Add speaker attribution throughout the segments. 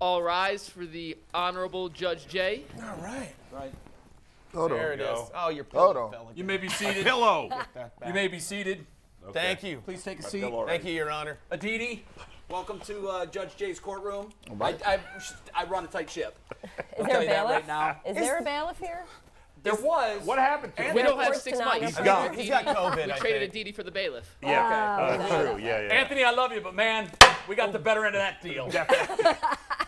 Speaker 1: All rise for the Honorable Judge Jay.
Speaker 2: All right.
Speaker 3: Right.
Speaker 2: Hold
Speaker 3: There
Speaker 2: on.
Speaker 3: it is. Oh, your
Speaker 2: Hold
Speaker 3: pillow
Speaker 2: on.
Speaker 3: fell again.
Speaker 4: You may be seated.
Speaker 5: Pillow.
Speaker 3: That
Speaker 4: You
Speaker 3: back.
Speaker 4: may be seated.
Speaker 3: Thank you.
Speaker 4: Please take a
Speaker 5: My
Speaker 4: seat.
Speaker 5: pillow already.
Speaker 3: Thank you, Your Honor.
Speaker 4: Aditi,
Speaker 3: Welcome to uh, Judge Jay's courtroom.
Speaker 2: right.
Speaker 3: I, I, I run a tight ship. tell
Speaker 6: Is there a
Speaker 3: you that
Speaker 6: bailiff?
Speaker 3: right now.
Speaker 6: Is there a bailiff here?
Speaker 3: There was.
Speaker 5: What happened to
Speaker 3: And
Speaker 5: him?
Speaker 1: We
Speaker 3: there
Speaker 1: don't have
Speaker 6: forced
Speaker 1: six
Speaker 6: to not
Speaker 1: bodies.
Speaker 6: go
Speaker 1: We
Speaker 6: back.
Speaker 1: traded
Speaker 3: He's got
Speaker 1: Aditi-
Speaker 3: COVID, I
Speaker 1: We traded
Speaker 3: think.
Speaker 1: Aditi for the bailiff.
Speaker 5: Yeah, okay. Uh, true. Yeah, yeah.
Speaker 4: Anthony, I love you, but man, we got the better end of that deal.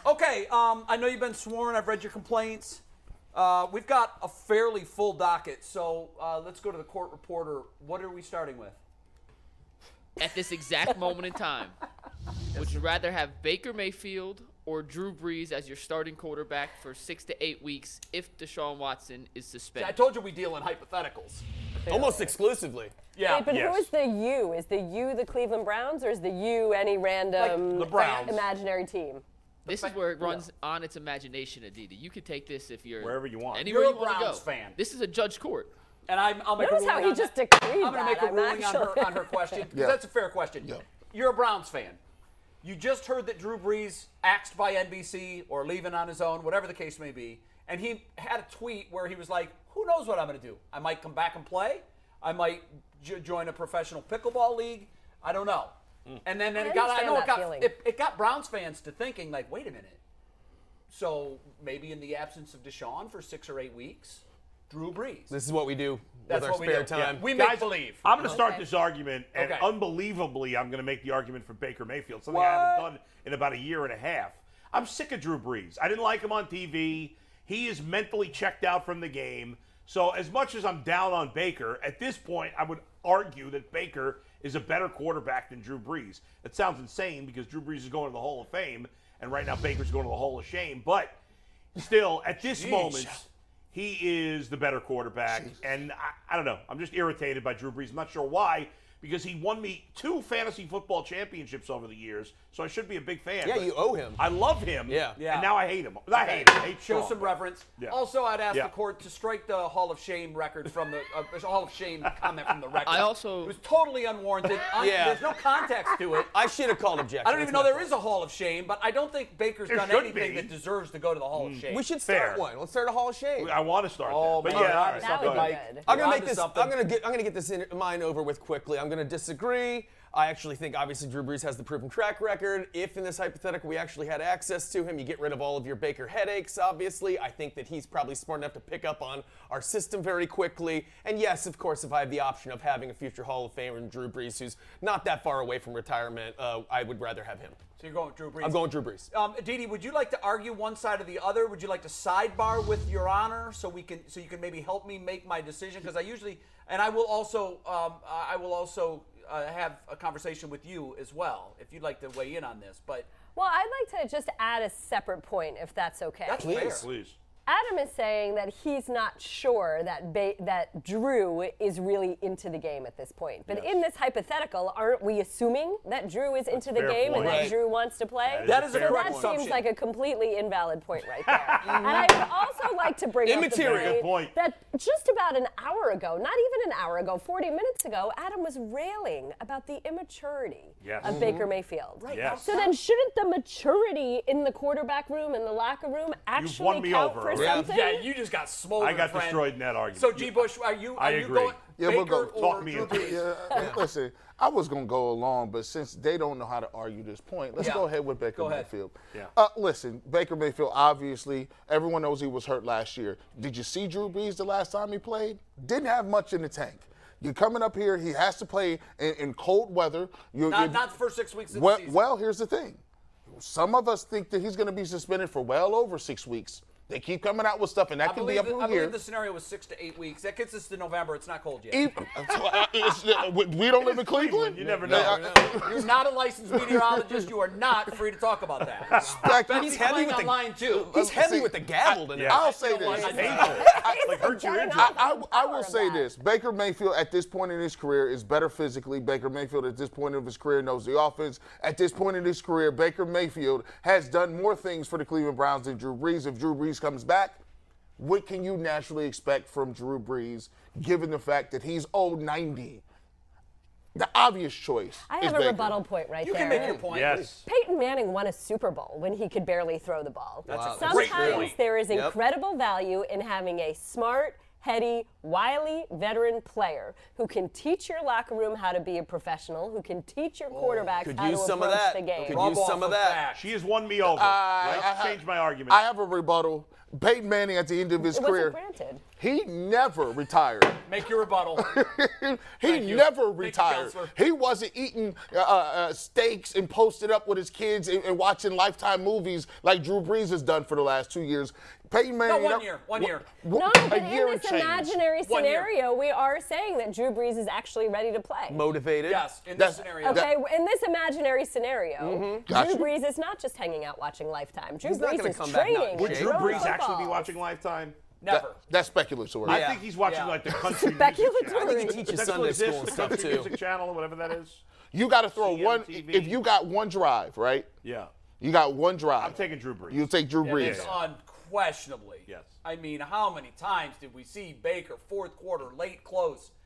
Speaker 3: Okay, um, I know you've been sworn. I've read your complaints. Uh, we've got a fairly full docket, so uh, let's go to the court reporter. What are we starting with?
Speaker 1: At this exact moment in time, would you rather have Baker Mayfield or Drew Brees as your starting quarterback for six to eight weeks if Deshaun Watson is
Speaker 3: I
Speaker 1: suspended?
Speaker 3: told you we deal in hypotheticals. Almost exclusively.
Speaker 4: Yeah.
Speaker 6: Wait, but
Speaker 5: Yes.
Speaker 6: who is the you? Is the you the Cleveland Browns or is the you any random
Speaker 3: the Browns.
Speaker 6: imaginary team?
Speaker 1: This is where it runs on its imagination, Aditi. You could take this if you're
Speaker 5: Wherever you want.
Speaker 1: Anywhere
Speaker 4: You're a
Speaker 1: you want to go.
Speaker 4: Browns fan.
Speaker 1: This is a judge court.
Speaker 3: And I'm, I'll make a
Speaker 6: Notice
Speaker 3: ruling
Speaker 6: how he
Speaker 3: on
Speaker 6: just
Speaker 3: that.
Speaker 6: decreed
Speaker 3: I'm going to
Speaker 6: that.
Speaker 3: make a
Speaker 6: I'm
Speaker 3: ruling on her,
Speaker 6: actually-
Speaker 3: on her question because
Speaker 2: Yeah.
Speaker 3: that's a fair question.
Speaker 2: Yeah.
Speaker 3: You're a Browns fan. You just heard that Drew Brees axed by NBC or leaving on his own, whatever the case may be. And he had a tweet where he was like, "Who knows what I'm going to do? I might come back and play. I might j- join a professional pickleball league. I don't know."
Speaker 2: Hmm.
Speaker 3: And then, then
Speaker 6: I
Speaker 3: it got I
Speaker 6: understand
Speaker 3: know it
Speaker 6: that
Speaker 3: got
Speaker 6: feeling.
Speaker 3: it, it got Browns fans to thinking like, "Wait a minute." So maybe in the absence of Deshaun for six or eight weeks, Drew Brees.
Speaker 7: This is what we do
Speaker 3: That's
Speaker 7: with our
Speaker 3: what we
Speaker 7: spare
Speaker 3: do.
Speaker 7: time.
Speaker 3: We
Speaker 5: Guys,
Speaker 3: make believe.
Speaker 5: I'm going to start this argument, and
Speaker 3: Okay.
Speaker 5: unbelievably, I'm going to make the argument for Baker Mayfield, something I haven't done in about a year and a half. I'm sick of Drew Brees. I didn't like him on TV. He is mentally checked out from the game. So, as much as I'm down on Baker, at this point, I would argue that Baker is a better quarterback than Drew Brees. That sounds insane because Drew Brees is going to the Hall of Fame, and right now Baker's going to the Hall of Shame. But still, at this moment, he is the better quarterback. And I, I don't know. I'm just irritated by Drew Brees. I'm not sure why, because he won me two fantasy football championships over the years. So I should be a big fan.
Speaker 7: yeah,
Speaker 5: but
Speaker 7: you owe him.
Speaker 5: I love him.
Speaker 7: Yeah.
Speaker 3: Yeah.
Speaker 5: And now I hate him. I hate him. I hate
Speaker 3: Show
Speaker 5: Sean.
Speaker 3: some reverence.
Speaker 5: Yeah.
Speaker 3: Also, I'd ask
Speaker 5: Yeah.
Speaker 3: the court to strike the Hall of Shame record from the uh, uh, Hall of Shame comment from the record.
Speaker 1: I also-
Speaker 3: it was totally unwarranted. Un-
Speaker 7: Yeah.
Speaker 3: There's no context to it.
Speaker 7: I should have called objection.
Speaker 3: I don't even know there
Speaker 7: there
Speaker 3: is a Hall of Shame, but I don't think Baker's
Speaker 5: There
Speaker 3: done
Speaker 5: should
Speaker 3: anything
Speaker 5: be.
Speaker 3: that deserves to go to the Hall of Shame.
Speaker 7: We should start
Speaker 5: Fair.
Speaker 7: one. Let's start a Hall of Shame.
Speaker 5: I want to start
Speaker 3: Oh,
Speaker 5: that.
Speaker 3: my
Speaker 5: But yeah,
Speaker 3: God.
Speaker 5: all right,
Speaker 6: That
Speaker 5: go
Speaker 6: would be
Speaker 5: ahead.
Speaker 6: good.
Speaker 7: I'm gonna
Speaker 3: We're
Speaker 7: make
Speaker 3: onto
Speaker 7: this.
Speaker 3: something.
Speaker 7: I'm gonna get. I'm gonna get this in, mine over with quickly. I'm gonna disagree. I actually think obviously Drew Brees has the proven track record. If in this hypothetical we actually had access to him, you get rid of all of your Baker headaches. Obviously, I think that he's probably smart enough to pick up on our system very quickly. And yes, of course, if I have the option of having a future Hall of Famer and Drew Brees, who's not that far away from retirement, uh, I would rather have him.
Speaker 3: so you're going with Drew Brees.
Speaker 7: I'm going Drew Brees.
Speaker 3: Um, Aditi, would you like to argue one side or the other? Would you like to sidebar with Your Honor so we can so you can maybe help me make my decision? Because I usually and I will also um, I will also uh, have a conversation with you as well if you'd like to weigh in on this. But
Speaker 6: Well, I'd like to just add a separate point if that's okay.
Speaker 3: that's fair.
Speaker 5: Please.
Speaker 6: Adam is saying that he's not sure that ba- that Drew is really into the game at this point. But in this hypothetical, aren't we assuming that Drew is into the
Speaker 5: fair
Speaker 6: game
Speaker 5: point.
Speaker 6: and that
Speaker 7: Right.
Speaker 6: Drew wants to play?
Speaker 5: That is
Speaker 3: a
Speaker 6: so
Speaker 3: fair
Speaker 6: that
Speaker 3: point.
Speaker 6: seems
Speaker 3: assumption.
Speaker 6: like a completely invalid point right there. and I would also like to bring
Speaker 7: Immaterial.
Speaker 6: up the
Speaker 5: Good point.
Speaker 6: that just about an hour ago, not even an hour ago, 40 minutes ago, Adam was railing about the immaturity
Speaker 5: Yes. Mm-hmm.
Speaker 6: of Baker Mayfield. Right.
Speaker 5: Yes.
Speaker 6: So then, shouldn't the maturity in the quarterback room and the locker room actually
Speaker 5: won me
Speaker 6: count
Speaker 5: over
Speaker 6: for
Speaker 5: already.
Speaker 6: something?
Speaker 4: Yeah, you just got smoked.
Speaker 5: I got
Speaker 3: friend.
Speaker 5: destroyed in that argument.
Speaker 3: So G. Bush, are you
Speaker 5: I
Speaker 3: are you
Speaker 5: agree.
Speaker 3: going
Speaker 2: Yeah,
Speaker 3: Baker
Speaker 2: we'll go.
Speaker 3: or
Speaker 5: Talk me
Speaker 3: Drew
Speaker 5: into it.
Speaker 3: Brees?
Speaker 2: Yeah, listen, I was gonna go along, but since they don't know how to argue this point, let's
Speaker 3: Yeah.
Speaker 2: go ahead with Baker
Speaker 3: Go ahead.
Speaker 2: Mayfield.
Speaker 5: Yeah.
Speaker 2: Uh, listen, Baker Mayfield. Obviously, everyone knows he was hurt last year. Did you see Drew Brees the last time he played? Didn't have much in the tank. You're coming up here. He has to play in, in cold weather. You're,
Speaker 3: Not,
Speaker 2: you're-
Speaker 3: not the first six weeks of
Speaker 2: well,
Speaker 3: the season.
Speaker 2: well, here's the thing. Some of us think that he's going to be suspended for well over six weeks. They keep coming out with stuff, and that
Speaker 3: I
Speaker 2: can be
Speaker 3: believe,
Speaker 2: up
Speaker 3: the,
Speaker 2: to
Speaker 3: I
Speaker 2: a year.
Speaker 3: believe the scenario was six to eight weeks. That gets us to November. It's not cold yet.
Speaker 2: Even- it's- uh, we- we don't live in Cleveland.
Speaker 5: You never
Speaker 2: They-
Speaker 5: know.
Speaker 2: I-
Speaker 3: You're not a licensed meteorologist. You are not free to talk about that.
Speaker 2: Back-
Speaker 7: He's heavy with the
Speaker 3: online too.
Speaker 7: He's heavy
Speaker 2: see,
Speaker 7: with the gavel tonight.
Speaker 2: I'll say this.
Speaker 3: I-
Speaker 5: Painful. like hurt your injury.
Speaker 2: I, I, I will
Speaker 6: Power
Speaker 2: say
Speaker 6: back.
Speaker 2: this: Baker Mayfield at this point in his career is better physically. Baker Mayfield at this point of his career knows the offense. At this point in his career, Baker Mayfield has done more things for the Cleveland Browns than Drew Brees. If Drew Brees comes back, what can you naturally expect from Drew Brees, given the fact that he's old ninety? oh the obvious choice.
Speaker 6: I
Speaker 2: is
Speaker 6: have a
Speaker 2: Baker.
Speaker 6: rebuttal point right
Speaker 3: You
Speaker 6: there.
Speaker 3: can make your point.
Speaker 5: Yes.
Speaker 6: Peyton Manning won a Super Bowl when he could barely throw the ball.
Speaker 7: Wow, that's a great
Speaker 6: Sometimes
Speaker 7: point.
Speaker 6: there is
Speaker 7: Yep.
Speaker 6: incredible value in having a smart, heady, wily veteran player who can teach your locker room how to be a professional, who can teach your quarterbacks
Speaker 7: Could
Speaker 6: how
Speaker 7: use
Speaker 6: to
Speaker 7: some of
Speaker 6: approach
Speaker 7: that.
Speaker 6: the game.
Speaker 7: Could
Speaker 3: Rub
Speaker 7: use
Speaker 3: off
Speaker 7: some
Speaker 3: a
Speaker 7: of that.
Speaker 3: fact.
Speaker 5: She has won me over.
Speaker 2: Uh, I- I
Speaker 5: Let's
Speaker 2: have-
Speaker 5: change my argument.
Speaker 2: I have a rebuttal. Peyton Manning at the end of his
Speaker 6: it
Speaker 2: career,
Speaker 6: wasn't granted.
Speaker 2: he never retired.
Speaker 3: Make your rebuttal.
Speaker 2: he
Speaker 3: you. Thank
Speaker 2: never
Speaker 3: you,
Speaker 2: retired.
Speaker 3: counselor.
Speaker 2: he wasn't eating uh, uh, steaks and posted up with his kids and, and watching Lifetime movies like Drew Brees has done for the last two years. Peyton Manning.
Speaker 3: one
Speaker 2: never-
Speaker 3: year, one
Speaker 2: wa-
Speaker 3: year.
Speaker 2: wa-
Speaker 6: No,
Speaker 2: a
Speaker 6: but
Speaker 2: year
Speaker 6: in this
Speaker 2: and change.
Speaker 6: imaginary
Speaker 3: One year.
Speaker 6: scenario, we are saying that Drew Brees is actually ready to play.
Speaker 7: Motivated.
Speaker 3: yes, in
Speaker 2: That's-
Speaker 3: this scenario.
Speaker 6: Okay, in this imaginary scenario,
Speaker 5: Mm-hmm.
Speaker 2: Gotcha.
Speaker 6: Drew Brees is not just hanging out watching Lifetime. Drew
Speaker 7: He's not
Speaker 6: Brees
Speaker 7: gonna
Speaker 6: is
Speaker 7: come back not
Speaker 6: training.
Speaker 7: in
Speaker 5: Would
Speaker 6: and
Speaker 7: shape.
Speaker 5: Drew
Speaker 6: throwing
Speaker 5: Brees actually be
Speaker 6: footballs.
Speaker 5: watching Lifetime?
Speaker 3: Never.
Speaker 2: That's speculatory.
Speaker 5: I
Speaker 7: Yeah.
Speaker 5: think he's watching
Speaker 3: Yeah.
Speaker 5: like the country music.
Speaker 6: Speculatory.
Speaker 5: channel.
Speaker 7: I think he teaches
Speaker 5: Does that still
Speaker 7: Sunday
Speaker 5: exist,
Speaker 7: school and
Speaker 5: the
Speaker 7: stuff
Speaker 5: country
Speaker 7: too.
Speaker 5: music channel or whatever that is.
Speaker 2: You got to throw one.
Speaker 5: CMTV.
Speaker 2: If you got one drive, right?
Speaker 5: Yeah.
Speaker 2: You got one drive.
Speaker 5: I'm taking Drew Brees.
Speaker 2: You'll take Drew Brees.
Speaker 3: It's unquestionably.
Speaker 5: Yes.
Speaker 3: I mean, how many times did we see Baker fourth quarter late close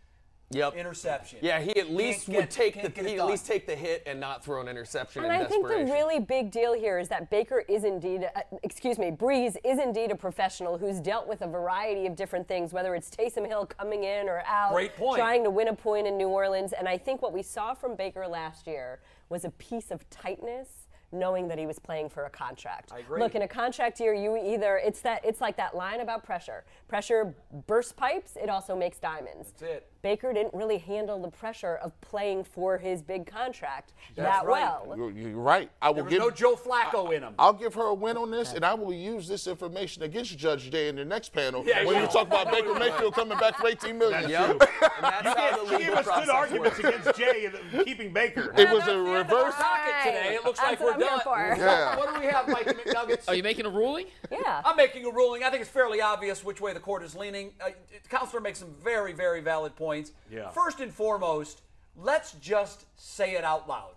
Speaker 7: Yep.
Speaker 3: interception?
Speaker 7: Yeah, he at least
Speaker 3: Can't
Speaker 7: would
Speaker 3: get-
Speaker 7: take the
Speaker 3: can't get it
Speaker 7: he at
Speaker 3: done.
Speaker 7: least take the hit and not throw an interception
Speaker 6: And
Speaker 7: in
Speaker 6: I think the
Speaker 7: desperation.
Speaker 6: really big deal here is that Baker is indeed, uh, excuse me, Breeze is indeed a professional who's dealt with a variety of different things, whether it's Taysom Hill coming in or out,
Speaker 3: Great point.
Speaker 6: trying to win a point in New Orleans. And I think what we saw from Baker last year was a piece of tightness. Knowing that he was playing for a contract. I
Speaker 3: agree.
Speaker 6: Look, in a contract year, you either it's that it's like that line about pressure. Pressure bursts pipes. It also makes diamonds.
Speaker 3: That's it.
Speaker 6: Baker didn't really handle the pressure of playing for his big contract that
Speaker 3: right.
Speaker 6: well.
Speaker 2: You're, you're right. I will
Speaker 3: There was
Speaker 2: give.
Speaker 3: no Joe Flacco in him.
Speaker 2: I'll give her a win on this, and I will use this information against Judge Day in the next panel
Speaker 3: Yeah,
Speaker 2: when
Speaker 3: yeah.
Speaker 2: you talk about Baker Mayfield coming back for 18 million.
Speaker 5: That's
Speaker 7: Yep.
Speaker 5: true.
Speaker 7: And that's how the
Speaker 5: She gave
Speaker 7: legal
Speaker 5: us good
Speaker 7: process
Speaker 5: arguments
Speaker 7: works.
Speaker 5: against Jay and keeping Baker.
Speaker 2: It was
Speaker 3: That's
Speaker 2: a
Speaker 3: the end of our
Speaker 2: reverse.
Speaker 3: docket today. It looks
Speaker 6: That's
Speaker 3: like
Speaker 6: what
Speaker 3: we're
Speaker 6: I'm here
Speaker 3: done.
Speaker 6: for.
Speaker 2: Yeah.
Speaker 3: What do we have, Mike McNuggets?
Speaker 1: Are you making a ruling?
Speaker 6: Yeah.
Speaker 3: I'm making a ruling. I think it's fairly obvious which way the court is leaning. Uh, the counselor makes some very, very valid points.
Speaker 5: Yeah.
Speaker 3: First and foremost, let's just say it out loud.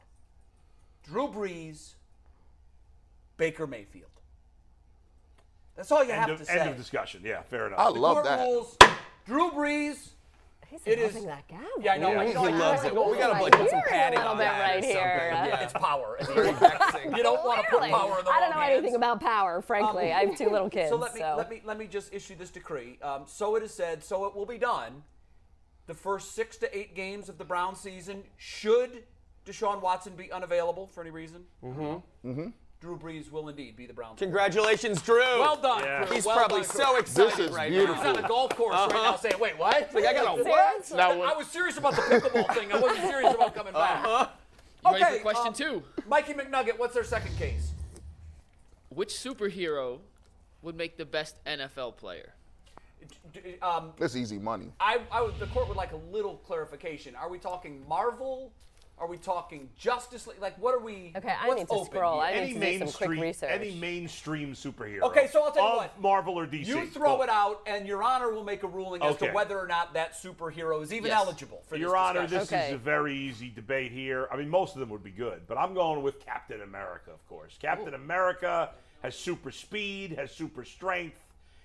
Speaker 3: Drew Brees, Baker Mayfield. That's all you have
Speaker 5: End
Speaker 3: to
Speaker 5: of,
Speaker 3: say.
Speaker 5: end of discussion. Yeah, fair enough.
Speaker 2: I love
Speaker 3: court
Speaker 2: that.
Speaker 3: rules. Drew Brees.
Speaker 6: He's
Speaker 3: It
Speaker 6: loving
Speaker 3: is-
Speaker 6: that gavel.
Speaker 3: Yeah, I know. I
Speaker 7: He
Speaker 3: know, I know,
Speaker 7: loves
Speaker 3: I
Speaker 7: it.
Speaker 3: know.
Speaker 7: Well, we gotta
Speaker 6: Right
Speaker 7: like, put some
Speaker 6: here,
Speaker 7: padding
Speaker 6: a little
Speaker 7: on
Speaker 6: bit
Speaker 7: that or
Speaker 6: right
Speaker 7: something.
Speaker 6: here.
Speaker 7: Yeah.
Speaker 3: It's power.
Speaker 7: Relaxing.
Speaker 3: you don't want to put
Speaker 6: Clearly.
Speaker 3: power in the
Speaker 6: I don't
Speaker 3: wrong
Speaker 6: know anything
Speaker 3: hands. Um,
Speaker 6: about power, frankly. I have two little kids.
Speaker 3: So let me let me let me just issue this decree. Um, so it is said. So it will be done. The first six to eight games of the Brown season, should Deshaun Watson be unavailable for any reason, mm-hmm. Drew Brees will indeed be the Browns.
Speaker 7: Congratulations, Drew.
Speaker 3: Well done.
Speaker 5: Yeah.
Speaker 3: Drew.
Speaker 7: He's
Speaker 3: Well
Speaker 7: probably
Speaker 3: done, Drew.
Speaker 7: so excited
Speaker 2: is
Speaker 7: right
Speaker 2: beautiful.
Speaker 3: He's on a golf course right now saying, "Wait, what?
Speaker 7: now. Like, I got a what? Uh-huh.
Speaker 6: Seriously?
Speaker 2: Now,
Speaker 3: I was serious about the pickleball thing. I wasn't serious about coming back."
Speaker 1: You ready
Speaker 3: Okay,
Speaker 1: for question
Speaker 3: um,
Speaker 1: two?
Speaker 3: Mikey McNugget, what's their second case?
Speaker 1: Which superhero would make the best NFL player?
Speaker 3: D- d- Um,
Speaker 2: that's easy money.
Speaker 3: I, I would, the court would like a little clarification. Are we talking Marvel? Are we talking Justice League? Like, what are we?
Speaker 6: Okay, I
Speaker 3: what's
Speaker 6: need to
Speaker 3: open
Speaker 6: scroll.
Speaker 3: here?
Speaker 6: I
Speaker 5: any
Speaker 6: need to do some quick
Speaker 5: mainstream,
Speaker 6: research.
Speaker 5: any mainstream superhero.
Speaker 3: Okay, so I'll tell you
Speaker 5: of
Speaker 3: what.
Speaker 5: Marvel or DC.
Speaker 3: you throw
Speaker 5: Go.
Speaker 3: it out, and Your Honor will make a ruling as to
Speaker 5: Okay.
Speaker 3: whether or not that superhero is even
Speaker 1: Yes.
Speaker 3: eligible for
Speaker 5: Your
Speaker 3: this
Speaker 5: Honor,
Speaker 3: discussion.
Speaker 5: this
Speaker 6: Okay.
Speaker 5: is a very easy debate here. I mean, most of them would be good, but I'm going with Captain America, of course. Captain America has super speed, has super strength.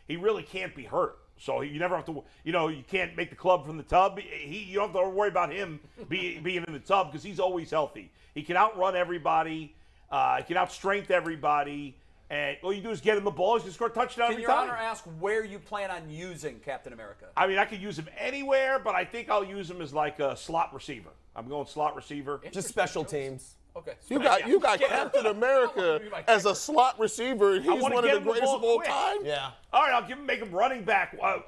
Speaker 5: He really can't be hurt. So you never have to, you know, you can't make the club from the tub. He, you don't have to worry about him be, being in the tub because he's always healthy. He can outrun everybody. Uh, he can outstrength everybody. And all you do is get him the ball. He's going to score a touchdown
Speaker 3: Can
Speaker 5: every
Speaker 3: Your
Speaker 5: time.
Speaker 3: Honor ask where you plan on using Captain America?
Speaker 5: I mean, I could use him anywhere, but I think I'll use him as like a slot receiver. I'm going slot receiver.
Speaker 7: Just special teams.
Speaker 3: Okay.
Speaker 2: You got you got
Speaker 3: Yeah.
Speaker 2: Captain
Speaker 3: wanna
Speaker 2: America
Speaker 3: be my
Speaker 2: as a slot receiver, and he's
Speaker 5: wanna
Speaker 2: one
Speaker 5: get
Speaker 2: of the
Speaker 5: him the
Speaker 2: greatest
Speaker 5: ball
Speaker 2: of all
Speaker 5: quick.
Speaker 2: time.
Speaker 7: Yeah.
Speaker 5: All right, I'll give him, make him running back. Uh,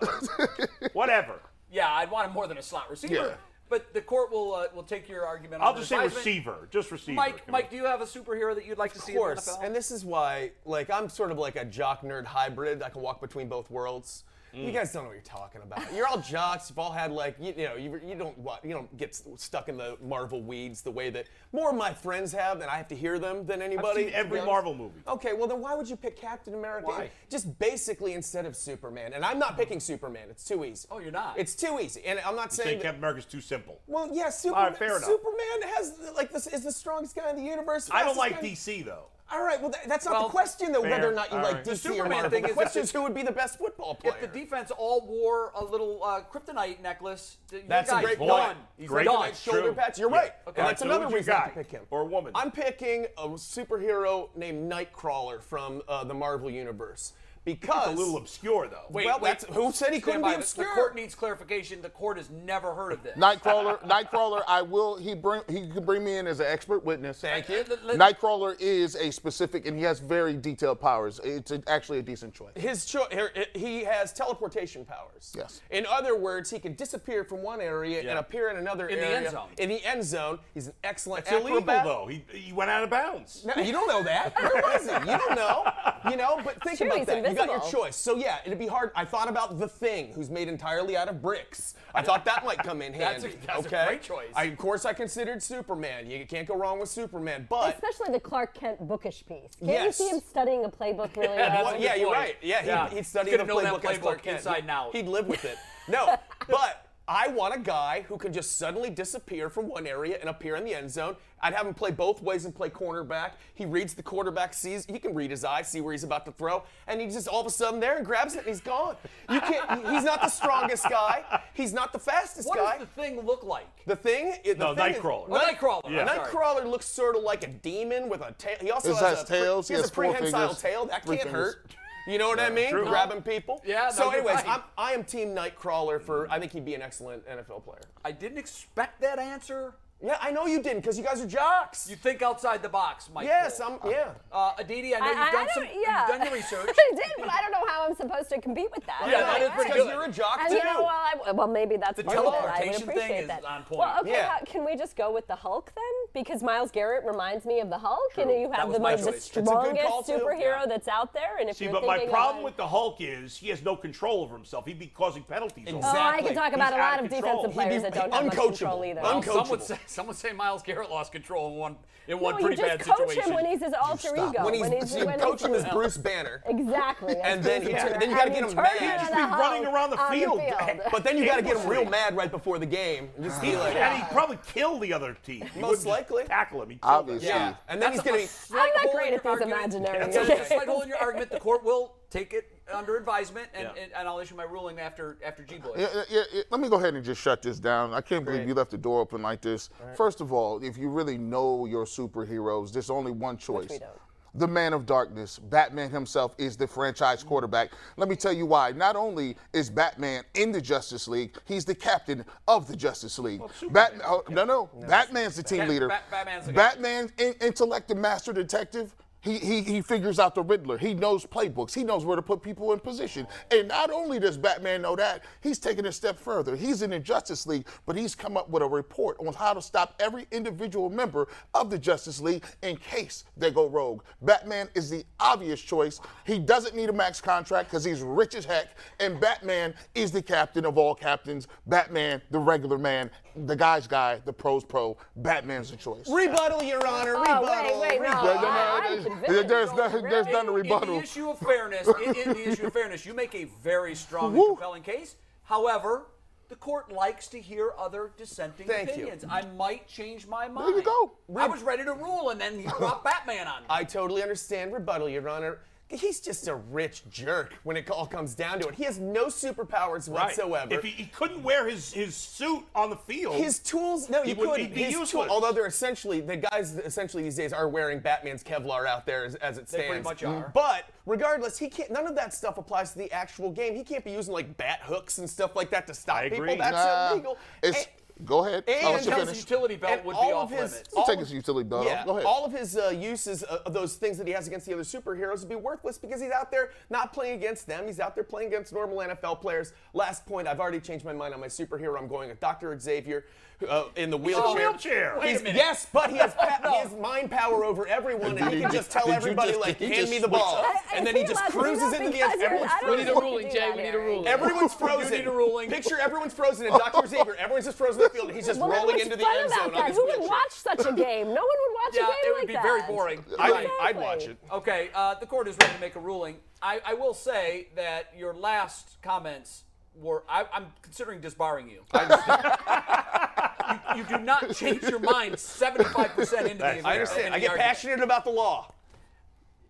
Speaker 5: whatever.
Speaker 3: Yeah, I'd want him more than a slot receiver.
Speaker 2: Yeah.
Speaker 3: But the court will uh, will take your argument.
Speaker 5: I'll
Speaker 3: under
Speaker 5: just say
Speaker 3: advisement.
Speaker 5: receiver. Just receiver.
Speaker 3: Mike,
Speaker 5: Can
Speaker 3: Mike,
Speaker 5: we-
Speaker 3: do you have a superhero that you'd like to
Speaker 7: Of
Speaker 3: see
Speaker 7: course.
Speaker 3: in the NFL?
Speaker 7: And this is why, like, I'm sort of like a jock nerd hybrid. I can walk between both worlds.
Speaker 5: Mm.
Speaker 7: You guys don't know what you're talking about. You're all jocks. You've all had like you, you know you, you don't wa- you don't get s- stuck in the Marvel weeds the way that more of my friends have, and I have to hear them than anybody.
Speaker 5: seen
Speaker 7: to be
Speaker 5: every
Speaker 7: honest.
Speaker 5: Marvel movie.
Speaker 7: Okay, well then why would you pick Captain America?
Speaker 5: Why? Mm-hmm.
Speaker 7: Just basically instead of Superman. And I'm not picking Superman. It's too easy.
Speaker 3: Oh, you're not?
Speaker 7: It's too easy. And I'm not
Speaker 5: Say
Speaker 7: saying that-
Speaker 5: Captain America's too simple.
Speaker 7: well, yeah,
Speaker 5: All
Speaker 7: Superman,
Speaker 5: right, fair enough.
Speaker 7: Superman has like this is the strongest guy in the universe.
Speaker 5: I don't
Speaker 7: fastest
Speaker 5: like
Speaker 7: guy in-
Speaker 5: DC though.
Speaker 7: All right, well, that, that's not
Speaker 3: Well,
Speaker 7: the question, though, whether or not you
Speaker 5: All
Speaker 7: like
Speaker 5: right.
Speaker 7: DC
Speaker 5: The
Speaker 7: or
Speaker 3: Superman
Speaker 7: Marvel.
Speaker 3: thing
Speaker 7: the
Speaker 3: is that
Speaker 7: question
Speaker 3: the-
Speaker 7: is who would be the best football player.
Speaker 3: If the defense all wore a little uh, kryptonite necklace, th- your
Speaker 7: That's a
Speaker 3: guy's
Speaker 7: great point.
Speaker 3: done. He's
Speaker 5: Great
Speaker 3: done.
Speaker 5: point.
Speaker 7: "Oh, shoulder
Speaker 5: True.
Speaker 7: pads. You're
Speaker 5: Yeah.
Speaker 7: right.
Speaker 5: Okay.
Speaker 7: And that's
Speaker 5: So
Speaker 7: another
Speaker 5: who's your
Speaker 7: reason not to
Speaker 5: guy?
Speaker 7: pick him.
Speaker 5: Or a woman?
Speaker 7: I'm picking a superhero named Nightcrawler from uh, the Marvel universe because
Speaker 5: a little obscure though.
Speaker 7: Wait, well, that's, who said he couldn't
Speaker 3: Stand
Speaker 7: be
Speaker 3: by. The-
Speaker 7: obscure?
Speaker 3: The court needs clarification. The court has never heard of this.
Speaker 2: Nightcrawler, Nightcrawler, I will. He bring he can bring me in as an expert witness. Thank
Speaker 3: you. uh, Let- let-
Speaker 2: Nightcrawler is a specific, and he has very detailed powers. It's a, actually a decent choice.
Speaker 7: his cho- her- he has teleportation powers.
Speaker 2: Yes.
Speaker 7: In other words, he can disappear from one area and appear in another
Speaker 3: In the
Speaker 7: area.
Speaker 3: end zone.
Speaker 7: In the end zone, he's an excellent
Speaker 5: It's illegal
Speaker 7: acrobat.
Speaker 5: though. He, he went out of bounds.
Speaker 7: No, you don't know that. Where was he? You don't know. You know, but think
Speaker 6: Sure,
Speaker 7: about
Speaker 6: he's
Speaker 7: that. You got your
Speaker 6: invisible.
Speaker 7: choice. So yeah, it'd be hard. I thought about the thing, who's made entirely out of bricks. I thought that might come in
Speaker 3: That's a-
Speaker 7: handy.
Speaker 3: that's a
Speaker 7: okay.
Speaker 3: great choice.
Speaker 7: I, of course, I considered Superman. You can't go wrong with Superman. But
Speaker 6: Especially the Clark Kent bookish piece. Can't
Speaker 7: Yes.
Speaker 6: you see him studying a playbook really well?
Speaker 7: Well, yeah, you're
Speaker 3: point.
Speaker 7: right. Yeah, he'd,
Speaker 3: Yeah.
Speaker 7: he'd study
Speaker 3: He's
Speaker 7: the
Speaker 3: gonna know
Speaker 7: playbook,
Speaker 3: that
Speaker 7: as
Speaker 3: playbook
Speaker 7: Clark Kent.
Speaker 3: inside and out.
Speaker 7: He'd live with it. No, but I want a guy who can just suddenly disappear from one area and appear in the end zone. I'd have him play both ways and play cornerback. He reads the quarterback, sees he can read his eye, see where he's about to throw, and he's just all of a sudden there and grabs it and he's gone. You can't. He's not the strongest guy. He's not the fastest
Speaker 3: What
Speaker 7: guy.
Speaker 3: does the thing look like?
Speaker 7: The thing, the
Speaker 5: No,
Speaker 7: thing is-
Speaker 5: Nightcrawler.
Speaker 3: Oh, Nightcrawler. I'm
Speaker 5: Yeah.
Speaker 3: sorry.
Speaker 7: Nightcrawler looks sort of like a demon with a tail. He also
Speaker 2: This
Speaker 7: has,
Speaker 2: has
Speaker 7: a pre-
Speaker 2: tails,
Speaker 7: He
Speaker 2: he
Speaker 7: has
Speaker 2: has
Speaker 7: a
Speaker 2: four
Speaker 7: prehensile
Speaker 2: fingers,
Speaker 7: tail. That
Speaker 2: three
Speaker 7: can't
Speaker 2: fingers.
Speaker 7: hurt. You know what I mean?
Speaker 5: true.
Speaker 7: Grabbing people.
Speaker 3: Yeah, no,
Speaker 7: So,
Speaker 3: you're
Speaker 7: anyways,
Speaker 3: right.
Speaker 7: I'm, I am Team Nightcrawler for. I think he'd be an excellent NFL player.
Speaker 3: I didn't expect that answer.
Speaker 7: Yeah, I know you didn't because you guys are jocks.
Speaker 3: You think outside the box, Mike.
Speaker 7: yes,
Speaker 3: Cole.
Speaker 7: I'm. Yeah.
Speaker 3: Uh, Aditi, I know
Speaker 6: I,
Speaker 3: you've
Speaker 6: I- I
Speaker 3: done
Speaker 6: don't-
Speaker 3: some.
Speaker 6: yeah.
Speaker 3: You've done your research.
Speaker 6: I did, but I don't know how I'm supposed to compete with that.
Speaker 3: Yeah,
Speaker 6: I'm
Speaker 3: that
Speaker 6: like,
Speaker 3: is
Speaker 6: all
Speaker 3: pretty
Speaker 6: right.
Speaker 3: good.
Speaker 7: Because you're a jock
Speaker 6: And
Speaker 7: too.
Speaker 6: you know, well, I, well, maybe that's
Speaker 3: The
Speaker 6: part of it. I would
Speaker 3: teleportation thing
Speaker 6: appreciate
Speaker 3: is
Speaker 6: that.
Speaker 3: on point.
Speaker 6: Well, okay,
Speaker 7: Yeah.
Speaker 6: how- can we just go with the Hulk then? Because Miles Garrett reminds me of the Hulk, and you
Speaker 3: That
Speaker 6: have
Speaker 3: was
Speaker 6: the,
Speaker 3: my
Speaker 6: most, the
Speaker 3: choice. It's
Speaker 7: a good call,
Speaker 6: strongest
Speaker 7: too.
Speaker 6: superhero
Speaker 3: Yeah.
Speaker 6: that's out there. And if
Speaker 5: See,
Speaker 6: you're
Speaker 5: but my
Speaker 6: thinking
Speaker 5: problem
Speaker 6: about-
Speaker 5: with the Hulk is he has no control over himself. He'd be causing penalties. all the
Speaker 6: Oh,
Speaker 5: time.
Speaker 6: I can talk about
Speaker 5: He's
Speaker 6: a lot
Speaker 5: out
Speaker 6: of
Speaker 5: of control.
Speaker 6: defensive
Speaker 5: He'd be
Speaker 6: players that don't have much
Speaker 7: uncoachable.
Speaker 6: control either.
Speaker 7: Well,
Speaker 3: Some would
Speaker 7: Uncoachable.
Speaker 3: say, some would say Miles Garrett lost control in one in
Speaker 6: no,
Speaker 3: one
Speaker 6: you
Speaker 3: pretty
Speaker 6: just
Speaker 3: bad
Speaker 6: coach
Speaker 3: situation.
Speaker 6: him when he's his alter ego.
Speaker 7: when he's, see,
Speaker 6: when
Speaker 7: coach him
Speaker 6: he's-
Speaker 7: as Bruce Banner.
Speaker 6: Exactly. as
Speaker 7: And then
Speaker 6: Bruce
Speaker 7: he
Speaker 6: Banner.
Speaker 7: then you gotta
Speaker 6: And
Speaker 7: get him
Speaker 6: turn
Speaker 7: mad.
Speaker 6: him
Speaker 7: He'd
Speaker 6: into
Speaker 7: just
Speaker 6: the
Speaker 5: be running
Speaker 6: Hulk
Speaker 5: around the
Speaker 6: on
Speaker 5: field.
Speaker 7: But then you got to get him real
Speaker 5: Aimlessly.
Speaker 7: mad right before the game. and Just be like,
Speaker 5: And he'd probably kill the other team. He
Speaker 7: Most
Speaker 5: wouldn't
Speaker 7: likely.
Speaker 5: Tackle him. He'd kill
Speaker 2: Obviously.
Speaker 5: them.
Speaker 7: yeah. And then
Speaker 3: That's
Speaker 7: he's
Speaker 3: a
Speaker 7: gonna. be-
Speaker 3: slight
Speaker 6: I'm not
Speaker 3: hole
Speaker 6: great
Speaker 3: in
Speaker 6: at
Speaker 3: your
Speaker 6: these
Speaker 3: argument.
Speaker 6: imaginary.
Speaker 3: That's a slight hole in your argument. The court will take it under advisement, and,
Speaker 5: Yeah.
Speaker 3: and, and I'll issue my ruling after after G Boy.
Speaker 2: Yeah, yeah, yeah, yeah. Let me go ahead and just shut this down. I can't believe you left the door open like this. First of all, if you really know your superheroes, there's only one choice.
Speaker 6: we don't.
Speaker 2: The man of darkness, Batman himself, is the franchise quarterback. Let me tell you why. Not only is Batman in the Justice League, he's the captain of the Justice League. Batman, oh, no, no, Batman's the team leader.
Speaker 3: Bat- Batman's the guy.
Speaker 2: Batman's in- intellect, the master detective. He, he, he figures out the Riddler. He knows playbooks. He knows where to put people in position. And not only does Batman know that, he's taking it a step further. He's in the Justice League, but he's come up with a report on how to stop every individual member of the Justice League in case they go rogue. Batman is the obvious choice. He doesn't need a max contract because he's rich as heck. And Batman is the captain of all captains. Batman, the regular man, the guy's guy, the pro's pro. Batman's the choice.
Speaker 7: Rebuttal, Your Honor.
Speaker 6: Oh,
Speaker 7: Rebuttal.
Speaker 6: wait, wait, no.
Speaker 7: rebuttal.
Speaker 2: Yeah, no, no,
Speaker 6: I- I'm
Speaker 2: there's-
Speaker 6: convinced.
Speaker 2: there's no- there's
Speaker 6: Really?
Speaker 2: none to
Speaker 3: In the
Speaker 2: rebuttal.
Speaker 3: issue of fairness, in, in the issue of fairness, you make a very strong and
Speaker 2: Woo.
Speaker 3: compelling case. However, the court likes to hear other dissenting
Speaker 7: Thank you.
Speaker 3: opinions. I might change my mind.
Speaker 2: you go.
Speaker 3: I was ready to rule, and then you dropped Batman on me.
Speaker 7: I totally understand rebuttal, Your Honor. He's just a rich jerk when it all comes down to it. He has no superpowers
Speaker 5: Right.
Speaker 7: whatsoever.
Speaker 5: If he, he couldn't wear his, his suit on the field,
Speaker 7: his tools, no,
Speaker 5: He
Speaker 7: you
Speaker 5: would-
Speaker 7: could.
Speaker 5: he'd be
Speaker 7: his
Speaker 5: useless.
Speaker 7: although they're essentially the guys, essentially these days are wearing Batman's Kevlar out there as, as it stands.
Speaker 3: They pretty much
Speaker 2: Mm-hmm.
Speaker 3: are.
Speaker 7: But regardless, he can't. None of that stuff applies to the actual game. He can't be using like bat hooks and stuff like that to stop
Speaker 5: I
Speaker 7: people.
Speaker 5: agree.
Speaker 7: That's
Speaker 2: Nah,
Speaker 7: illegal.
Speaker 2: it's-
Speaker 7: And-
Speaker 2: go ahead.
Speaker 7: And,
Speaker 2: I'll let you
Speaker 3: His
Speaker 2: finish.
Speaker 3: utility belt
Speaker 7: and
Speaker 3: would
Speaker 7: all
Speaker 3: be off
Speaker 7: of his-
Speaker 3: limits.
Speaker 7: all
Speaker 2: take
Speaker 7: of-
Speaker 2: his utility belt
Speaker 7: Yeah,
Speaker 2: off. Go ahead.
Speaker 7: all of his uh, uses uh, of those things that he has against the other superheroes would be worthless because he's out there not playing against them. He's out there playing against normal NFL players. Last point, I've already changed my mind on my superhero. I'm going with Dr. Xavier uh, in the
Speaker 5: in a
Speaker 7: wheelchair.
Speaker 5: wheelchair. Wait a
Speaker 7: He's-
Speaker 3: minute.
Speaker 7: yes, but he has, pa- he has mind power over everyone, and he
Speaker 2: Did
Speaker 7: can
Speaker 2: you
Speaker 7: just
Speaker 2: just-
Speaker 7: tell
Speaker 2: did you
Speaker 7: everybody,
Speaker 2: just-
Speaker 7: like,
Speaker 2: did you
Speaker 7: hand
Speaker 2: just
Speaker 7: me the
Speaker 2: switch
Speaker 7: ball.
Speaker 2: up?
Speaker 6: I- I
Speaker 7: and then he
Speaker 6: think
Speaker 7: just
Speaker 6: I'm allowed to do
Speaker 7: cruises
Speaker 6: that
Speaker 7: into the
Speaker 6: because
Speaker 7: end.
Speaker 6: you're-
Speaker 7: Everyone's
Speaker 6: I don't
Speaker 1: We need a
Speaker 6: think we
Speaker 1: ruling,
Speaker 6: do
Speaker 1: Jay.
Speaker 6: that
Speaker 1: We need a
Speaker 6: here.
Speaker 1: ruling.
Speaker 7: Everyone's frozen.
Speaker 3: need a ruling.
Speaker 7: Picture everyone's frozen and Dr. Xavier. Everyone's just frozen in the field and he's just
Speaker 6: Well, then
Speaker 7: rolling
Speaker 6: what's
Speaker 7: into the
Speaker 6: fun
Speaker 7: end
Speaker 6: about
Speaker 7: zone
Speaker 6: that?
Speaker 7: on his
Speaker 6: Who would
Speaker 7: wheelchair.
Speaker 6: watch such a game? No one would watch
Speaker 3: Yeah,
Speaker 6: a game
Speaker 3: it would
Speaker 6: like
Speaker 3: be
Speaker 6: that.
Speaker 3: very boring.
Speaker 7: I'd,
Speaker 3: Right.
Speaker 7: I'd watch it.
Speaker 3: Okay, uh, the court is ready to make a ruling. I, I will say that your last comments were I, I'm considering disbarring you. you. You do not change your mind 75% into the
Speaker 5: I
Speaker 7: I
Speaker 3: event- into
Speaker 7: understand. I
Speaker 3: the
Speaker 7: get
Speaker 3: argument.
Speaker 7: passionate about the law.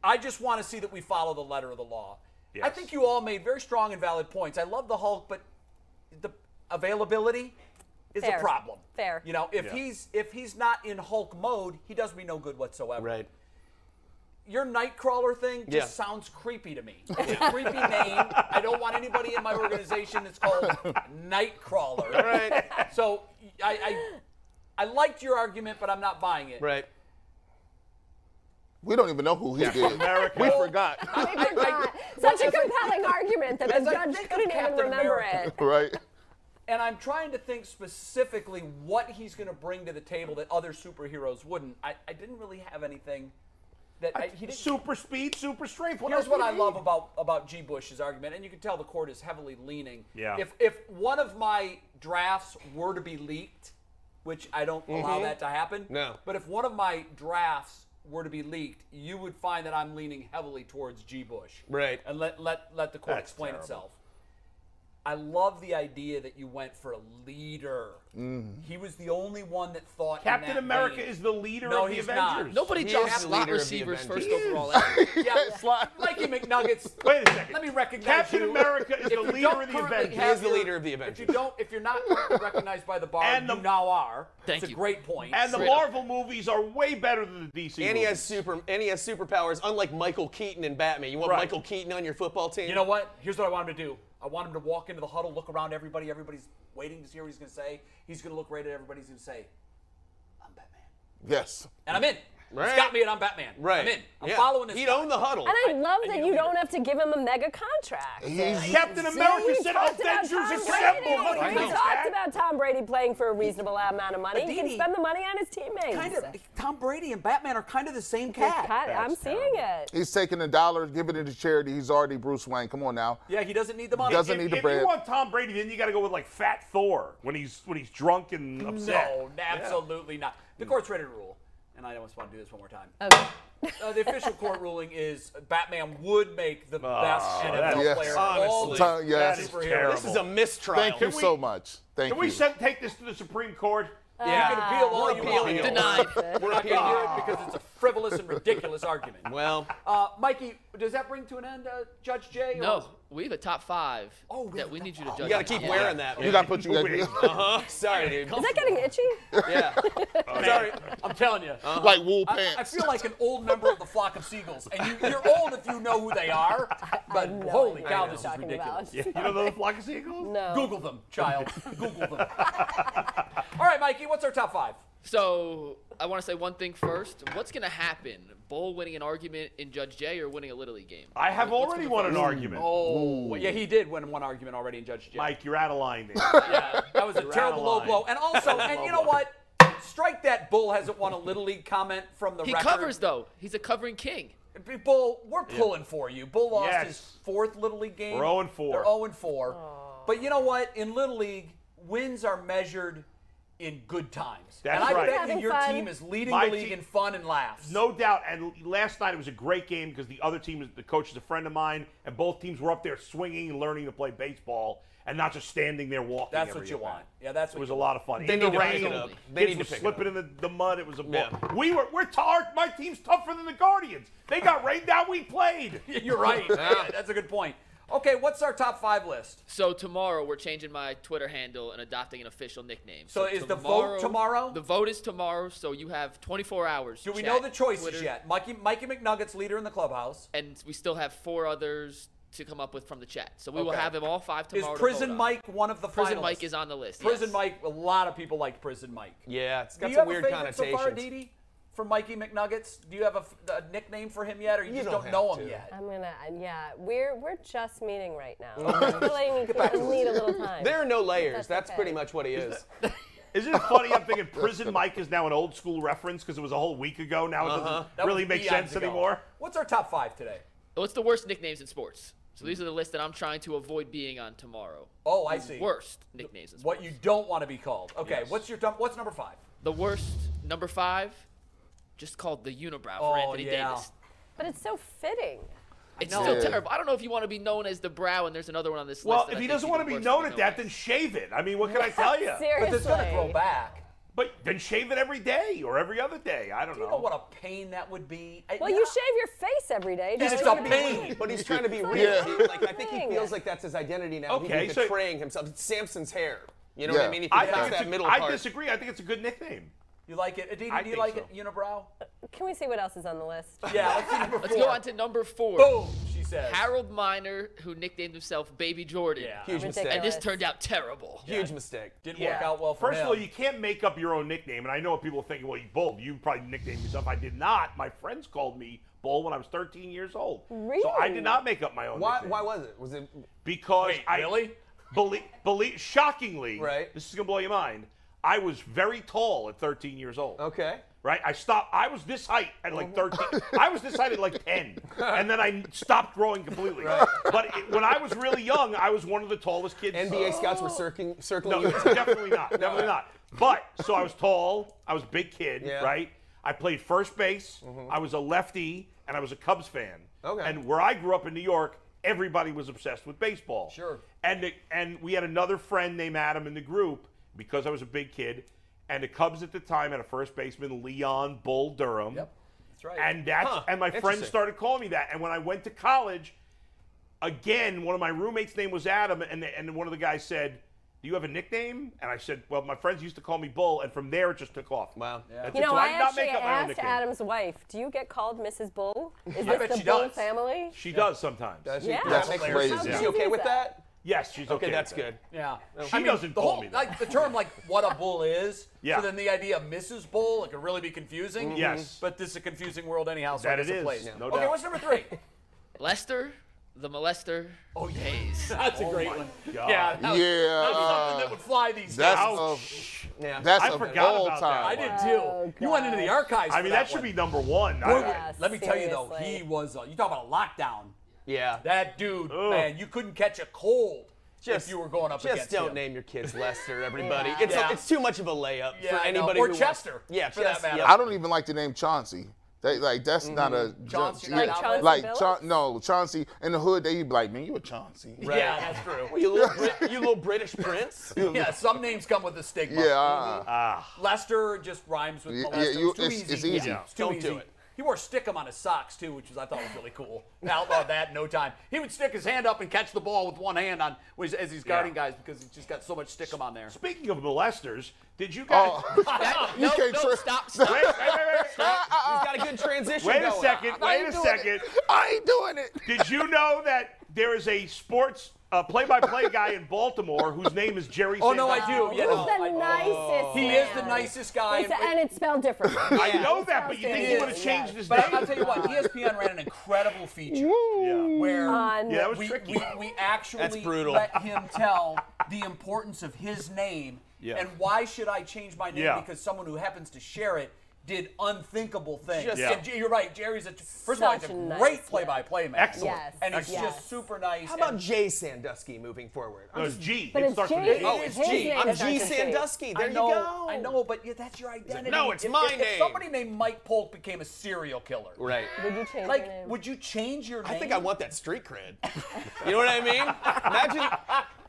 Speaker 3: I just want to see that we follow the letter of the law. I
Speaker 5: Yes.
Speaker 3: think you all made very strong and valid points. I love the Hulk, but the availability is
Speaker 6: Fair.
Speaker 3: a problem.
Speaker 6: Fair.
Speaker 3: You know, if
Speaker 5: Yeah.
Speaker 3: he's if he's not in Hulk mode, he does me no good whatsoever.
Speaker 7: Right.
Speaker 3: Your Nightcrawler thing just
Speaker 7: Yeah.
Speaker 3: sounds creepy to me. It's a creepy name. I don't want anybody in my organization that's called Nightcrawler.
Speaker 7: Right.
Speaker 3: So I, I I liked your argument, but I'm not buying it.
Speaker 7: right.
Speaker 2: We don't even know who he did.
Speaker 5: America.
Speaker 2: We forgot,
Speaker 6: They forgot. Such a compelling argument that the
Speaker 3: As I
Speaker 6: judge
Speaker 3: think of
Speaker 6: couldn't even
Speaker 3: Captain
Speaker 6: remember
Speaker 3: America.
Speaker 6: it.
Speaker 2: right?
Speaker 3: And I'm trying to think specifically what he's going to bring to the table that other superheroes wouldn't. I, I didn't really have anything that I, he didn't.
Speaker 5: Super speed, super strength. What
Speaker 3: Here's
Speaker 5: else
Speaker 3: what
Speaker 5: do you
Speaker 3: I love
Speaker 5: need?
Speaker 3: about about G. Bush's argument, and you can tell the court is heavily leaning.
Speaker 5: Yeah.
Speaker 3: If if one of my drafts were to be leaked, which I don't allow that to happen.
Speaker 7: Mm-hmm. No.
Speaker 3: But if one of my drafts were to be leaked, you would find that I'm leaning heavily towards G. Bush.
Speaker 7: Right.
Speaker 3: And let let let the court
Speaker 5: That's
Speaker 3: explain
Speaker 5: terrible.
Speaker 3: itself. I love the idea that you went for a leader.
Speaker 7: Mm-hmm.
Speaker 3: He was the only one that thought. in
Speaker 5: Captain
Speaker 3: that
Speaker 5: America
Speaker 3: vein.
Speaker 5: is the leader
Speaker 3: No,
Speaker 5: of the
Speaker 3: he's not.
Speaker 5: Avengers.
Speaker 1: Nobody
Speaker 7: He
Speaker 1: drops
Speaker 7: is the
Speaker 1: slot
Speaker 7: leader of the
Speaker 1: receivers
Speaker 7: Avengers.
Speaker 1: first
Speaker 5: He is.
Speaker 1: overall. ever.
Speaker 3: Yeah, Mikey McNuggets.
Speaker 5: Wait a second.
Speaker 3: Let me recognize
Speaker 5: Captain
Speaker 3: you.
Speaker 5: America is
Speaker 3: If
Speaker 5: the
Speaker 3: you
Speaker 5: leader
Speaker 3: don't
Speaker 5: of the
Speaker 3: currently
Speaker 5: Avengers.
Speaker 3: have
Speaker 7: He is the
Speaker 3: your-
Speaker 7: least leader of
Speaker 3: If
Speaker 7: the
Speaker 3: you
Speaker 7: Avengers.
Speaker 3: don't, if you're not currently recognized by the bar,
Speaker 5: And the-
Speaker 3: you now are.
Speaker 1: Thank
Speaker 3: it's
Speaker 1: you.
Speaker 3: a great point.
Speaker 5: And the
Speaker 1: Straight up.
Speaker 5: Marvel movies are way better than the DC.
Speaker 7: And he
Speaker 5: movies.
Speaker 7: has super and he has superpowers, unlike Michael Keaton and Batman. You want
Speaker 5: Right.
Speaker 7: Michael Keaton on your football team?
Speaker 3: you know what? Here's what I want him to do. I want him to walk into the huddle, look around everybody. Everybody's waiting to see what he's going to say. He's going to look right at everybody. He's going to say, "I'm Batman,"
Speaker 2: Yes.
Speaker 3: and I'm in.
Speaker 7: Right.
Speaker 3: He's got me, and I'm Batman.
Speaker 7: Right.
Speaker 3: I'm in. I'm
Speaker 7: Yeah.
Speaker 3: following this.
Speaker 7: He'd
Speaker 3: guy.
Speaker 7: own the huddle.
Speaker 6: And I love
Speaker 3: I
Speaker 6: that
Speaker 3: need a
Speaker 6: you don't
Speaker 3: leader.
Speaker 6: have to give him a mega contract.
Speaker 2: He's
Speaker 5: Captain America
Speaker 6: We
Speaker 5: said
Speaker 6: talked about
Speaker 5: Avengers
Speaker 6: Tom
Speaker 5: assemble.
Speaker 6: Brady.
Speaker 5: Look at
Speaker 6: We
Speaker 5: this
Speaker 6: talked
Speaker 5: guy.
Speaker 6: about Tom Brady playing for a reasonable amount of money. He can
Speaker 3: Aditi-
Speaker 6: spend the money on his teammates.
Speaker 3: Kind of. Tom Brady and Batman are kind of the same
Speaker 6: Cut,
Speaker 3: cat.
Speaker 6: I'm seeing it.
Speaker 2: He's taking a dollar, giving it to charity. He's already Bruce Wayne. Come on now.
Speaker 3: Yeah, he doesn't need the money.
Speaker 2: Doesn't
Speaker 5: if,
Speaker 2: need the
Speaker 5: if
Speaker 2: bread.
Speaker 5: you want Tom Brady, then you got to go with like Fat Thor when he's when he's drunk and upset.
Speaker 3: No, absolutely not. The court's ready to rule, and I almost want to do this one more time.
Speaker 6: Okay.
Speaker 3: Uh, the official court ruling is Batman would make the
Speaker 5: Ah,
Speaker 3: best
Speaker 5: that's-
Speaker 3: NFL
Speaker 2: Yes.
Speaker 3: player. of all
Speaker 7: Honestly.
Speaker 3: time.
Speaker 2: Ti- yes.
Speaker 5: That is
Speaker 3: Superhero.
Speaker 5: terrible.
Speaker 7: this is a mistrial.
Speaker 2: Thank you
Speaker 5: Can we-
Speaker 2: so much. Thank
Speaker 5: Can we
Speaker 2: you.
Speaker 5: send, take this to the Supreme Court?
Speaker 3: You can appeal all
Speaker 7: We're
Speaker 3: you
Speaker 7: appealing.
Speaker 3: want.
Speaker 1: Denied.
Speaker 7: We're
Speaker 3: I can
Speaker 7: appealing.
Speaker 3: hear
Speaker 5: Ah.
Speaker 3: it because it's a frivolous and ridiculous argument.
Speaker 7: Well,
Speaker 3: Uh, Mikey, does that bring to an end uh, Judge Jay? or-
Speaker 1: No, we have a top five
Speaker 3: Oh, we have
Speaker 1: that
Speaker 3: a
Speaker 1: we
Speaker 3: top
Speaker 1: need you to judge.
Speaker 7: you gotta
Speaker 1: on.
Speaker 7: keep
Speaker 1: Yeah.
Speaker 7: wearing that.
Speaker 2: you
Speaker 7: man.
Speaker 2: got to put you
Speaker 5: Wait.
Speaker 7: Uh-huh. Sorry, dude.
Speaker 6: Is that getting itchy?
Speaker 7: Yeah.
Speaker 3: Oh,
Speaker 7: Sorry.
Speaker 3: I'm telling you.
Speaker 2: like wool
Speaker 3: I,
Speaker 2: Uh, pants.
Speaker 3: I feel like an old member of the flock of seagulls, and you, you're old if you know who they are. But
Speaker 6: no
Speaker 3: holy
Speaker 6: idea
Speaker 3: cow,
Speaker 6: what
Speaker 3: this is
Speaker 6: you're talking
Speaker 3: ridiculous.
Speaker 6: about.
Speaker 5: You know the flock of seagulls?
Speaker 6: No.
Speaker 3: Google them, child. Google them. All right, Mikey, what's our top five?
Speaker 1: So I want to say one thing first. What's gonna happen? Bull winning an argument in Judge Jay or winning a Little League game?
Speaker 5: I have already won an argument.
Speaker 3: Oh, yeah, he did win one argument already in Judge Jay.
Speaker 5: Mike, you're out of line there.
Speaker 3: yeah, that was a terrible low
Speaker 5: line.
Speaker 3: blow. And also, and you know what? Strike that Bull hasn't won a Little League comment from the
Speaker 1: He
Speaker 3: record.
Speaker 1: covers though. He's a covering king.
Speaker 3: Bull, we're pulling for you. Bull lost
Speaker 5: Yes.
Speaker 3: his fourth Little League game.
Speaker 5: We're 0 and 4.
Speaker 3: They're 0 and 4. But you know what? In Little League, wins are measured in good times.
Speaker 5: That's
Speaker 3: and I
Speaker 5: right.
Speaker 3: bet
Speaker 6: Having
Speaker 3: you your
Speaker 6: fun.
Speaker 3: team is leading
Speaker 5: My
Speaker 3: the league
Speaker 5: team-
Speaker 3: in fun and laughs.
Speaker 5: No doubt. And last night it was a great game because the other team, the coach is a friend of mine, and both teams were up there swinging and learning to play baseball and not just standing there walking.
Speaker 3: That's
Speaker 5: every
Speaker 3: what you
Speaker 5: event.
Speaker 3: want. Yeah, that's
Speaker 5: It
Speaker 3: what
Speaker 5: was
Speaker 3: you
Speaker 5: a
Speaker 3: want.
Speaker 5: lot of fun.
Speaker 7: They
Speaker 5: in the
Speaker 7: need to pick
Speaker 5: rain,
Speaker 7: it up. They
Speaker 5: kids
Speaker 7: need to
Speaker 5: were
Speaker 7: pick it
Speaker 5: slipping in the, the mud. It was a ball.
Speaker 7: Yeah.
Speaker 5: We were we're tired. My team's tougher than the Guardians. They got rained out. We played.
Speaker 3: You're right. Yeah, that's a good point. Okay, what's our top five list?
Speaker 1: So tomorrow we're changing my Twitter handle and adopting an official nickname.
Speaker 3: So is the vote tomorrow?
Speaker 1: The vote is tomorrow. So you have 24 hours.
Speaker 3: Do we
Speaker 1: Chat,
Speaker 3: know the choices
Speaker 1: Twitter,
Speaker 3: yet? Mikey, Mikey McNuggets, leader in the clubhouse.
Speaker 1: And we still have four others to come up with from the chat. So we will
Speaker 3: Okay.
Speaker 1: have them all five
Speaker 3: Is
Speaker 1: tomorrow. to vote
Speaker 3: Prison
Speaker 1: on.
Speaker 3: Mike one of the
Speaker 1: Prison
Speaker 3: finalists?
Speaker 1: Mike is on the list.
Speaker 3: Prison
Speaker 1: yes.
Speaker 3: Mike. A lot of people like Prison Mike.
Speaker 7: Yeah, it's
Speaker 3: Do
Speaker 7: got
Speaker 3: you
Speaker 7: some
Speaker 3: have a
Speaker 7: weird
Speaker 3: favorite so far,
Speaker 7: connotations.
Speaker 3: Didi? For Mikey McNuggets, do you have a, f- a nickname for him yet, or you,
Speaker 7: You
Speaker 3: just
Speaker 7: don't
Speaker 3: don't,
Speaker 7: have
Speaker 3: know him
Speaker 7: to.
Speaker 3: yet?
Speaker 6: I'm gonna. Yeah, we're we're just meeting right now.
Speaker 3: Oh,
Speaker 6: I'm feeling need a little time.
Speaker 7: There are no layers.
Speaker 6: That's
Speaker 7: That's
Speaker 6: okay.
Speaker 7: pretty much what he is.
Speaker 5: Isn't it funny? I'm thinking Prison Mike is now an old school reference because it was a whole week ago. Now it doesn't
Speaker 3: That
Speaker 5: really
Speaker 3: was
Speaker 5: make
Speaker 3: eons
Speaker 5: sense
Speaker 3: ago.
Speaker 5: anymore.
Speaker 3: What's our top five today?
Speaker 1: What's the worst nicknames in sports? So these are the list that I'm trying to avoid being on tomorrow.
Speaker 3: Oh, I see.
Speaker 1: Worst nicknames in sports.
Speaker 3: What you don't want to be called. Okay, what's your dump, what's number five?
Speaker 1: The worst number five, just called the unibrow
Speaker 3: Oh,
Speaker 1: for Anthony
Speaker 3: yeah.
Speaker 1: Davis.
Speaker 6: but it's so fitting.
Speaker 1: It's
Speaker 3: know.
Speaker 1: still
Speaker 2: Yeah.
Speaker 1: terrible. I don't know if you want to be known as the brow, and there's another one on this
Speaker 5: Well,
Speaker 1: list. that
Speaker 5: if
Speaker 1: I
Speaker 5: he
Speaker 1: think
Speaker 5: doesn't
Speaker 1: he'd
Speaker 5: want to be
Speaker 1: worse
Speaker 5: known
Speaker 1: than
Speaker 5: at that,
Speaker 1: known
Speaker 5: then shave it. I mean, what can I tell you?
Speaker 6: Seriously.
Speaker 3: But there's gonna grow back.
Speaker 5: But then shave it every day or every other day. I don't
Speaker 3: You know what a pain that would be. I-
Speaker 6: Well,
Speaker 3: yeah.
Speaker 6: you shave your face every day.
Speaker 3: It's
Speaker 6: don't
Speaker 3: just
Speaker 6: you?
Speaker 3: a pain.
Speaker 7: But he's trying to be real.
Speaker 2: Yeah.
Speaker 7: He- like I think he
Speaker 6: Dang.
Speaker 7: feels like that's his identity now.
Speaker 5: Okay,
Speaker 7: he's
Speaker 5: so-
Speaker 7: betraying himself. It's Samson's hair. You know what
Speaker 2: Yeah.
Speaker 7: I mean? If he
Speaker 5: I,
Speaker 7: cuts
Speaker 5: think it's
Speaker 7: that
Speaker 5: a-
Speaker 7: middle
Speaker 5: I
Speaker 7: part.
Speaker 5: disagree. I think it's a good nickname.
Speaker 3: You like it? Aditi,
Speaker 5: I
Speaker 3: do you like
Speaker 5: think so.
Speaker 3: it? Unibrow?
Speaker 6: Can we see what else is on the list?
Speaker 3: Yeah, let's see number
Speaker 1: Let's
Speaker 3: four.
Speaker 1: go on to number four.
Speaker 3: Boom, she says.
Speaker 1: Harold Miner, who nicknamed himself Baby Jordan.
Speaker 3: Yeah.
Speaker 7: Huge mistake.
Speaker 1: And this
Speaker 6: Yes.
Speaker 1: turned out terrible.
Speaker 7: Huge mistake.
Speaker 3: Didn't work out well for
Speaker 5: First
Speaker 3: him.
Speaker 5: of all, you can't make up your own nickname, and I know what people are thinking. Well, you bull. You probably nicknamed yourself. I did not. My friends called me bull when I was 13 years old. So I
Speaker 6: Really?
Speaker 5: did not make up my own.
Speaker 7: Why?
Speaker 5: nickname.
Speaker 7: Why was it? Was it?
Speaker 5: Because
Speaker 4: Wait,
Speaker 5: I
Speaker 4: really?
Speaker 5: believe, believe, shockingly,
Speaker 7: Right.
Speaker 5: This is gonna blow your mind. I was very tall at 13 years old.
Speaker 7: Okay.
Speaker 5: Right. I stopped. I was this height at like 13. I was this height at like 10, and then I stopped growing completely. But it, when I was really young, I was one of the tallest kids.
Speaker 7: NBA scouts were
Speaker 3: Oh.
Speaker 7: circling, circling
Speaker 5: No,
Speaker 7: you.
Speaker 5: definitely not. Definitely not. But so I was tall. I was a big kid,
Speaker 7: Yeah. Mm-hmm.
Speaker 5: right? I played first base. I was a lefty, and I was a Cubs fan.
Speaker 7: Okay.
Speaker 5: And where I grew up in New York, everybody was obsessed with baseball.
Speaker 3: Sure.
Speaker 5: And it, and we had another friend named Adam in the group because I was a big kid, and the Cubs at the time had a first baseman Leon Bull Durham.
Speaker 3: Yep. That's right.
Speaker 5: And that's
Speaker 7: Huh,
Speaker 5: and my friends
Speaker 7: interesting.
Speaker 5: started calling me that. And when I went to college, again, one of my roommates' name was Adam, and and one of the guys said, "Do you have a nickname?" And I said, "Well, my friends used to call me Bull," and from there it just took off.
Speaker 7: Wow.
Speaker 5: That's it.
Speaker 6: You know,
Speaker 5: So
Speaker 6: I
Speaker 5: did not
Speaker 6: actually
Speaker 5: make up my own
Speaker 6: asked
Speaker 5: nickname.
Speaker 6: Adam's wife, "Do you get called Mrs. Bull? Is
Speaker 3: I
Speaker 6: this
Speaker 3: bet
Speaker 6: the
Speaker 3: she
Speaker 6: Bull
Speaker 3: does.
Speaker 6: family?"
Speaker 5: She does sometimes.
Speaker 6: Yeah.
Speaker 2: That's
Speaker 7: That makes
Speaker 2: crazy.
Speaker 7: sense.
Speaker 2: Yeah.
Speaker 7: Is he okay with that?
Speaker 5: yes, she's okay.
Speaker 7: Okay, that's
Speaker 5: with that.
Speaker 7: good.
Speaker 3: yeah.
Speaker 5: She doesn't
Speaker 3: the
Speaker 5: call
Speaker 3: whole,
Speaker 5: me that.
Speaker 3: like the term like what a bull is.
Speaker 5: Yeah. Mm-hmm.
Speaker 3: So then the idea of Mrs. Bull, it could really be confusing.
Speaker 5: Yes.
Speaker 3: But this is a confusing world anyhow, so
Speaker 5: That
Speaker 3: I guess
Speaker 5: it is,
Speaker 3: plays.
Speaker 5: no
Speaker 3: okay,
Speaker 5: doubt.
Speaker 3: what's number three?
Speaker 1: Lester, the molester, oh, Hayes.
Speaker 4: That's a great one.
Speaker 5: Oh, God.
Speaker 4: Yeah. That was,
Speaker 2: Yeah,
Speaker 4: That was something
Speaker 2: uh,
Speaker 4: that would fly these days.
Speaker 2: That's
Speaker 5: Ouch.
Speaker 2: of,
Speaker 7: Yeah.
Speaker 2: that's
Speaker 5: I
Speaker 2: of
Speaker 5: forgot
Speaker 2: all
Speaker 5: about that.
Speaker 2: time.
Speaker 4: I did too.
Speaker 1: Oh,
Speaker 3: You went into the archives.
Speaker 5: I
Speaker 3: for
Speaker 5: mean, that, should
Speaker 3: one.
Speaker 5: be number one.
Speaker 3: Boy,
Speaker 5: I,
Speaker 6: Yeah,
Speaker 3: let me tell you though,
Speaker 6: seriously.
Speaker 3: he was. Uh, you talk about a lockdown.
Speaker 7: Yeah.
Speaker 3: That dude,
Speaker 5: Ugh.
Speaker 3: man, you couldn't catch a cold if you were going up
Speaker 7: just
Speaker 3: against
Speaker 7: don't
Speaker 3: him.
Speaker 7: name your kids Lester, everybody. It's,
Speaker 3: Yeah.
Speaker 7: it's too much of a layup
Speaker 3: Yeah, I
Speaker 7: for
Speaker 3: know.
Speaker 7: anybody
Speaker 3: Or
Speaker 7: who wants-
Speaker 3: Chester,
Speaker 7: yeah,
Speaker 3: for that
Speaker 7: Chester,
Speaker 3: matter.
Speaker 7: yeah.
Speaker 2: I don't even like the name Chauncey. They, like that's not a
Speaker 7: Mm-hmm.
Speaker 3: Chauncey,
Speaker 2: yeah.
Speaker 3: like
Speaker 6: Chauncey
Speaker 2: like
Speaker 6: Billups?
Speaker 2: Chaun- no Chauncey in the hood. They be like, man, you a Chauncey?
Speaker 3: Yeah, that's true.
Speaker 7: You little, Brit- you little British prince.
Speaker 3: yeah, some names come with a stigma.
Speaker 2: Yeah,
Speaker 7: Mm-hmm.
Speaker 2: uh,
Speaker 3: Lester just rhymes with
Speaker 2: Yeah,
Speaker 3: molester.
Speaker 2: yeah,
Speaker 3: It's
Speaker 2: you-
Speaker 3: too
Speaker 2: it's-
Speaker 3: easy.
Speaker 2: it's easy.
Speaker 5: Yeah.
Speaker 3: It's too
Speaker 7: Don't do
Speaker 3: easy.
Speaker 7: it.
Speaker 3: He wore stickum on his socks too, which was I thought was really cool. Outlawed that in no time. He would stick his hand up and catch the ball with one hand on which, as he's guarding
Speaker 5: Yeah.
Speaker 3: guys because he's just got so much stickum on there.
Speaker 5: speaking of molesters, did you guys?
Speaker 1: That-
Speaker 2: You
Speaker 1: no,
Speaker 2: can't
Speaker 1: no,
Speaker 2: tra-
Speaker 1: stop, stop.
Speaker 5: wait, wait, wait, wait.
Speaker 7: He's got a good transition
Speaker 5: Wait a
Speaker 7: going.
Speaker 5: second.
Speaker 2: I
Speaker 5: Wait
Speaker 2: ain't
Speaker 5: a
Speaker 2: doing
Speaker 5: second.
Speaker 2: it. I ain't doing it.
Speaker 5: Did you know that there is a sports uh, play-by-play guy in Baltimore whose name is Jerry?
Speaker 3: Oh no, I
Speaker 5: Sandusky?
Speaker 3: do. Yeah,
Speaker 6: He's
Speaker 3: no,
Speaker 6: the
Speaker 3: I-
Speaker 6: nicest.
Speaker 3: He
Speaker 6: man.
Speaker 3: is the nicest guy.
Speaker 6: It's-
Speaker 3: and-
Speaker 6: and it's spelled different.
Speaker 5: I know that, but you think he
Speaker 3: It
Speaker 5: would have
Speaker 3: is,
Speaker 5: changed his
Speaker 3: But I'll
Speaker 5: name?
Speaker 3: tell you what, E ESPN ran an incredible feature
Speaker 5: Yeah.
Speaker 3: where
Speaker 6: On
Speaker 5: Yeah, that was
Speaker 3: we,
Speaker 5: tricky.
Speaker 3: we, we actually
Speaker 7: That's brutal.
Speaker 3: let him tell the importance of his name
Speaker 5: Yeah.
Speaker 3: and why should I change my name
Speaker 5: Yeah.
Speaker 3: because someone who happens to share it did unthinkable things.
Speaker 7: Just-
Speaker 5: Yeah.
Speaker 3: And J- you're right. Jerry's a first of all, he's a
Speaker 6: Such a nice
Speaker 3: great
Speaker 6: man.
Speaker 3: play-by-play man.
Speaker 5: Excellent.
Speaker 6: Yes,
Speaker 3: And he's
Speaker 6: Excellent.
Speaker 3: just super nice.
Speaker 7: How about
Speaker 3: and-
Speaker 7: Jay Sandusky moving forward? I'm
Speaker 5: No,
Speaker 7: just-
Speaker 5: it's G.
Speaker 6: But
Speaker 5: it
Speaker 6: it's
Speaker 5: starts with
Speaker 6: G.
Speaker 5: a
Speaker 6: It
Speaker 5: G.
Speaker 7: oh, it's
Speaker 6: his
Speaker 7: G.
Speaker 6: name
Speaker 7: I'm
Speaker 6: is
Speaker 7: G
Speaker 6: Sandusky.
Speaker 7: Sandusky. There
Speaker 3: I know,
Speaker 7: you go.
Speaker 3: I know, but yeah, that's your identity.
Speaker 7: no, it's
Speaker 3: If-
Speaker 7: my
Speaker 3: if, If
Speaker 7: name.
Speaker 3: somebody named Mike Polk became a serial killer,
Speaker 7: Right.
Speaker 6: Would you change your
Speaker 3: Like,
Speaker 6: name?
Speaker 3: would you change your name?
Speaker 7: I think I want that street cred. you know what I mean? Imagine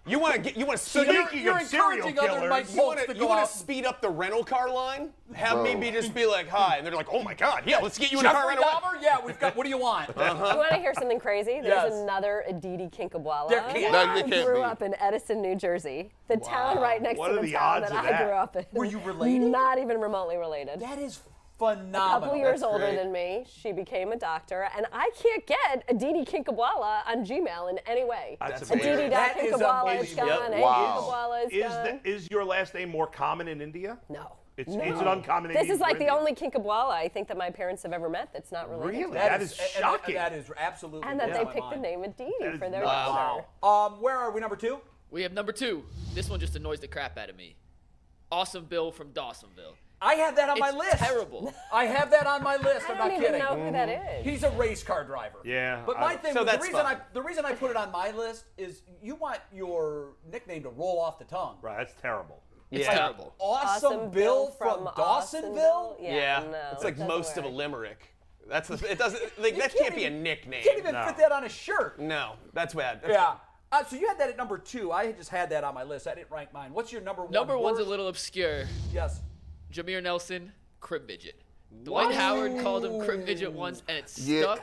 Speaker 7: you want to get you want to speed
Speaker 5: you're-
Speaker 7: up,
Speaker 5: Speaking
Speaker 3: You're
Speaker 5: of serial
Speaker 3: encouraging other
Speaker 5: killers,
Speaker 3: Mike
Speaker 7: you want
Speaker 3: Folks to
Speaker 7: to
Speaker 3: go out.
Speaker 7: speed up the rental car line. Have maybe just be like hi, and they're like, oh my god, yeah, let's get you in a car
Speaker 3: Jeffrey
Speaker 7: right away.
Speaker 3: Dahmer? Yeah, we've got. What do you want?
Speaker 6: You want to hear something crazy? There's
Speaker 3: Yes.
Speaker 6: another Aditi Kinkabwala.
Speaker 3: There can't-
Speaker 2: No, there
Speaker 6: who
Speaker 2: can't
Speaker 6: grew
Speaker 2: be.
Speaker 6: up in Edison, New Jersey, the town right next
Speaker 5: What
Speaker 6: to
Speaker 5: are
Speaker 6: the,
Speaker 5: the
Speaker 6: town
Speaker 5: odds
Speaker 6: that
Speaker 5: of
Speaker 6: I
Speaker 5: that?
Speaker 6: grew up in.
Speaker 3: Were you related?
Speaker 6: Not even remotely related.
Speaker 3: That is
Speaker 6: A
Speaker 3: phenomenal.
Speaker 6: couple years older
Speaker 7: great.
Speaker 6: than me, she became a doctor, and I can't get Aditi Kinkabwala on Gmail in any way.
Speaker 5: That's
Speaker 6: Aditi
Speaker 5: amazing.
Speaker 3: That is
Speaker 6: Kinkabwala is
Speaker 3: amazing.
Speaker 6: gone.
Speaker 7: Yep.
Speaker 6: A
Speaker 2: Wow.
Speaker 6: Kinkabwala is,
Speaker 5: Is,
Speaker 6: gone.
Speaker 5: the, is your last name more common in India?
Speaker 6: no.
Speaker 5: It's,
Speaker 6: no.
Speaker 5: it's an uncommon
Speaker 6: This
Speaker 5: Indian
Speaker 6: is like
Speaker 5: for
Speaker 6: the
Speaker 5: India.
Speaker 6: only Kinkabwala I think that my parents have ever met that's not related. to
Speaker 5: Really?
Speaker 6: them.
Speaker 5: That is
Speaker 3: and- and
Speaker 5: shocking.
Speaker 3: That is absolutely.
Speaker 6: And that
Speaker 3: blows
Speaker 6: they
Speaker 3: my
Speaker 6: picked the
Speaker 3: mind.
Speaker 6: name Aditi
Speaker 5: That is
Speaker 6: for their
Speaker 5: nuts.
Speaker 6: daughter.
Speaker 3: Um, where are we? Number two.
Speaker 1: We have number two. This one just annoys the crap out of me. Awesome Bill from Dawsonville.
Speaker 3: I have that on my
Speaker 1: It's
Speaker 3: list.
Speaker 1: terrible.
Speaker 3: I have that on my list.
Speaker 6: I
Speaker 3: I'm
Speaker 6: don't
Speaker 3: not
Speaker 6: even
Speaker 3: kidding.
Speaker 6: know who that
Speaker 5: Mm-hmm.
Speaker 6: is.
Speaker 3: He's a race car driver.
Speaker 5: Yeah,
Speaker 3: But
Speaker 5: I
Speaker 3: my
Speaker 5: don't-
Speaker 3: thing,
Speaker 7: So
Speaker 3: the
Speaker 7: that's
Speaker 3: reason I
Speaker 7: fine.
Speaker 3: the reason I put it on my list is you want your nickname to roll off the tongue.
Speaker 5: Right, that's terrible.
Speaker 1: It's
Speaker 7: Yeah.
Speaker 1: terrible.
Speaker 3: Awesome, Bill, from, Dawsonville.
Speaker 6: Yeah,
Speaker 7: Yeah,
Speaker 6: no,
Speaker 7: it's
Speaker 6: it
Speaker 7: like
Speaker 6: doesn't
Speaker 7: most of a
Speaker 6: work.
Speaker 7: limerick. That's the, it doesn't like that
Speaker 3: can't
Speaker 7: can't be a
Speaker 3: even-
Speaker 7: nickname.
Speaker 3: Can't even
Speaker 5: No.
Speaker 3: fit that on a shirt.
Speaker 7: No, that's bad. That's
Speaker 3: Yeah. Uh, so you had that at number two. I had just had that on my list. I didn't rank mine. What's your number one?
Speaker 1: Number one's a
Speaker 3: worst?
Speaker 1: little obscure.
Speaker 3: Yes.
Speaker 1: Jameer Nelson, crib midget. Dwight Howard called him crib midget once, and it stuck.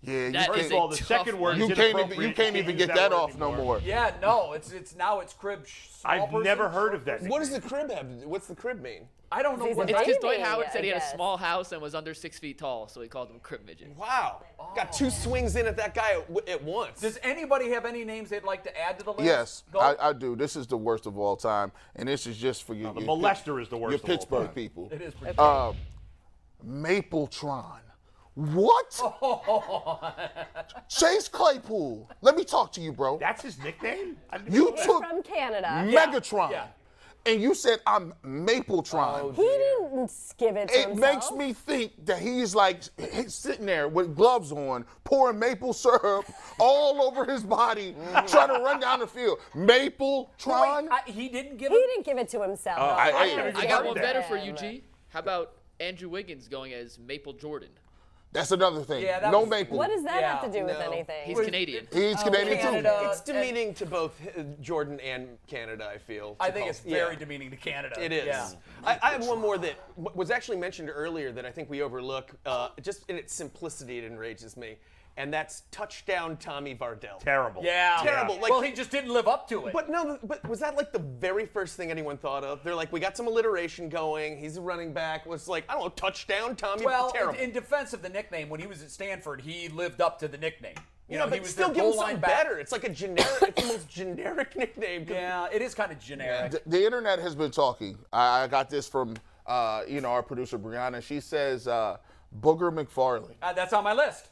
Speaker 2: Yeah,
Speaker 1: That
Speaker 2: you
Speaker 1: is
Speaker 5: First
Speaker 2: can't,
Speaker 5: of all, the
Speaker 1: tough
Speaker 5: second word
Speaker 1: one.
Speaker 5: is
Speaker 2: you can't even
Speaker 5: inappropriate.
Speaker 2: you can't even
Speaker 5: use
Speaker 2: get that
Speaker 5: word
Speaker 2: off no
Speaker 5: anymore.
Speaker 2: more.
Speaker 3: Yeah, no, it's it's now it's crib. sh- small
Speaker 5: I've
Speaker 3: person,
Speaker 5: never heard
Speaker 3: short
Speaker 5: of that.
Speaker 3: person.
Speaker 7: What does the crib have? to do- What's the crib mean?
Speaker 3: I don't know
Speaker 6: He's
Speaker 3: what
Speaker 6: a
Speaker 1: It's because Dwight
Speaker 6: Maybe,
Speaker 1: Howard said
Speaker 6: I
Speaker 1: he had a
Speaker 6: guess.
Speaker 1: small house and was under six feet tall, so he called him crib midget.
Speaker 7: Wow. Got two
Speaker 3: Oh.
Speaker 7: swings in at that guy at, at once.
Speaker 3: Does anybody have any names they'd like to add to the list?
Speaker 2: Yes,
Speaker 3: No?
Speaker 2: I, I do. This is the worst of all time, and this is just for you.
Speaker 5: the
Speaker 2: your
Speaker 5: molester is the worst
Speaker 2: Your
Speaker 5: of all
Speaker 2: Pittsburgh
Speaker 5: time.
Speaker 2: people.
Speaker 3: It is pretty
Speaker 2: Uh, Mapletron. What? Chase Claypool. Let me talk to you, bro.
Speaker 5: That's his nickname? I didn't
Speaker 2: you
Speaker 5: know that.
Speaker 2: took
Speaker 6: From Canada.
Speaker 2: Megatron,
Speaker 3: yeah.
Speaker 2: and you said I'm Mapletron.
Speaker 6: He didn't give it to
Speaker 2: It makes
Speaker 6: himself.
Speaker 2: me think that he's like he's sitting there with gloves on, pouring maple syrup all over his body, trying to run down the field. Maple Tron.
Speaker 3: Mm.
Speaker 7: um,
Speaker 3: Wait, I, he didn't give
Speaker 6: He
Speaker 3: it.
Speaker 6: didn't give it to himself.
Speaker 5: I- I-
Speaker 6: Yeah.
Speaker 1: I got one
Speaker 5: Yeah.
Speaker 1: better for you, G. How about Andrew Wiggins going as Maple Jordan?
Speaker 2: That's another thing.
Speaker 3: Yeah, that
Speaker 2: no
Speaker 3: was- Oh,
Speaker 2: maple.
Speaker 6: What does that have to
Speaker 7: Yeah.
Speaker 6: do with
Speaker 7: No.
Speaker 6: anything?
Speaker 1: He's Canadian.
Speaker 2: he's Canadian
Speaker 3: Canada.
Speaker 2: too.
Speaker 7: it's
Speaker 3: uh,
Speaker 7: demeaning to both uh, Jordan and Canada, I feel. to
Speaker 3: I think
Speaker 7: call-
Speaker 3: it's very
Speaker 7: yeah.
Speaker 3: demeaning to Canada.
Speaker 7: It is.
Speaker 3: Yeah.
Speaker 7: I, I have one more that w- was actually mentioned earlier that I think we overlook. Uh, just in its simplicity, it enrages me, and that's touchdown Tommy Vardell.
Speaker 5: Terrible.
Speaker 3: Yeah.
Speaker 7: Terrible, like-
Speaker 3: well, he just didn't live up to it.
Speaker 7: But no, but was that like the very first thing anyone thought of? They're like, we got some alliteration going. He's a running back. Was like, I don't know, touchdown Tommy.
Speaker 3: well,
Speaker 7: terrible.
Speaker 3: in, in defense of the nickname, when he was at Stanford, he lived up to the nickname. You
Speaker 7: yeah,
Speaker 3: know,
Speaker 7: but
Speaker 3: he was
Speaker 7: still
Speaker 3: their
Speaker 7: give him
Speaker 3: goal line
Speaker 7: something
Speaker 3: back.
Speaker 7: better. It's like a generic. it's the most generic nickname. 'cause-
Speaker 3: Yeah, it is kind of generic.
Speaker 2: The, the internet has been talking. I, I got this from uh, you know our producer Brianna. She says uh, Booger McFarlane.
Speaker 3: Uh, that's on my list.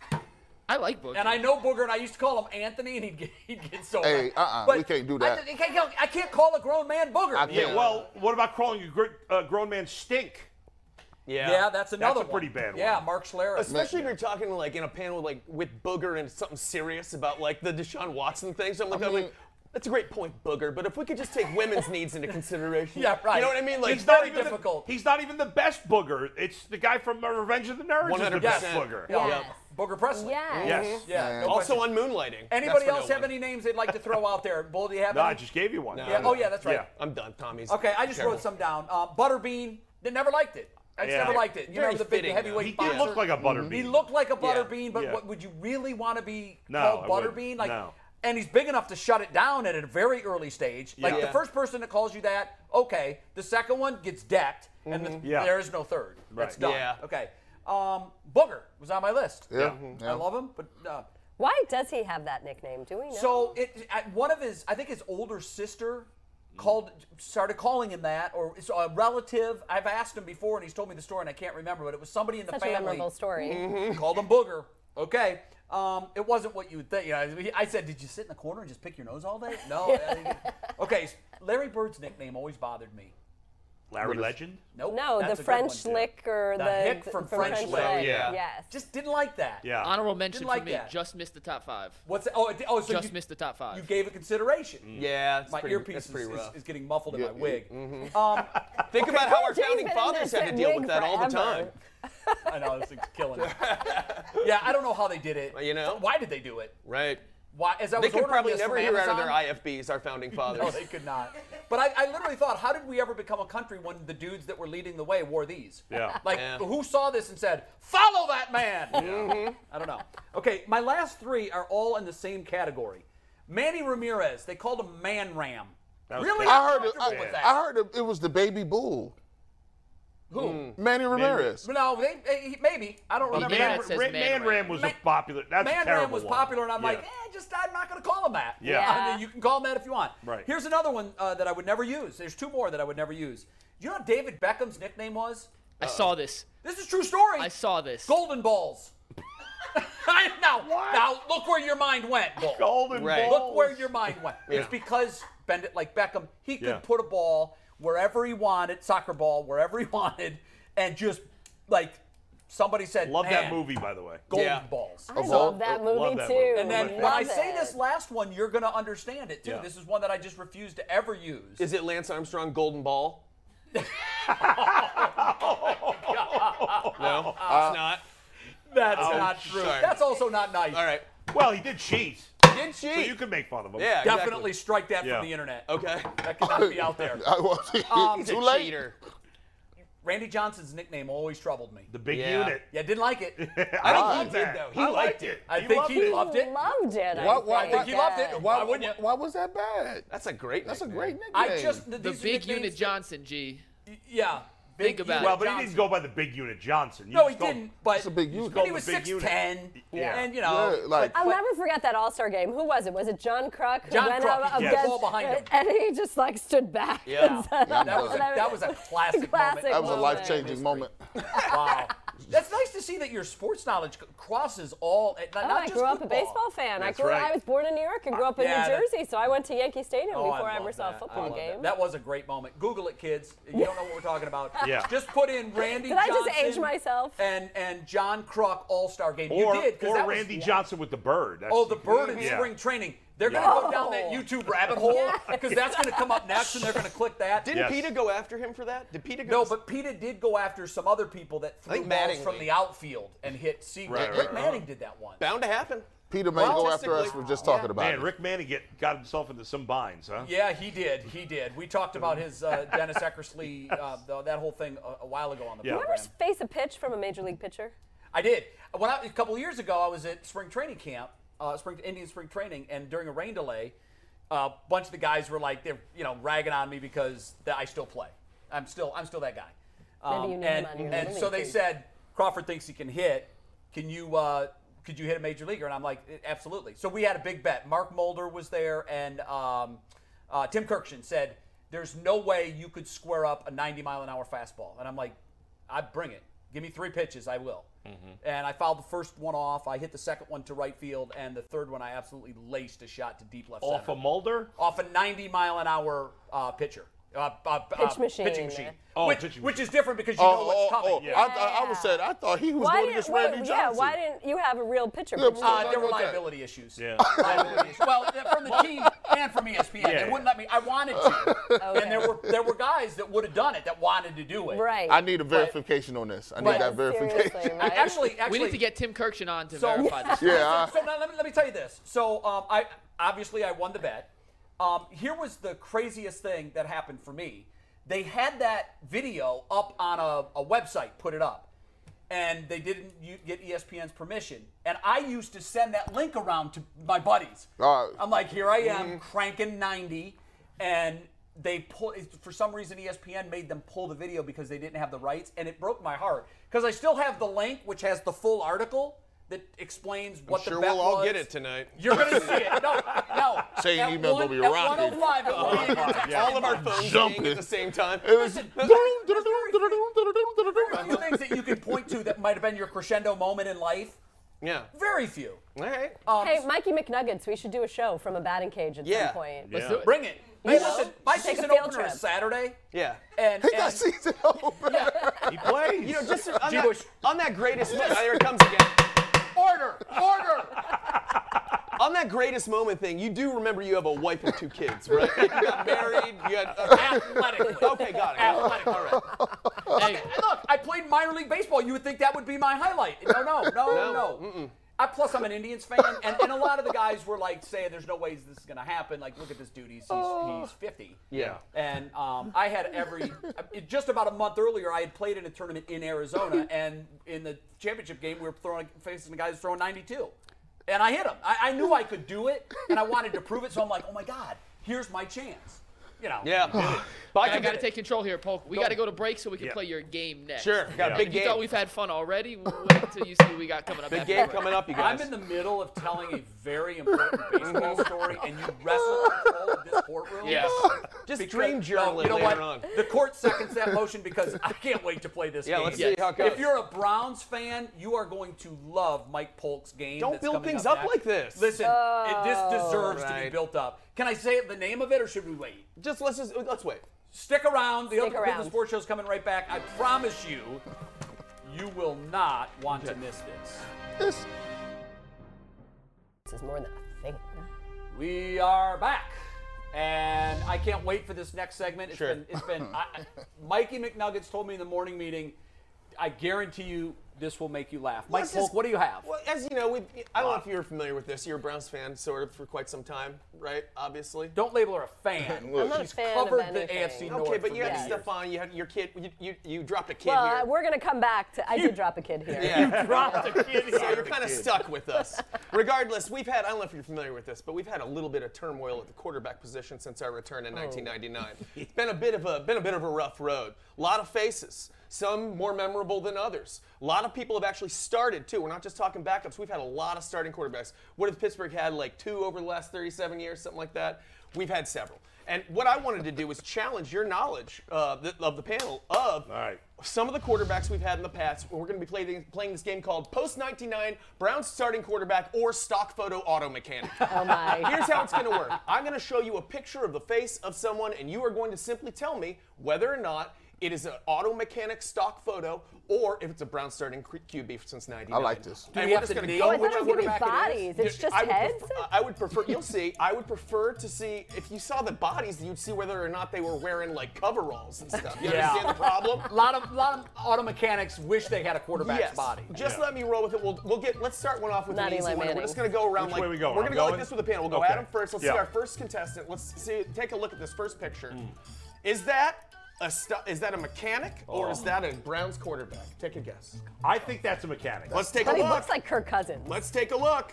Speaker 1: I like Booker.
Speaker 3: And I know Booger, and I used to call him Anthony, and he'd get, he'd get so.
Speaker 2: Hey,
Speaker 3: mad.
Speaker 2: uh-uh,
Speaker 3: But
Speaker 2: we can't do
Speaker 3: I-
Speaker 2: that.
Speaker 3: I, can't, I can't call a grown man Booger.
Speaker 2: I
Speaker 5: Yeah,
Speaker 2: Yeah.
Speaker 5: well, what about calling a gr- uh, grown man stink?
Speaker 7: yeah.
Speaker 3: yeah, that's another.
Speaker 5: a pretty
Speaker 3: one.
Speaker 5: bad one.
Speaker 3: Yeah, Mark Schlereth.
Speaker 7: Especially if you're talking like in a panel like with Booger and something serious about like the Deshaun Watson thing. So I'm like, I am
Speaker 2: mean-
Speaker 7: like that's a great point, Booger. But if we could just take women's needs into consideration,
Speaker 3: Yeah, right.
Speaker 7: You know what I mean? Like
Speaker 5: He's
Speaker 3: very
Speaker 5: not even the-
Speaker 3: difficult.
Speaker 5: he's not even the best booger. It's the guy from uh, Revenge of the Nerds. is the
Speaker 7: 100%.
Speaker 5: best booger.
Speaker 3: Yeah.
Speaker 6: Yes.
Speaker 3: Booger Presley.
Speaker 6: Yes.
Speaker 5: Yes.
Speaker 3: Yeah. no
Speaker 7: also
Speaker 3: question.
Speaker 7: on moonlighting.
Speaker 3: Anybody
Speaker 7: That's for
Speaker 3: else
Speaker 7: no
Speaker 3: have
Speaker 7: one.
Speaker 3: any names they'd like to throw out there? Bull, do you have
Speaker 5: No,
Speaker 3: any?
Speaker 5: I just gave you one.
Speaker 3: yeah. Oh, yeah, that's right.
Speaker 5: Yeah.
Speaker 7: I'm done, Tommy's.
Speaker 3: Okay, I just
Speaker 7: terrible.
Speaker 3: wrote some down. Uh, Butterbean, they never liked it. I just
Speaker 5: Yeah.
Speaker 3: never liked it. You
Speaker 7: Very
Speaker 3: know, the big
Speaker 7: fitting,
Speaker 3: heavyweight
Speaker 5: He
Speaker 7: though.
Speaker 5: did
Speaker 3: boxer.
Speaker 5: look like a butterbean.
Speaker 3: He looked like a
Speaker 7: Yeah.
Speaker 3: Butterbean, but
Speaker 5: Yeah.
Speaker 3: what, would you really want to be
Speaker 5: No,
Speaker 3: called
Speaker 5: I wouldn't.
Speaker 3: Butterbean? Like,
Speaker 5: No.
Speaker 3: and he's big enough to shut it down at a very early stage. Like
Speaker 7: Yeah.
Speaker 3: the first person that calls you that, okay. The second one gets decked, and the,
Speaker 5: Mm-hmm. Yeah.
Speaker 3: there is no third. That's
Speaker 5: Right.
Speaker 3: done.
Speaker 7: Yeah.
Speaker 3: Okay. Um, Booger was on my list.
Speaker 2: Yeah, yeah.
Speaker 3: I love him, but. Uh,
Speaker 6: Why does he have that nickname? Do we know?
Speaker 3: so it at one of his, I think his older sister called started calling him that, or it's a relative. I've asked him before, and he's told me the story, and I can't remember, but it was somebody in the
Speaker 6: Such a
Speaker 3: family Mm-hmm.
Speaker 6: memorable story.
Speaker 3: called him Booger. Okay. Um, it wasn't what you would think. You know, I mean, I said, "Did you sit in the corner and just pick your nose all day?" No. okay. Larry Bird's nickname always bothered me.
Speaker 5: Larry Legend.
Speaker 3: Nope,
Speaker 6: No,
Speaker 3: that's a
Speaker 6: the
Speaker 3: good
Speaker 6: French
Speaker 3: one.
Speaker 6: lick or
Speaker 3: The
Speaker 6: the,
Speaker 3: hick from French Lick,
Speaker 7: yeah.
Speaker 6: Yes.
Speaker 3: Just didn't like that.
Speaker 5: Yeah.
Speaker 1: Honorable mention
Speaker 3: Didn't like
Speaker 1: for me.
Speaker 3: that.
Speaker 1: Just missed the top five.
Speaker 3: What's that? Oh, it- oh, so
Speaker 1: Just
Speaker 3: you,
Speaker 1: missed the top five.
Speaker 3: you gave it consideration.
Speaker 7: Yeah, it's
Speaker 3: My
Speaker 7: pretty,
Speaker 3: earpiece
Speaker 7: Mm-hmm. that's
Speaker 3: is,
Speaker 7: pretty
Speaker 3: is,
Speaker 7: rough. mm-hmm.
Speaker 3: is getting muffled
Speaker 2: Yeah,
Speaker 3: in my
Speaker 2: yeah.
Speaker 3: wig. Um,
Speaker 7: Think about how our
Speaker 6: Jay's
Speaker 7: founding
Speaker 6: been in
Speaker 7: fathers
Speaker 6: this
Speaker 7: had to deal
Speaker 6: wig
Speaker 7: with that all the
Speaker 6: forever.
Speaker 7: time.
Speaker 3: I know this thing's killing me. Yeah, I don't know how they did it.
Speaker 7: you know?
Speaker 3: why did they do it?
Speaker 7: Right.
Speaker 3: Why? As I
Speaker 7: They
Speaker 3: was
Speaker 7: could
Speaker 3: ordering
Speaker 7: probably
Speaker 3: this
Speaker 7: never
Speaker 3: from
Speaker 7: hear out of their
Speaker 3: Amazon-
Speaker 7: IFBs, our founding fathers.
Speaker 3: No, they could not. But I, I literally thought, how did we ever become a country when the dudes that were leading the way wore these?
Speaker 5: Yeah.
Speaker 3: Like,
Speaker 7: Yeah.
Speaker 3: who saw this and said, "Follow that man"?
Speaker 5: Mm-hmm.
Speaker 3: I don't know. Okay, my last three are all in the same category. Manny Ramirez. They called him Man Ram.
Speaker 5: That was
Speaker 3: Really?
Speaker 5: bad.
Speaker 2: I heard. It,
Speaker 3: comfortable with
Speaker 2: I,
Speaker 3: that.
Speaker 2: I heard it, Hmm. it was the baby bull. Who? Manny Ramirez.
Speaker 3: No, they, they- maybe I don't remember.
Speaker 1: did.
Speaker 5: Man,
Speaker 3: that.
Speaker 1: says
Speaker 5: Ram,
Speaker 1: Man
Speaker 5: Man
Speaker 1: Ram.
Speaker 5: Ram was
Speaker 3: Man-
Speaker 5: a popular. That's a
Speaker 3: Man
Speaker 5: terrible
Speaker 3: Ram was
Speaker 5: one.
Speaker 3: popular, and I'm like,
Speaker 5: Yeah.
Speaker 3: eh, just I'm not going to call him that.
Speaker 5: Yeah.
Speaker 3: I
Speaker 6: Yeah.
Speaker 3: mean, you can call him that if you want.
Speaker 5: Right.
Speaker 3: Here's another one uh, that I would never use. There's two more that I would never use. You know what David Beckham's nickname was?
Speaker 1: I saw this.
Speaker 3: This is true story.
Speaker 1: I saw this.
Speaker 3: Golden balls. I- now, now look where your mind went, Bull.
Speaker 5: golden
Speaker 7: Right.
Speaker 3: Look
Speaker 5: balls.
Speaker 3: where your mind went. It's because bend it like Beckham. He could
Speaker 5: Yeah.
Speaker 3: put a ball wherever he wanted, soccer ball wherever he wanted, and just like somebody said,
Speaker 5: Love that
Speaker 3: "Man,
Speaker 5: movie, by the way.
Speaker 3: Golden
Speaker 7: Yeah.
Speaker 3: balls.
Speaker 6: I
Speaker 2: all-
Speaker 6: love that
Speaker 5: love
Speaker 6: movie
Speaker 5: that
Speaker 6: too.
Speaker 5: movie.
Speaker 3: And then
Speaker 5: Love
Speaker 3: when I say
Speaker 6: it.
Speaker 3: this last one, you're gonna understand it too.
Speaker 5: Yeah.
Speaker 3: This is one that I just refuse to ever use.
Speaker 7: Is it Lance Armstrong Golden Ball? no, it's not.
Speaker 3: That's
Speaker 5: Oh,
Speaker 3: not true.
Speaker 7: sorry.
Speaker 3: That's also not nice.
Speaker 7: All right.
Speaker 5: Well, he did cheat,
Speaker 7: Did she?
Speaker 5: so you can make fun of him.
Speaker 7: yeah, exactly.
Speaker 3: Definitely strike that
Speaker 5: Yeah.
Speaker 3: from the internet.
Speaker 7: Okay.
Speaker 3: That cannot be out there.
Speaker 2: I was
Speaker 7: He's a
Speaker 2: too Um, late.
Speaker 7: cheater.
Speaker 3: Randy Johnson's nickname always troubled me.
Speaker 5: The big
Speaker 7: Yeah.
Speaker 5: unit.
Speaker 3: Yeah, didn't like it.
Speaker 7: I think he did
Speaker 5: that.
Speaker 7: though. He
Speaker 5: I
Speaker 7: liked
Speaker 5: liked
Speaker 7: it.
Speaker 5: it.
Speaker 3: I
Speaker 5: He
Speaker 3: think
Speaker 5: loved
Speaker 3: he
Speaker 5: it.
Speaker 3: loved it.
Speaker 6: Loved it. I
Speaker 2: Why, why,
Speaker 6: think
Speaker 2: why,
Speaker 3: he loved it.
Speaker 6: Yeah.
Speaker 2: Why,
Speaker 3: Why wouldn't you?
Speaker 2: why was that bad?
Speaker 7: That's a great.
Speaker 2: That's a
Speaker 7: nickname.
Speaker 2: great nickname.
Speaker 3: I just th-
Speaker 1: The
Speaker 3: these are
Speaker 1: big
Speaker 3: nicknames
Speaker 1: unit
Speaker 3: that-
Speaker 1: Johnson, G.
Speaker 3: Yeah.
Speaker 1: Think
Speaker 3: big
Speaker 1: about
Speaker 3: unit
Speaker 1: it.
Speaker 5: Well, but he
Speaker 3: Johnson.
Speaker 5: didn't go by the big unit Johnson. You
Speaker 3: No, he
Speaker 5: just go-
Speaker 3: didn't. But
Speaker 2: That's a big unit.
Speaker 3: But
Speaker 5: called
Speaker 3: he was
Speaker 5: the big
Speaker 3: six
Speaker 5: unit.
Speaker 3: ten.
Speaker 5: Yeah.
Speaker 3: And you know,
Speaker 2: Yeah, like-
Speaker 6: I'll
Speaker 3: but-
Speaker 6: never forget that All Star game. Who was it? Was it John Kruk? who
Speaker 3: John
Speaker 6: went
Speaker 3: Kruk.
Speaker 6: up
Speaker 5: He kicked
Speaker 3: the
Speaker 6: against-
Speaker 3: ball behind him.
Speaker 6: And he just like stood back.
Speaker 7: Yeah.
Speaker 6: and said,
Speaker 2: Yeah,
Speaker 6: "I'm
Speaker 3: that was a,
Speaker 6: done."
Speaker 3: that was a classic,
Speaker 6: Classic.
Speaker 2: that
Speaker 3: moment.
Speaker 2: was a
Speaker 6: moment.
Speaker 2: life changing moment.
Speaker 3: Wow. That's nice to see that your sports knowledge c- crosses all. eh, Not,
Speaker 6: Oh,
Speaker 3: not
Speaker 6: I
Speaker 3: just
Speaker 6: grew up a
Speaker 3: football.
Speaker 6: baseball fan.
Speaker 7: That's
Speaker 6: I grew
Speaker 7: right.
Speaker 6: I was born in New York and grew up in
Speaker 3: Yeah,
Speaker 6: New
Speaker 3: that-
Speaker 6: Jersey, so I went to Yankee Stadium
Speaker 3: Oh,
Speaker 6: before I,
Speaker 3: love
Speaker 6: ever saw
Speaker 3: that.
Speaker 6: a
Speaker 3: I
Speaker 6: football
Speaker 3: love that.
Speaker 6: game.
Speaker 3: That. was a great moment. Google it, kids. You don't know what we're talking about.
Speaker 5: Yeah.
Speaker 3: Just put in Randy.
Speaker 6: Did I just
Speaker 3: Johnson
Speaker 6: age myself?
Speaker 3: And and John Kruk All Star Game.
Speaker 5: Or,
Speaker 3: you did because
Speaker 5: or
Speaker 3: that
Speaker 5: Randy
Speaker 3: was,
Speaker 5: Johnson with the bird. That's-
Speaker 3: Oh, the bird in
Speaker 5: Yeah.
Speaker 3: spring training. They're
Speaker 5: Yeah.
Speaker 3: gonna go down that YouTube rabbit hole because that's gonna come up next, and they're gonna click that.
Speaker 7: Didn't
Speaker 5: Yes.
Speaker 7: PETA go after him for that? Did PETA go?
Speaker 3: No, but PETA did go after some other people that threw
Speaker 7: think
Speaker 3: balls
Speaker 7: Mattingly.
Speaker 3: from the outfield and hit Seagull.
Speaker 5: Right, right,
Speaker 3: Rick
Speaker 5: right.
Speaker 3: Manning did that once.
Speaker 7: bound to happen.
Speaker 2: Peter may
Speaker 3: Well,
Speaker 2: go after us for
Speaker 7: statistically-
Speaker 2: just talking about
Speaker 5: Man,
Speaker 2: it.
Speaker 5: Rick Manning get, got himself into some binds, huh?
Speaker 3: Yeah, he did. He did. We talked about his uh, Dennis Eckersley, uh, th- that whole thing a, a while ago on the
Speaker 5: Yeah.
Speaker 6: Did you
Speaker 3: program.
Speaker 6: ever face a pitch from a major league pitcher?
Speaker 3: I did. When I, a couple of years ago, I was at spring training camp, uh, spring Indian spring training, and during a rain delay, a bunch of the guys were like, they're you know ragging on me because that I still play. I'm still I'm still that guy.
Speaker 6: Maybe you knew
Speaker 3: Um,
Speaker 6: him
Speaker 3: and
Speaker 6: on your
Speaker 3: and
Speaker 6: little
Speaker 3: so
Speaker 6: league
Speaker 3: they
Speaker 6: team.
Speaker 3: said Crawford thinks he can hit. Can you uh, could you hit a major leaguer? And I'm like, "Eh, absolutely. So we had a big bet. Mark Mulder was there, and um, uh, Tim Kirkshin said, "There's no way you could square up a 90 mile an hour fastball." And I'm like, I bring it. Give me three pitches, I will.
Speaker 5: Mm-hmm.
Speaker 3: And I fouled the first one off. I hit the second one to right field, and the third one I absolutely laced a shot to deep left
Speaker 5: Off
Speaker 3: center
Speaker 5: of Mulder?
Speaker 3: off a 90 mile an hour uh, pitcher. Uh, uh,
Speaker 6: Pitch machine.
Speaker 3: Pitching machine.
Speaker 5: Oh,
Speaker 3: which,
Speaker 5: pitching
Speaker 3: which
Speaker 5: machine.
Speaker 3: is different because you
Speaker 2: Oh,
Speaker 3: know what's
Speaker 2: oh,
Speaker 3: coming. Uh,
Speaker 2: oh, I, thought I was saying, I thought he was going against
Speaker 6: wait,
Speaker 2: Randy
Speaker 6: yeah,
Speaker 2: Johnson.
Speaker 6: why didn't you have a real pitcher?
Speaker 2: Yeah,
Speaker 6: pitch?
Speaker 2: but-
Speaker 3: Uh, there were
Speaker 2: Something like that.
Speaker 3: liability issues.
Speaker 5: Yeah.
Speaker 3: Liability issues. Well, from the team and from E ESPN,
Speaker 5: Yeah,
Speaker 3: they
Speaker 5: yeah.
Speaker 3: wouldn't let me. I wanted to,
Speaker 6: Okay.
Speaker 3: and there were there were guys that would have done it that wanted to do it.
Speaker 6: right.
Speaker 2: I need a verification on this. I need
Speaker 3: Right.
Speaker 2: that
Speaker 6: Seriously,
Speaker 2: verification.
Speaker 6: right?
Speaker 3: Actually, actually,
Speaker 1: We need to get Tim Kirkshin on to
Speaker 3: So-
Speaker 1: verify this.
Speaker 2: yeah.
Speaker 3: so now let me, let me tell you this. So um, I obviously I won the bet. Um, here was the craziest thing that happened for me. They had that video up on a, a website, put it up, and they didn't u- get E ESPN's permission. And I used to send that link around to my buddies.
Speaker 2: Oh.
Speaker 3: I'm like, here I am cranking 90, and they pull. it's- For some reason, E ESPN made them pull the video because they didn't have the rights, and it broke my heart because I still have the link, which has the full article that explains what the
Speaker 7: Sure,
Speaker 3: bet
Speaker 7: we'll all
Speaker 3: was.
Speaker 7: get it tonight.
Speaker 3: You're gonna see it. No, no.
Speaker 2: Say
Speaker 3: At
Speaker 2: email
Speaker 3: one-
Speaker 2: will be
Speaker 3: at
Speaker 2: rocking.
Speaker 3: 105, it will be in your text
Speaker 7: All of our
Speaker 3: inbox.
Speaker 7: phones
Speaker 2: Jumping.
Speaker 7: ding at the same time.
Speaker 2: It was-
Speaker 3: Listen, Very few
Speaker 2: All
Speaker 3: things that you can point to that might have been your crescendo moment in life.
Speaker 7: Yeah.
Speaker 3: Very few.
Speaker 7: All right.
Speaker 3: Um,
Speaker 6: hey, Mikey McNuggets, we should do a show from a batting cage at
Speaker 7: Yeah.
Speaker 6: some point.
Speaker 5: Yeah.
Speaker 1: do it.
Speaker 3: Bring it. Hey,
Speaker 6: know,
Speaker 3: listen, my
Speaker 6: take a
Speaker 3: season
Speaker 6: field
Speaker 3: opener
Speaker 6: trip.
Speaker 3: is Saturday.
Speaker 7: yeah.
Speaker 3: And,
Speaker 2: He got
Speaker 3: and-
Speaker 2: season opener.
Speaker 5: He plays.
Speaker 7: You know, just on,
Speaker 3: Gee,
Speaker 7: that,
Speaker 3: Bush.
Speaker 7: on that greatest moment, there it comes again.
Speaker 3: order, order.
Speaker 7: On that greatest moment thing, you do remember you have a wife and two kids, right? you got married. You uh, got.
Speaker 3: Athletically.
Speaker 7: okay, got it.
Speaker 3: Athletic.
Speaker 7: All right.
Speaker 1: Hey,
Speaker 3: Look, I played minor league baseball. You would think that would be my highlight. No, no, no,
Speaker 7: No,
Speaker 3: no. I, plus, I'm an Indians fan, and, and a lot of the guys were like saying, "There's no ways this is gonna happen." Like, look at this dude. He's he's, he's 50.
Speaker 7: Oh. Yeah.
Speaker 3: And um, I had every just about a month earlier, I had played in a tournament in Arizona, and in the championship game, we were throwing facing the guys throwing 92, and I hit him. I, I knew I could do it, and I wanted to prove it. So I'm like, "Oh my God, here's my chance." You know.
Speaker 7: Yeah. But I
Speaker 1: I
Speaker 7: can
Speaker 1: gotta take control here, Polk. We gotta go to break so we can
Speaker 5: Yeah.
Speaker 1: play your game next.
Speaker 7: Sure. Got a
Speaker 5: Yeah.
Speaker 7: big
Speaker 1: You
Speaker 7: game.
Speaker 1: thought we've had fun already? Wait until you see what we got coming up.
Speaker 7: big
Speaker 1: after
Speaker 7: game
Speaker 1: the break.
Speaker 7: coming up, you
Speaker 3: I'm
Speaker 7: guys.
Speaker 3: in the middle of telling a very important baseball
Speaker 7: Mm-hmm.
Speaker 3: story, and you wrestle control of this courtroom.
Speaker 1: Yes.
Speaker 7: just
Speaker 3: Because-
Speaker 7: dream journaling
Speaker 3: no, you know what?
Speaker 7: later on.
Speaker 3: The court seconds that motion because I can't wait to play this
Speaker 7: Yeah,
Speaker 3: game.
Speaker 7: let's see how it goes.
Speaker 3: If you're a Browns fan, you are going to love Mike Polk's game.
Speaker 7: Don't
Speaker 3: that's
Speaker 7: build
Speaker 3: coming
Speaker 7: things
Speaker 3: up,
Speaker 7: up
Speaker 3: next.
Speaker 7: like this.
Speaker 3: Listen, it, this deserves to be
Speaker 7: Right.
Speaker 3: built up. Can I say the name of it, or should we wait?
Speaker 7: just let's just let's wait.
Speaker 3: Stick around. The other
Speaker 6: around.
Speaker 3: the sports show's coming right back. I promise you, you will not want to miss this.
Speaker 2: This-
Speaker 6: This is more than a thing.
Speaker 3: We are back, and I can't wait for this next segment. It's
Speaker 7: Sure.
Speaker 3: been, it's been I, I- Mikey McNuggets told me in the morning meeting, I guarantee you, This will make you laugh. Mike Polk, what do you have?
Speaker 7: Well, as you know, we I don't know if you're familiar with this. You're a Browns fan, sort of, for quite some time, right? Obviously.
Speaker 3: Don't label her a fan.
Speaker 2: Look. I'm not
Speaker 6: a
Speaker 3: She's
Speaker 6: fan of
Speaker 3: covered the AFC
Speaker 6: anything.
Speaker 3: North.
Speaker 7: Okay, but
Speaker 3: for
Speaker 7: you had
Speaker 3: many years.
Speaker 7: Stefan. You had your kid. You you, you dropped a kid
Speaker 6: Well,
Speaker 7: here.
Speaker 6: I- we're going to come back to. I did drop a kid here.
Speaker 7: yeah.
Speaker 5: Drop the kid.
Speaker 7: So you're kind of stuck with us. Regardless, we've had, I don't know if you're familiar with this, but we've had a little bit of turmoil at the quarterback position since our return in
Speaker 5: Oh.
Speaker 7: 1999. it's been a bit of a been a bit of a rough road. A lot of faces, some more memorable than others. A lot of people have actually started too. We're not just talking backups. We've had a lot of starting quarterbacks. What if Pittsburgh had like two over the last 37 years, something like that? We've had several. And what I wanted to do was challenge your knowledge uh, th- of the panel of
Speaker 5: All right.
Speaker 7: some of the quarterbacks we've had in the past, we're going to be playing, playing this game called Post 99 Browns Starting Quarterback or Stock Photo Auto Mechanic.
Speaker 6: Oh my.
Speaker 7: Here's how it's going to work I'm going to show you a picture of the face of someone, and you are going to simply tell me whether or not it is an auto mechanic stock photo or if it's a Brown starting Q- QB since 99.
Speaker 2: like this. Do
Speaker 7: And
Speaker 3: we
Speaker 7: we're
Speaker 3: have
Speaker 7: just
Speaker 3: to
Speaker 7: going
Speaker 3: name
Speaker 7: go
Speaker 3: Oh,
Speaker 6: I
Speaker 7: with
Speaker 6: thought it
Speaker 7: whichever
Speaker 6: was going to be
Speaker 7: quarterback it is.
Speaker 6: bodies. It's
Speaker 7: Yeah,
Speaker 6: just
Speaker 7: I would
Speaker 6: heads.
Speaker 7: prefer- I would prefer. You'll see. I would prefer to see if you saw the bodies, you'd see whether or not they were wearing like coveralls and stuff. You
Speaker 3: Yeah.
Speaker 7: understand the problem?
Speaker 3: A lot of, lot of auto mechanics wish they had a quarterback's
Speaker 7: yes.
Speaker 3: body.
Speaker 7: Just
Speaker 5: Yeah.
Speaker 7: let me roll with it. We'll, we'll get. Let's start one off with
Speaker 6: Not
Speaker 7: an easy
Speaker 6: Eli
Speaker 7: one. We're
Speaker 6: Manning.
Speaker 7: just gonna go around
Speaker 5: Which
Speaker 7: like
Speaker 5: way we going?
Speaker 7: are gonna
Speaker 5: I'm
Speaker 7: go like
Speaker 5: going?
Speaker 7: this with the panel. We'll go
Speaker 5: Okay.
Speaker 7: Adam first. Let's
Speaker 5: Yeah.
Speaker 7: see our first contestant. Let's see. Take a look at this first picture. Is that a stu- is that a mechanic or is that a Browns quarterback? Take a guess.
Speaker 5: I think that's a mechanic.
Speaker 7: Let's take
Speaker 6: But
Speaker 7: a
Speaker 6: he
Speaker 7: look.
Speaker 6: looks like Kirk Cousins.
Speaker 7: Let's take a look.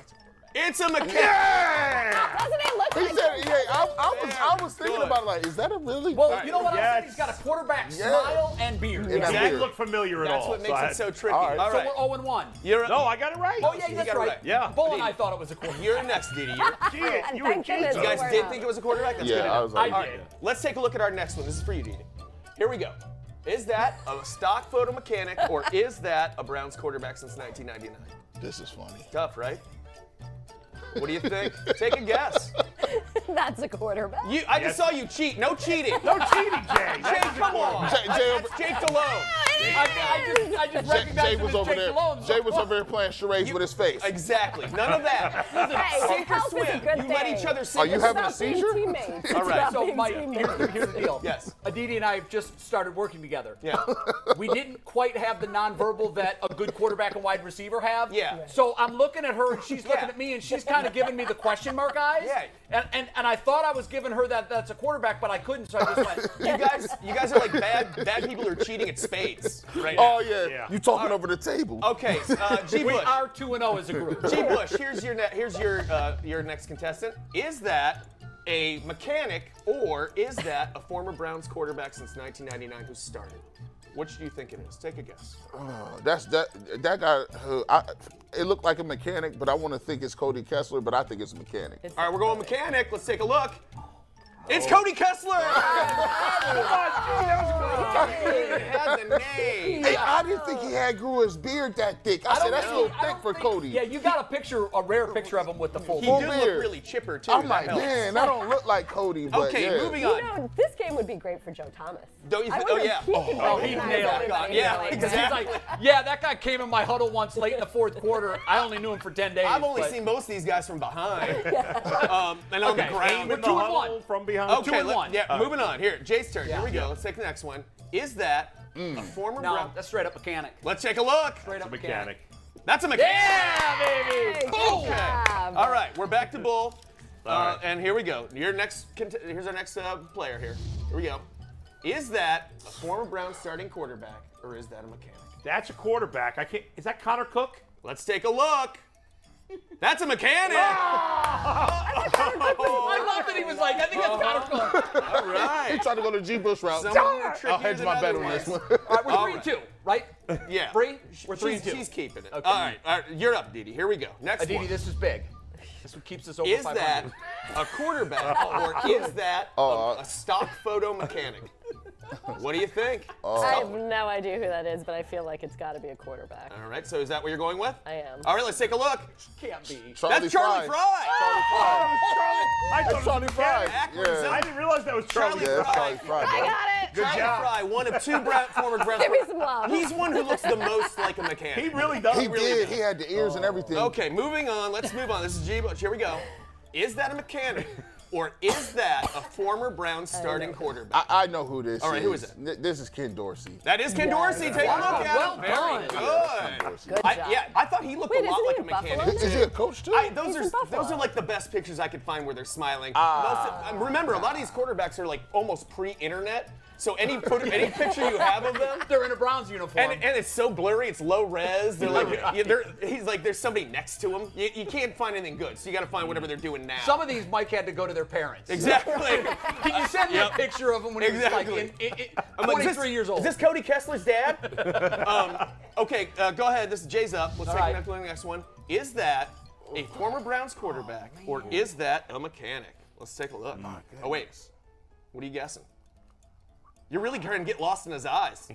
Speaker 7: It's a mechanic.
Speaker 6: Doesn't he look
Speaker 2: He
Speaker 6: like?
Speaker 2: said, yeah, I, I was, I was
Speaker 7: Good.
Speaker 2: thinking about like, is that a really?
Speaker 3: Well, you know what I said?
Speaker 5: Yes.
Speaker 3: He's got a quarterback
Speaker 2: Yeah.
Speaker 3: smile and beard.
Speaker 2: And
Speaker 5: That
Speaker 2: I'm weird.
Speaker 5: looked familiar at
Speaker 7: That's
Speaker 5: all.
Speaker 7: what makes
Speaker 5: I-
Speaker 7: it so tricky.
Speaker 2: All right.
Speaker 7: All
Speaker 3: So
Speaker 7: right.
Speaker 3: we're 0 1.
Speaker 7: You're
Speaker 5: No, I got it right.
Speaker 3: Oh, yeah,
Speaker 7: You
Speaker 3: that's
Speaker 7: got it
Speaker 3: right.
Speaker 7: right.
Speaker 5: Yeah.
Speaker 3: Bull and I thought it was a quarterback.
Speaker 7: You're next, Didi. You're-
Speaker 5: Shit,
Speaker 6: And
Speaker 5: you were
Speaker 6: thank goodness
Speaker 7: You
Speaker 5: Jesus.
Speaker 7: guys
Speaker 6: We're
Speaker 7: did
Speaker 6: not.
Speaker 7: think it was a quarterback? That's good
Speaker 2: yeah,
Speaker 7: enough.
Speaker 2: I was like,
Speaker 3: I
Speaker 7: All right, let's take a look at our next one. This is for you, Didi. Here we go. Is that a stock photo mechanic or is that a Browns quarterback since 1999?
Speaker 2: this is funny.
Speaker 7: Tough, right? What do you think? Take a guess.
Speaker 6: That's a quarterback.
Speaker 7: You, I
Speaker 5: Yes.
Speaker 7: just saw you cheat. No cheating.
Speaker 5: No cheating, Jay.
Speaker 7: Jake,
Speaker 5: That's a good
Speaker 7: come
Speaker 5: one.
Speaker 7: on.
Speaker 2: Jay, Jay,
Speaker 7: That's Jake DeLone.
Speaker 3: I, I just, I just
Speaker 2: Jay,
Speaker 3: recognized
Speaker 2: Jay
Speaker 3: him
Speaker 2: was
Speaker 3: as
Speaker 2: over
Speaker 3: Jake
Speaker 2: there.
Speaker 3: Delhomme.
Speaker 2: Jay was over there playing charades with his face.
Speaker 7: Exactly. None of that.
Speaker 6: Hey,
Speaker 7: Sink or
Speaker 6: health is a
Speaker 7: swim.
Speaker 6: good
Speaker 7: You let
Speaker 6: thing.
Speaker 7: each other sink
Speaker 2: Are you
Speaker 7: or
Speaker 2: having
Speaker 7: swim.
Speaker 2: a
Speaker 6: Stop being
Speaker 2: seizure?
Speaker 6: teammates.
Speaker 7: All right.
Speaker 6: Stop
Speaker 3: So,
Speaker 6: being
Speaker 3: Mike,
Speaker 6: teammates.
Speaker 3: here- here's the deal.
Speaker 7: Yes.
Speaker 3: Aditi and I have just started working together.
Speaker 7: Yeah.
Speaker 3: We didn't quite have the nonverbal that a good quarterback and wide receiver have.
Speaker 7: Yeah. Right.
Speaker 3: So I'm looking at her and she's looking
Speaker 7: Yeah.
Speaker 3: at me and she's kind of giving me the question mark eyes.
Speaker 7: Yeah.
Speaker 3: And, and and I thought I was giving her that that's a quarterback, but I couldn't, so I just went.
Speaker 7: You guys, you guys are like bad, bad people who are cheating at spades right now.
Speaker 2: Oh yeah,
Speaker 5: Yeah.
Speaker 2: you talking over the table?
Speaker 7: Okay, uh, G.
Speaker 3: We
Speaker 7: Bush.
Speaker 3: are two and zero as a group.
Speaker 7: G. Bush, here's your ne- here's your uh, your next contestant. Is that a mechanic or is that a former Browns quarterback since 1999 who started? Which do you think it is? Take a guess.
Speaker 2: Uh, That's that that guy. Uh, I, it looked like a mechanic, but I want to think it's Cody Kessler, but I think it's a mechanic.
Speaker 7: All right, we're going mechanic. Let's take a look. It's Cody Kessler. It had the name.
Speaker 2: Hey, I didn't think he had grew his beard that thick. I,
Speaker 3: I
Speaker 2: said
Speaker 3: don't
Speaker 2: that's a
Speaker 3: know.
Speaker 2: little
Speaker 3: I
Speaker 2: thick
Speaker 3: don't
Speaker 2: for
Speaker 3: think-
Speaker 2: Cody.
Speaker 3: Yeah, you got a picture, a rare picture of him with the full.
Speaker 7: He
Speaker 2: Full
Speaker 7: did
Speaker 2: beard.
Speaker 7: look really chipper too.
Speaker 2: I'm
Speaker 7: that
Speaker 2: like,
Speaker 7: helps.
Speaker 2: man, I don't look like Cody. But
Speaker 7: Okay,
Speaker 2: yeah.
Speaker 7: moving
Speaker 6: You
Speaker 7: on.
Speaker 6: know, this game would be great for Joe Thomas.
Speaker 7: Don't you
Speaker 6: I
Speaker 7: thi-
Speaker 6: wonder
Speaker 7: oh,
Speaker 6: if
Speaker 7: yeah.
Speaker 6: He can
Speaker 7: Oh,
Speaker 3: he
Speaker 6: recognize
Speaker 3: nailed it.
Speaker 6: everybody
Speaker 7: Yeah,
Speaker 6: like that.
Speaker 3: Because he's like, yeah, that guy came in my huddle once late in the fourth quarter. I only knew him for ten days.
Speaker 7: I've only
Speaker 3: but-
Speaker 7: seen most of these guys from behind. um, and on
Speaker 3: Okay,
Speaker 7: the ground.
Speaker 5: Aim
Speaker 3: We're
Speaker 5: in the
Speaker 3: two and
Speaker 5: huddle
Speaker 3: one.
Speaker 5: From behind.
Speaker 7: Okay,
Speaker 5: Two and
Speaker 7: let-
Speaker 5: one.
Speaker 7: yeah, moving on. Here, Jay's turn.
Speaker 3: Yeah.
Speaker 7: Here we go. Let's take the next one. Is that
Speaker 5: Mm.
Speaker 7: a former
Speaker 3: No,
Speaker 7: Brown?
Speaker 3: that's straight up mechanic.
Speaker 7: Let's take a look.
Speaker 3: Straight up
Speaker 5: Mechanic.
Speaker 7: That's a mechanic.
Speaker 3: Yeah, baby.
Speaker 6: Hey, good job.
Speaker 7: All right, we're back to Bull. Uh,
Speaker 5: right.
Speaker 7: And here we go. Your next, cont- here's our next uh, player here. Here we go. Is that a former Brown starting quarterback or is that a mechanic?
Speaker 5: That's a quarterback. I can't. Is that Connor Cook?
Speaker 7: Let's take a look. That's a mechanic.
Speaker 3: I love that he was like, I think that's Connor Cook.
Speaker 7: All
Speaker 2: He
Speaker 7: right.
Speaker 2: tried to go to G. Bush route.
Speaker 7: Someone more
Speaker 2: I'll
Speaker 7: trickier
Speaker 2: hedge
Speaker 7: than
Speaker 2: my bet on
Speaker 7: otherwise.
Speaker 2: this one.
Speaker 3: All right, we're
Speaker 7: All
Speaker 3: three
Speaker 7: right.
Speaker 3: and two, right?
Speaker 7: Yeah.
Speaker 3: Three? We're three
Speaker 7: she's,
Speaker 3: and two.
Speaker 7: she's keeping it.
Speaker 3: Okay.
Speaker 7: All, right, all right, you're up, Didi. Here we go. Next
Speaker 3: Aditi,
Speaker 7: one.
Speaker 3: this is big. This what keeps us over
Speaker 7: is
Speaker 3: 500.
Speaker 7: that a quarterback or is that a,
Speaker 2: Oh, uh,
Speaker 7: a stock photo mechanic? What do you think?
Speaker 2: Uh,
Speaker 6: I have no idea who that is, but I feel like it's got to be a quarterback.
Speaker 7: All right, so is that what you're going with?
Speaker 6: I am.
Speaker 7: All right, let's take a look.
Speaker 3: can't be?
Speaker 2: Charlie
Speaker 7: That's Charlie Fry.
Speaker 2: Fry. Charlie
Speaker 7: Oh,
Speaker 2: Fry.
Speaker 5: Oh, I
Speaker 2: That's
Speaker 5: thought
Speaker 2: Charlie
Speaker 5: it was
Speaker 2: Fry.
Speaker 5: mechanic.
Speaker 7: Acronyms.
Speaker 2: Yeah.
Speaker 5: I didn't realize that was Charlie.
Speaker 7: Charlie
Speaker 2: Yeah,
Speaker 5: Fry.
Speaker 2: that's
Speaker 7: Fry.
Speaker 2: Charlie Fry, bro.
Speaker 6: I got it.
Speaker 5: Good
Speaker 7: Charlie
Speaker 5: job.
Speaker 7: Fry, one of two Brown, former Brown.
Speaker 6: Give me some love.
Speaker 7: He's one who looks the most like a mechanic.
Speaker 5: He really does.
Speaker 2: He did. He
Speaker 7: Oh,
Speaker 2: had the ears and everything.
Speaker 7: Okay, moving on. Let's move on. This is G Butch. Here we go. Is that a mechanic Or is that a former Browns starting quarterback?
Speaker 2: I, I know who this is.
Speaker 7: All right, who is it?
Speaker 2: Th- This is Ken Dorsey.
Speaker 7: That is Ken Dorsey. Take a look at him. Very good.
Speaker 6: Good job.
Speaker 7: I, yeah, I thought he looked
Speaker 6: Wait,
Speaker 7: a lot
Speaker 6: isn't he
Speaker 7: like a
Speaker 6: in Buffalo?
Speaker 7: mechanic.
Speaker 2: Is he a coach too?
Speaker 7: I, those
Speaker 6: He's
Speaker 7: are
Speaker 6: in Buffalo.
Speaker 7: those are like the best pictures I could find where they're smiling.
Speaker 3: Ah.
Speaker 7: Most of- um, remember, a lot of these quarterbacks are like almost pre-internet, so any photo, any picture you have of them,
Speaker 3: They're in a Browns uniform.
Speaker 7: and, and it's so blurry, it's low res. They're like, yeah, they're, he's like, there's somebody next to him. You, you can't find anything good, so you got to find whatever they're doing now.
Speaker 3: Some of these Mike had to go to their parents.
Speaker 7: exactly.
Speaker 3: Can you send me a picture of him when he was like
Speaker 7: Exactly.
Speaker 3: in, in, in,
Speaker 7: I'm
Speaker 3: 23
Speaker 7: like, is this-
Speaker 3: years old?
Speaker 7: Is this Cody Kessler's dad? um, okay, uh, go ahead. This is Jay's up. Let's
Speaker 3: All
Speaker 7: take
Speaker 3: right.
Speaker 7: the next one. Is that a former Browns quarterback
Speaker 3: Oh,
Speaker 7: or is that a mechanic? Let's take a look. Oh, wait. What are you guessing? You're really trying to get lost in his eyes.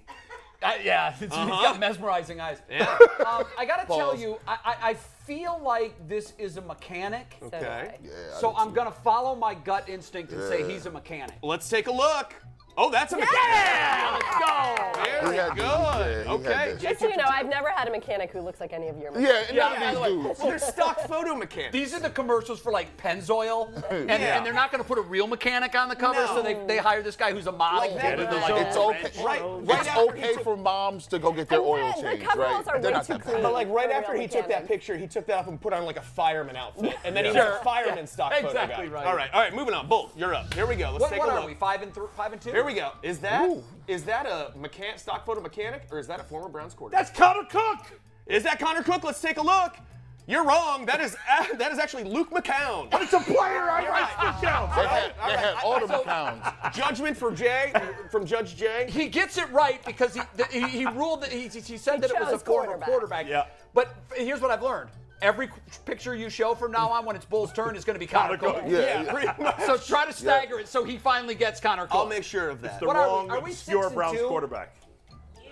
Speaker 3: I- yeah, it's, he's got mesmerizing eyes.
Speaker 7: Yeah.
Speaker 3: Um, I gotta tell
Speaker 7: Balls.
Speaker 3: you, I, I, I feel like this is a mechanic.
Speaker 6: So do
Speaker 7: Okay.
Speaker 6: I.
Speaker 3: So I'm gonna follow my gut instinct and say he's a mechanic.
Speaker 7: Let's take a look. Oh, that's a mechanic.
Speaker 3: Let's go.
Speaker 7: Very
Speaker 2: He had
Speaker 7: good.
Speaker 2: this. Yeah, he had
Speaker 7: okay.
Speaker 2: this.
Speaker 7: Jay,
Speaker 6: Just so you know, I've never had a mechanic who looks like any of your mechanics.
Speaker 2: Yeah,
Speaker 7: by
Speaker 2: none
Speaker 7: the
Speaker 2: of
Speaker 7: way,
Speaker 2: these dudes.
Speaker 7: They're stock photo mechanics.
Speaker 3: These are the commercials for like Pennzoil, and,
Speaker 7: Yeah.
Speaker 3: and they're not gonna put a real mechanic on the cover,
Speaker 7: No.
Speaker 3: so they, they hire this guy who's a model.
Speaker 7: Like
Speaker 3: and
Speaker 7: that,
Speaker 3: they're
Speaker 7: like
Speaker 3: like,
Speaker 7: that.
Speaker 2: It's okay.
Speaker 7: Right, right
Speaker 2: It's
Speaker 7: after he
Speaker 2: okay
Speaker 7: took-
Speaker 2: for moms to go get their
Speaker 6: And
Speaker 2: oil
Speaker 6: the- the
Speaker 2: changed,
Speaker 6: coveralls
Speaker 2: right?
Speaker 6: are
Speaker 2: They're
Speaker 6: way
Speaker 2: not
Speaker 6: too
Speaker 2: that
Speaker 6: clean.
Speaker 2: bad.
Speaker 7: But like right
Speaker 6: Real
Speaker 7: after he took that
Speaker 6: mechanic.
Speaker 7: picture, he took that off and put on like a fireman outfit, and then he
Speaker 3: Sure.
Speaker 7: was a fireman stock photo guy.
Speaker 3: Exactly right.
Speaker 7: All right, all right, moving on. Bull, you're up. Here we go. Let's
Speaker 3: what
Speaker 7: take
Speaker 3: what
Speaker 7: a look.
Speaker 3: are we? Five and three, five and two.
Speaker 7: Here we go. Is that is that a mechan- stock photo mechanic or is that a former Browns quarterback?
Speaker 5: That's Connor Cook.
Speaker 7: is that Connor Cook? Let's take a look. You're wrong. That is that is actually Luke McCown.
Speaker 5: It's a player I
Speaker 7: You're
Speaker 5: write this down.
Speaker 2: They had,
Speaker 7: all
Speaker 2: they
Speaker 7: right,
Speaker 2: had
Speaker 7: I-
Speaker 2: all
Speaker 7: I
Speaker 2: the
Speaker 7: felt-
Speaker 2: pounds.
Speaker 7: Judgment from Jay from Judge Jay.
Speaker 3: he gets it right because he th- he, he ruled that he, he said that it was a
Speaker 6: chose
Speaker 3: former
Speaker 6: quarterback.
Speaker 3: quarterback.
Speaker 5: Yeah.
Speaker 3: But f- here's what I've learned: every qu- picture you show from now on, when it's Bull's turn, is going to be Connor Cook.
Speaker 2: Yeah, yeah.
Speaker 7: pretty much.
Speaker 3: So try to stagger it so he finally gets Connor Cook.
Speaker 7: I'll make sure of that.
Speaker 5: The
Speaker 3: What are we-
Speaker 5: wrong
Speaker 3: are we
Speaker 5: it's
Speaker 3: six
Speaker 5: your
Speaker 3: and
Speaker 5: Browns
Speaker 3: two?
Speaker 5: quarterback.
Speaker 8: You,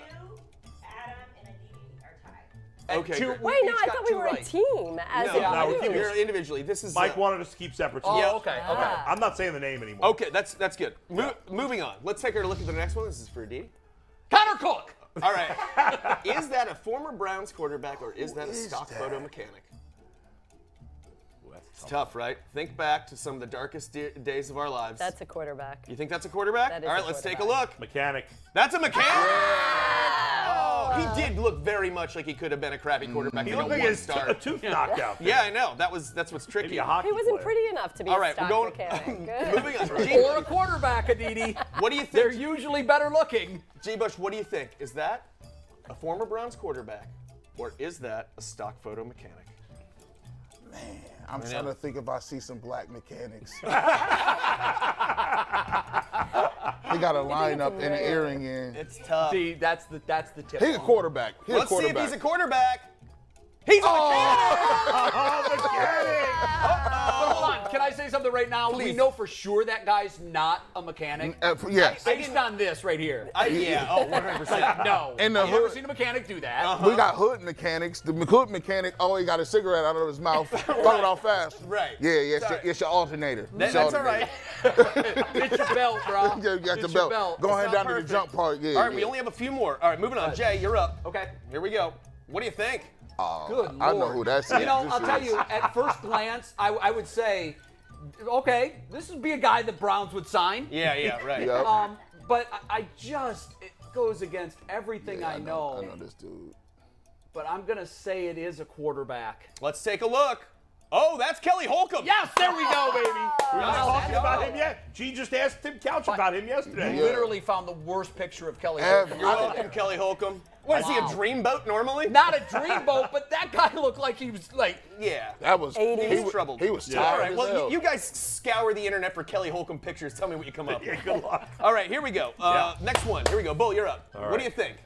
Speaker 8: Adam, and Aditi are tied.
Speaker 3: And
Speaker 7: okay,
Speaker 3: two-
Speaker 7: great.
Speaker 3: we
Speaker 6: Wait, no,
Speaker 3: each
Speaker 6: I
Speaker 3: got
Speaker 6: thought we
Speaker 3: two
Speaker 6: were
Speaker 3: right.
Speaker 6: a team as
Speaker 7: No,
Speaker 6: a
Speaker 7: no,
Speaker 3: we
Speaker 6: group.
Speaker 3: can-
Speaker 7: you're individually. This is
Speaker 5: Mike
Speaker 7: uh,
Speaker 5: wanted us to keep separate. so
Speaker 3: Oh,
Speaker 5: yeah.
Speaker 3: okay, okay.
Speaker 5: I'm not saying the name anymore.
Speaker 7: Okay, that's that's good. Mo- Moving on. Let's take a look at the next one. This is for Aditi.
Speaker 3: Connor Cook.
Speaker 7: All right. is that a former Browns quarterback or is that a
Speaker 2: is
Speaker 7: stock
Speaker 2: that?
Speaker 7: photo mechanic? It's tough, right? Think back to some of the darkest de- days of our lives.
Speaker 6: That's a quarterback.
Speaker 7: you think that's a quarterback?
Speaker 6: That is
Speaker 7: All right,
Speaker 6: a
Speaker 7: let's take a look.
Speaker 6: quarterback.
Speaker 5: Mechanic.
Speaker 7: That's a mechanic. Oh, he did look very much like he could have been a crappy quarterback.
Speaker 5: Mm. He
Speaker 7: in a
Speaker 5: looked like
Speaker 7: one
Speaker 5: his t-
Speaker 7: star.
Speaker 5: a tooth knocked out.
Speaker 7: yeah, I know. That was that's what's tricky.
Speaker 5: Maybe a hockey
Speaker 6: He wasn't
Speaker 5: player.
Speaker 6: pretty enough to be
Speaker 7: All
Speaker 6: a
Speaker 7: right, we're
Speaker 6: stock
Speaker 7: going.
Speaker 6: mechanic. Good.
Speaker 7: Moving on. G-
Speaker 3: Or a quarterback, Aditi.
Speaker 7: what do you think?
Speaker 3: They're usually better looking.
Speaker 7: G Bush, what do you think? Is that a former Browns quarterback or is that a stock photo mechanic?
Speaker 2: I'm trying to think if I see some black mechanics. they got a lineup and an earring in.
Speaker 7: It's tough.
Speaker 3: See, that's the that's the tip.
Speaker 2: He's a quarterback. He's a
Speaker 7: Let's see if
Speaker 2: quarterback.
Speaker 7: he's a quarterback. He's
Speaker 5: Oh, mechanic.
Speaker 3: But hold on, can I say something right now? We
Speaker 7: Please.
Speaker 3: know for sure that guy's not a mechanic.
Speaker 2: Uh, f- yes.
Speaker 3: Based on this right here.
Speaker 7: a quarterback. yeah, oh, 100%.
Speaker 3: No.
Speaker 2: Uh, In the
Speaker 3: I've never
Speaker 2: hood. Uh,
Speaker 3: seen a mechanic do that.
Speaker 2: we got hood mechanics. The m- hood mechanic always got a cigarette out of his mouth. Throw it out fast.
Speaker 7: Right.
Speaker 2: Yeah, yeah. It's,
Speaker 7: Sorry.
Speaker 2: your, it's your alternator.
Speaker 7: That-
Speaker 2: It's your
Speaker 7: that's all
Speaker 2: alternator.
Speaker 7: right.
Speaker 3: It's your belt, bro.
Speaker 2: Yeah, you got
Speaker 3: It's
Speaker 2: the
Speaker 3: your
Speaker 2: belt. Go
Speaker 3: It's
Speaker 2: ahead
Speaker 7: not
Speaker 2: down to
Speaker 7: perfect.
Speaker 2: the jump part. Yeah,
Speaker 7: All right,
Speaker 2: yeah.
Speaker 7: we only have a few more. All right, moving on. Jay, you're up.
Speaker 3: Okay.
Speaker 7: Here we go. What do you think?
Speaker 3: Good
Speaker 2: I know
Speaker 3: lord.
Speaker 2: who that's
Speaker 3: You
Speaker 2: is.
Speaker 3: know,
Speaker 2: This
Speaker 3: I'll tell
Speaker 2: is-
Speaker 3: you, at first glance, I, I would say, okay, this would be a guy that Browns would sign.
Speaker 7: Yeah, yeah, right.
Speaker 2: Yup.
Speaker 3: Um, but I, I just, it goes against everything
Speaker 2: Yeah,
Speaker 3: I, know,
Speaker 2: I know this dude.
Speaker 3: But I'm going to say it is a quarterback.
Speaker 7: Let's take a look. Oh, that's Kelly Holcomb.
Speaker 3: Yes, there we go, baby.
Speaker 5: We're not
Speaker 3: Wow,
Speaker 5: talking
Speaker 3: that's
Speaker 5: about
Speaker 3: all.
Speaker 5: him yet. G just asked Tim Couch about him yesterday.
Speaker 2: Yeah.
Speaker 3: Literally found the worst picture of Kelly.
Speaker 2: Ever.
Speaker 3: Holcomb.
Speaker 7: You're welcome, Kelly Holcomb. What is
Speaker 3: Wow.
Speaker 7: he, a dreamboat normally?
Speaker 3: Not a dreamboat, but that guy looked like he was like,
Speaker 7: Yeah.
Speaker 2: That was
Speaker 6: Eighties.
Speaker 2: He
Speaker 7: He's
Speaker 2: was
Speaker 7: troubled.
Speaker 2: He was
Speaker 5: Yeah.
Speaker 2: tired.
Speaker 7: All right,
Speaker 2: as
Speaker 7: well,
Speaker 2: hell.
Speaker 7: you, you guys scour the internet for Kelly Holcomb pictures. Tell me what you come up
Speaker 5: Yeah,
Speaker 7: with.
Speaker 5: good luck.
Speaker 7: All right, here we go. Uh, Next one. Here we go. Bull, you're up. what do
Speaker 5: right.
Speaker 7: you think?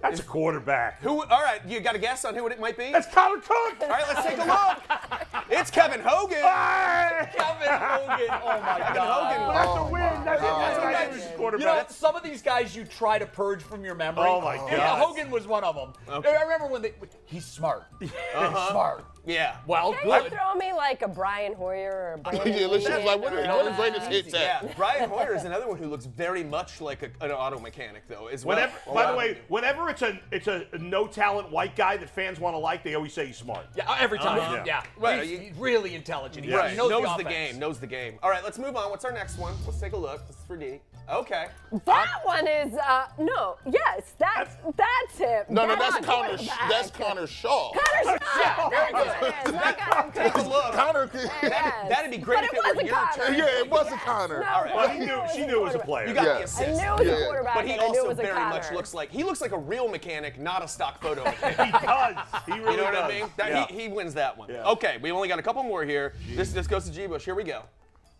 Speaker 5: That's a quarterback. Oh
Speaker 7: Who? All right, you got a guess on who it might be?
Speaker 5: That's Connor Cook.
Speaker 7: all right, let's take a look. It's Kevin Hogan.
Speaker 5: Ah!
Speaker 3: Kevin Hogan. Oh my
Speaker 7: Kevin
Speaker 3: God.
Speaker 7: Hogan.
Speaker 5: That's a win.
Speaker 7: God.
Speaker 5: That's a win. I
Speaker 7: That's
Speaker 5: knew he was a
Speaker 7: amazing.
Speaker 3: You know,
Speaker 5: quarterback.
Speaker 3: some of these guys you try to purge from your memory.
Speaker 5: Oh, my
Speaker 3: And
Speaker 5: God.
Speaker 3: Hogan was one of them. I remember when they. He's smart.
Speaker 7: Uh-huh.
Speaker 3: He's smart.
Speaker 7: Yeah.
Speaker 3: Well,
Speaker 6: Can you
Speaker 3: good.
Speaker 6: throw me like a Brian Hoyer or a Brandon
Speaker 2: yeah, let's just
Speaker 6: Wheat
Speaker 2: like, what
Speaker 6: or
Speaker 2: are
Speaker 6: a-
Speaker 2: what are the greatest hits
Speaker 7: Yeah,
Speaker 2: at?
Speaker 7: Brian Hoyer is another one who looks very much like a, an auto mechanic, though. As well.
Speaker 5: Whenever,
Speaker 7: Well,
Speaker 5: by
Speaker 7: I-
Speaker 5: the way, whenever it's a it's a no talent white guy that fans want to like, they always say he's smart.
Speaker 3: Yeah, every time.
Speaker 5: Uh-huh.
Speaker 3: yeah.
Speaker 7: Right,
Speaker 3: He's,
Speaker 7: you-
Speaker 3: He's really intelligent. He
Speaker 5: Right.
Speaker 3: knows,
Speaker 7: knows
Speaker 3: the,
Speaker 7: the,
Speaker 3: offense.
Speaker 7: game. Knows the game. All right, let's move on. What's our next one? Let's take a look. This is for D. Okay.
Speaker 6: That one is uh, no. Yes, that's that's him.
Speaker 2: No, no,
Speaker 6: That
Speaker 2: that's
Speaker 6: on
Speaker 2: Connor.
Speaker 6: quarterback.
Speaker 2: That's Connor Shaw.
Speaker 6: Connor Shaw.
Speaker 2: There you go.
Speaker 6: That's what it is. I got him
Speaker 7: Take a
Speaker 6: too.
Speaker 7: look.
Speaker 2: Connor.
Speaker 6: Yes.
Speaker 7: that'd be great
Speaker 6: But
Speaker 7: if
Speaker 6: it
Speaker 7: it were
Speaker 6: wasn't
Speaker 7: your
Speaker 6: Connor.
Speaker 7: turn.
Speaker 2: Yeah, it was a Connor.
Speaker 6: No,
Speaker 2: All
Speaker 7: right.
Speaker 6: I
Speaker 7: Well,
Speaker 5: he
Speaker 6: knew
Speaker 5: knew-
Speaker 6: it
Speaker 5: she
Speaker 6: was
Speaker 5: knew it was a
Speaker 6: quarterback.
Speaker 5: player.
Speaker 7: You got
Speaker 2: Yeah.
Speaker 7: the
Speaker 6: I
Speaker 7: assist.
Speaker 6: knew it was
Speaker 2: Yeah.
Speaker 6: a quarterback.
Speaker 7: But he
Speaker 6: and I knew it
Speaker 7: also
Speaker 6: was a
Speaker 7: very
Speaker 6: Connor.
Speaker 7: much looks like he looks like a real mechanic, not a stock photo mechanic.
Speaker 5: He does. He really
Speaker 7: You know what
Speaker 5: does.
Speaker 7: I mean? That,
Speaker 5: Yeah.
Speaker 7: he, he wins that one.
Speaker 5: Yeah.
Speaker 7: Okay, we only got a couple more here. This this goes to G Bush. Here we go.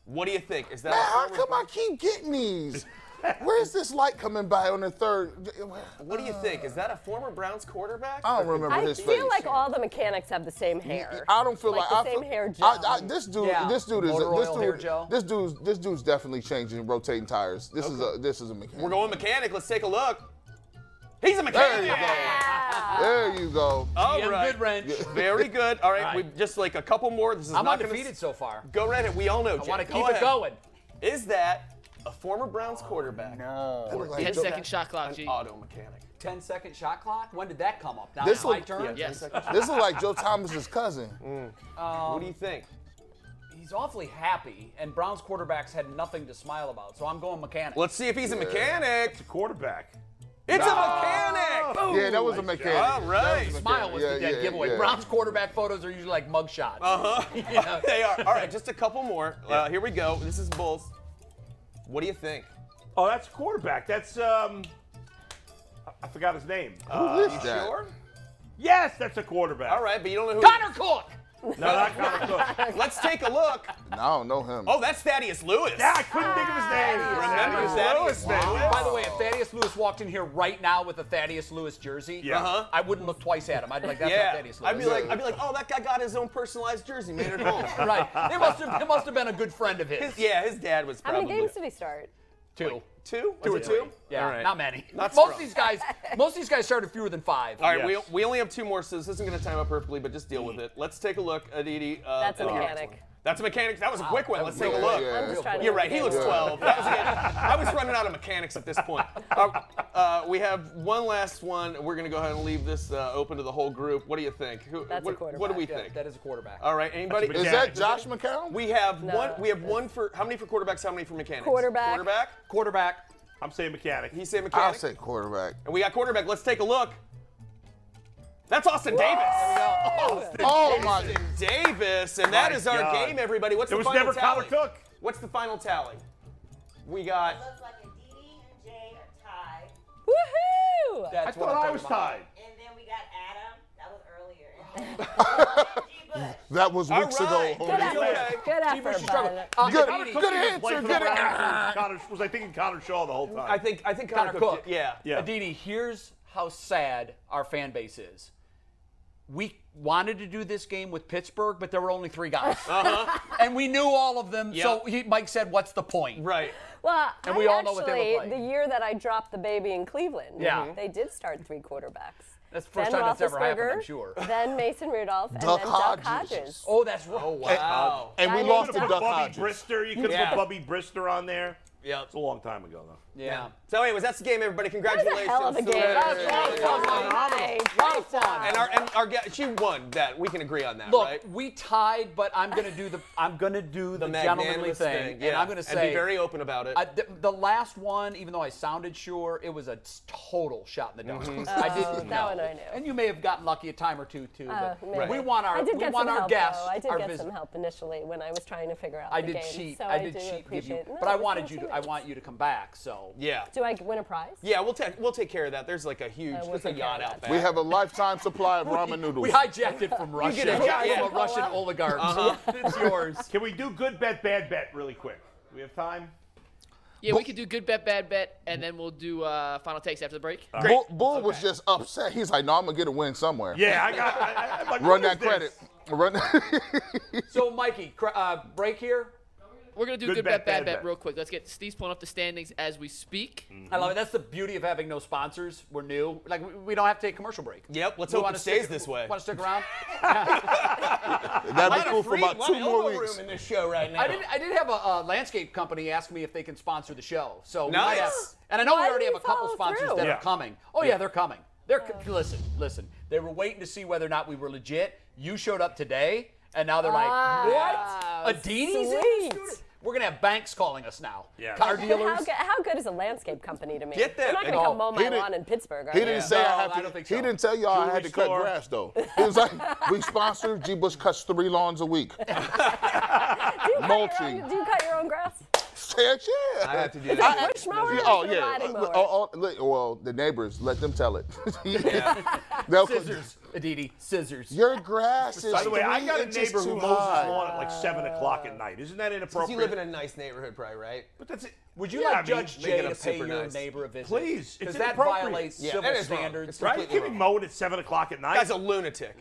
Speaker 7: What do you think? Is that
Speaker 2: Man,
Speaker 7: a
Speaker 2: how
Speaker 7: forward-
Speaker 2: come I keep getting these? Where's this light coming by on the third?
Speaker 7: What do you think? Is that a former Browns quarterback?
Speaker 2: I don't remember
Speaker 6: I
Speaker 2: his
Speaker 6: feel
Speaker 2: face.
Speaker 6: like all the mechanics have the same hair.
Speaker 2: I don't feel like,
Speaker 6: like,
Speaker 2: I
Speaker 6: the
Speaker 2: feel,
Speaker 6: same hair gel.
Speaker 2: I, I, this dude,
Speaker 3: Yeah.
Speaker 2: this dude is
Speaker 3: Motor
Speaker 2: this
Speaker 3: oil
Speaker 2: dude,
Speaker 3: hair gel.
Speaker 2: this dude's this dude's definitely changing, rotating tires. This is a this is a mechanic.
Speaker 7: We're going mechanic. Let's take a look. He's a
Speaker 2: There you
Speaker 7: mechanic.
Speaker 2: go. There you go.
Speaker 7: All
Speaker 3: Damn
Speaker 7: right.
Speaker 3: good wrench.
Speaker 7: Very good. All right, we've just like a couple more. This is
Speaker 3: I'm
Speaker 7: not
Speaker 3: undefeated
Speaker 7: Gonna...
Speaker 3: so far.
Speaker 7: Go right ahead. We all know.
Speaker 3: I want to
Speaker 7: Jay.
Speaker 3: keep
Speaker 7: ahead.
Speaker 3: it going.
Speaker 7: Is that a former Browns
Speaker 2: Oh,
Speaker 7: quarterback
Speaker 2: That look like
Speaker 1: 10
Speaker 2: Joe-
Speaker 1: second shot clock,
Speaker 7: an
Speaker 1: G.
Speaker 7: auto mechanic?
Speaker 3: 10 second shot clock. When did that come up? Now
Speaker 2: This
Speaker 3: it's my
Speaker 2: will-
Speaker 3: turn.
Speaker 1: Yes.
Speaker 2: This is like Joe Thomas's cousin.
Speaker 7: what
Speaker 2: Um,
Speaker 7: do you think?
Speaker 3: He's awfully happy, and Browns quarterbacks had nothing to smile about. So I'm going mechanic.
Speaker 7: Let's see if he's a mechanic.
Speaker 5: Quarterback.
Speaker 7: It's a mechanic. Boom.
Speaker 2: Yeah, that was a mechanic.
Speaker 7: All right.
Speaker 3: Smile was
Speaker 2: Yeah,
Speaker 3: the dead
Speaker 2: yeah,
Speaker 3: giveaway.
Speaker 2: yeah.
Speaker 3: Browns quarterback photos are usually like mugshots.
Speaker 7: Uh-huh.
Speaker 3: Uh huh.
Speaker 7: they are. All right, just a couple more. Uh, here we go. This is Bulls. What do you think?
Speaker 5: Oh, that's quarterback. That's um. I- I forgot his name. Uh,
Speaker 2: Who is that?
Speaker 7: Sure.
Speaker 5: yes, that's a quarterback.
Speaker 7: All right, but you don't know who.
Speaker 3: Connor Cook.
Speaker 5: No, not Connor Cook.
Speaker 7: Let's take a look.
Speaker 2: No, I don't know him.
Speaker 7: Oh, that's Thaddeus Lewis.
Speaker 5: Yeah, I couldn't think of his name.
Speaker 7: Remember
Speaker 5: Thaddeus
Speaker 2: Oh,
Speaker 7: Thaddeus
Speaker 5: Lewis, man.
Speaker 7: Lewis?
Speaker 3: By the way, if Thaddeus Lewis walked in here right now with a Thaddeus Lewis jersey,
Speaker 5: Yeah. Uh-huh.
Speaker 3: I wouldn't look twice at him. I'd be like, that's not
Speaker 7: Yeah,
Speaker 3: Thaddeus Lewis.
Speaker 7: I'd be like, I'd be like, oh, that guy got his own personalized jersey made at home.
Speaker 3: right. It must have, it must have been a good friend of his.
Speaker 7: His- yeah, his dad was
Speaker 6: How
Speaker 7: probably
Speaker 6: many games did he start?
Speaker 3: too.
Speaker 7: two,
Speaker 3: Two or
Speaker 7: Was it
Speaker 3: two? Yeah,
Speaker 7: All right.
Speaker 3: not many.
Speaker 7: Not
Speaker 3: most of
Speaker 7: strong.
Speaker 3: these guys, most of these guys started fewer than five.
Speaker 7: All right,
Speaker 5: Yes.
Speaker 7: we, we only have two more, so this isn't going to time up perfectly, but just deal with it. Let's take a look, Aditi. Uh,
Speaker 6: That's a
Speaker 7: at the next
Speaker 6: mechanic.
Speaker 7: one. That's a mechanic. That was a quick one. Let's take a
Speaker 2: Yeah,
Speaker 7: look.
Speaker 2: yeah.
Speaker 6: I'm just trying to
Speaker 7: You're
Speaker 6: look
Speaker 7: right. He
Speaker 6: at
Speaker 7: looks
Speaker 6: it.
Speaker 7: 12. That was good. I was running out of mechanics at this point. Uh, uh, we have one last one. We're going to go ahead and leave this uh, open to the whole group. What do you think? Who,
Speaker 6: That's
Speaker 7: what,
Speaker 6: a
Speaker 7: what do
Speaker 6: quarterback.
Speaker 7: we
Speaker 3: Yeah,
Speaker 7: think?
Speaker 3: that is a quarterback.
Speaker 7: All right. Anybody?
Speaker 5: That's a
Speaker 2: is that Josh McCown?
Speaker 7: we have
Speaker 6: No,
Speaker 7: one. We have one for how many for quarterbacks? How many for mechanics?
Speaker 6: Quarterback.
Speaker 7: Quarterback.
Speaker 3: Quarterback.
Speaker 5: I'm saying mechanic.
Speaker 7: He said
Speaker 2: I'll
Speaker 7: mechanic.
Speaker 2: say quarterback.
Speaker 7: And we got quarterback. Let's take a look. That's Austin Davis.
Speaker 2: Oh my!
Speaker 7: Davis, and that
Speaker 5: My
Speaker 7: is our
Speaker 5: God.
Speaker 7: game, everybody. What's
Speaker 5: There
Speaker 7: the
Speaker 5: was
Speaker 7: final
Speaker 5: never
Speaker 7: tally?
Speaker 5: Connor Cook.
Speaker 7: What's the final tally? We got.
Speaker 8: It looks like a DD and Jay are tied,
Speaker 6: Woohoo!
Speaker 5: I
Speaker 3: That's what I'm
Speaker 5: thought I
Speaker 3: talking
Speaker 5: was
Speaker 3: about.
Speaker 5: tied.
Speaker 8: and then we got Adam. That was earlier. And then G. Bush.
Speaker 2: That was
Speaker 7: All
Speaker 2: weeks
Speaker 7: right.
Speaker 2: ago.
Speaker 7: Good
Speaker 2: homie.
Speaker 7: effort.
Speaker 6: Good
Speaker 3: Bush
Speaker 6: effort,
Speaker 3: is struggling.
Speaker 6: bud.
Speaker 3: Uh,
Speaker 2: Good,
Speaker 3: Aditi-
Speaker 2: good
Speaker 5: He played
Speaker 2: answer,
Speaker 5: for the
Speaker 2: good
Speaker 5: Browns.
Speaker 2: answer.
Speaker 5: Connor was I thinking Connor Shaw the whole time.
Speaker 7: I think. I think Connor,
Speaker 3: Connor Cook.
Speaker 7: did- Yeah.
Speaker 5: Yeah.
Speaker 3: Aditi, here's how sad our fan base is. We wanted to do this game with Pittsburgh, but there were only three guys,
Speaker 7: Uh-huh.
Speaker 3: and we knew all of them. So he, Mike said, "What's the point?"
Speaker 7: Right.
Speaker 6: Well,
Speaker 3: And
Speaker 6: I
Speaker 3: we all know
Speaker 6: actually,
Speaker 3: what they look like.
Speaker 6: the year that I dropped the baby in Cleveland,
Speaker 3: Yeah. Mhm.
Speaker 6: they did start three quarterbacks.
Speaker 3: That's the first
Speaker 6: Ben
Speaker 3: time that's ever happened, I'm
Speaker 6: Roethlisberger,
Speaker 3: sure.
Speaker 6: Then Mason Rudolph, and
Speaker 2: Duck
Speaker 6: then Duck
Speaker 2: Hodges.
Speaker 6: Hodges.
Speaker 3: Oh, that's right. Oh,
Speaker 7: Wow.
Speaker 2: And we
Speaker 6: Diamond
Speaker 2: lost
Speaker 5: You
Speaker 2: to
Speaker 5: could
Speaker 6: Duck
Speaker 5: have
Speaker 2: Duck
Speaker 5: put Bubby
Speaker 2: Hodges.
Speaker 5: Brister. You could have
Speaker 7: Yeah.
Speaker 5: put Bubby Brister on there.
Speaker 7: Yeah.
Speaker 5: It's a long time ago though.
Speaker 3: yeah.
Speaker 7: So, anyways, that's the game, everybody.
Speaker 6: What
Speaker 7: Congratulations.
Speaker 6: a hell of a
Speaker 7: So-
Speaker 6: game.
Speaker 3: That's awesome. Phenomenal. Lot of fun.
Speaker 7: And our and our guest, she won that. We can agree on that,
Speaker 3: Look,
Speaker 7: right?
Speaker 3: we tied, but I'm gonna do the I'm gonna do the, gentlemanly
Speaker 7: magnanimous
Speaker 3: thing, and
Speaker 7: yeah.
Speaker 3: I'm gonna say
Speaker 7: be very open about it.
Speaker 3: I- th- the last one, even though I sounded sure, it was a total shot in the dark.
Speaker 7: Mm-hmm.
Speaker 3: I didn't
Speaker 6: Oh, that
Speaker 3: know.
Speaker 6: one I knew.
Speaker 3: And you may have gotten lucky a time or two too.
Speaker 6: Uh,
Speaker 3: but
Speaker 6: maybe.
Speaker 3: We want our
Speaker 6: I did
Speaker 3: we
Speaker 6: get
Speaker 3: want
Speaker 6: some
Speaker 3: our
Speaker 6: help,
Speaker 3: guests.
Speaker 6: Though. I did
Speaker 3: our
Speaker 6: get
Speaker 3: vis-
Speaker 6: some help initially when I was trying to figure out
Speaker 3: I
Speaker 6: the
Speaker 3: did
Speaker 6: game.
Speaker 3: cheat.
Speaker 6: So
Speaker 3: I did
Speaker 6: do
Speaker 3: cheat with you,
Speaker 6: appreciate- No,
Speaker 3: but I
Speaker 6: it was
Speaker 3: wanted
Speaker 6: nice
Speaker 3: you.
Speaker 6: of
Speaker 3: To, I want you to come back. So
Speaker 7: yeah.
Speaker 6: Do I win a prize?
Speaker 7: Yeah, we'll take we'll take care of that. There's like a huge,
Speaker 6: Uh, we'll
Speaker 7: there's a
Speaker 6: take care
Speaker 7: yacht
Speaker 6: of
Speaker 7: out
Speaker 6: that.
Speaker 7: back.
Speaker 2: We have a lifetime supply of ramen noodles.
Speaker 3: we hijacked it from Russia.
Speaker 7: get a guy
Speaker 3: from
Speaker 7: in.
Speaker 3: a Russian oligarch.
Speaker 7: Uh-huh.
Speaker 3: It's yours.
Speaker 5: Can we do good bet, bad bet really quick? We have time.
Speaker 1: Yeah, we could do good bet, bad bet, and then we'll do uh, final takes after the break.
Speaker 2: Bull, Bull was just upset. He's like, "No, I'm gonna get a win somewhere.
Speaker 5: Yeah, I got. I, I, I'm like, what
Speaker 2: Run that
Speaker 5: is this?
Speaker 2: credit. Run."
Speaker 3: So Mikey, cr- uh, break here.
Speaker 1: We're gonna do good, bet, bad, bet, real quick. Let's get Steve's pulling up the standings as we speak.
Speaker 3: I love it. That's the beauty of having no sponsors. We're new. Like we, we don't have to take a commercial break.
Speaker 7: Yep, let's
Speaker 3: We
Speaker 7: hope
Speaker 3: wanna
Speaker 7: it stays
Speaker 3: stick-
Speaker 7: this way.
Speaker 3: Want to stick around?
Speaker 2: That'd be cool for
Speaker 7: Free-
Speaker 2: about
Speaker 7: lot
Speaker 2: two
Speaker 7: of
Speaker 2: more
Speaker 7: elbow
Speaker 2: weeks.
Speaker 7: room in this show right now.
Speaker 3: I did. I did have a, uh landscape company ask me if they can sponsor the show. So we might have-
Speaker 7: Nice.
Speaker 3: and I know
Speaker 6: Why
Speaker 3: we already
Speaker 6: didn't
Speaker 3: have
Speaker 6: you
Speaker 3: a couple
Speaker 6: follow
Speaker 3: sponsors
Speaker 6: through? Oh.
Speaker 3: that
Speaker 5: Yeah.
Speaker 3: are coming. Oh yeah, they're coming. They're c listen, listen. They were waiting to see whether or not we were legit. You showed up today, And now they're like, what? Adini's in the
Speaker 6: Ah, sweet.
Speaker 3: studio? We're going to have banks calling us now.
Speaker 5: Yeah.
Speaker 3: Car
Speaker 6: And how,
Speaker 3: dealers.
Speaker 6: good, how good is a landscape company to me?
Speaker 7: Get that-
Speaker 6: They're not going to
Speaker 7: Oh,
Speaker 6: come mow
Speaker 2: he
Speaker 6: my
Speaker 2: didn't-
Speaker 6: lawn in Pittsburgh, are
Speaker 2: He
Speaker 6: they?
Speaker 2: didn't say
Speaker 3: No,
Speaker 2: I had
Speaker 3: I
Speaker 2: to.
Speaker 3: don't think
Speaker 2: He
Speaker 3: so.
Speaker 2: didn't tell y'all I had to cut
Speaker 5: store.
Speaker 2: grass though. He was like, we sponsor G. Bush cuts three lawns a week.
Speaker 6: Do you cut your
Speaker 2: Mulching.
Speaker 6: own- Do you cut your own grass?
Speaker 2: Heck yeah.
Speaker 7: I have to do
Speaker 6: a
Speaker 7: that.
Speaker 6: push mower?
Speaker 2: Yeah,
Speaker 6: or
Speaker 2: Oh
Speaker 6: is it a
Speaker 2: yeah.
Speaker 6: riding
Speaker 2: Uh,
Speaker 6: mower?
Speaker 2: oh, oh, li- well, the neighbors let them tell it. They'll-
Speaker 3: Scissors, Aditi, scissors.
Speaker 2: Your grass is
Speaker 5: By the way, I
Speaker 2: three
Speaker 5: got a
Speaker 2: inches
Speaker 5: neighbor who
Speaker 2: too
Speaker 5: mows his
Speaker 2: high.
Speaker 5: lawn at like seven o'clock at night. Isn't that
Speaker 7: Because
Speaker 5: inappropriate?
Speaker 7: you live in a nice neighborhood, probably, right?
Speaker 5: but that's it.
Speaker 3: Would you
Speaker 5: Yeah,
Speaker 3: like
Speaker 5: I mean,
Speaker 3: Judge
Speaker 7: make it
Speaker 3: Jay
Speaker 7: up
Speaker 3: to pay
Speaker 7: super
Speaker 3: your
Speaker 7: nice.
Speaker 3: neighbor a visit?
Speaker 5: Please, it's
Speaker 3: Because that
Speaker 5: inappropriate.
Speaker 3: violates
Speaker 7: Yeah,
Speaker 3: civil
Speaker 7: that is wrong.
Speaker 3: standards.
Speaker 7: It's
Speaker 5: Right? You can't be mowing at seven o'clock at night.
Speaker 7: That's a lunatic.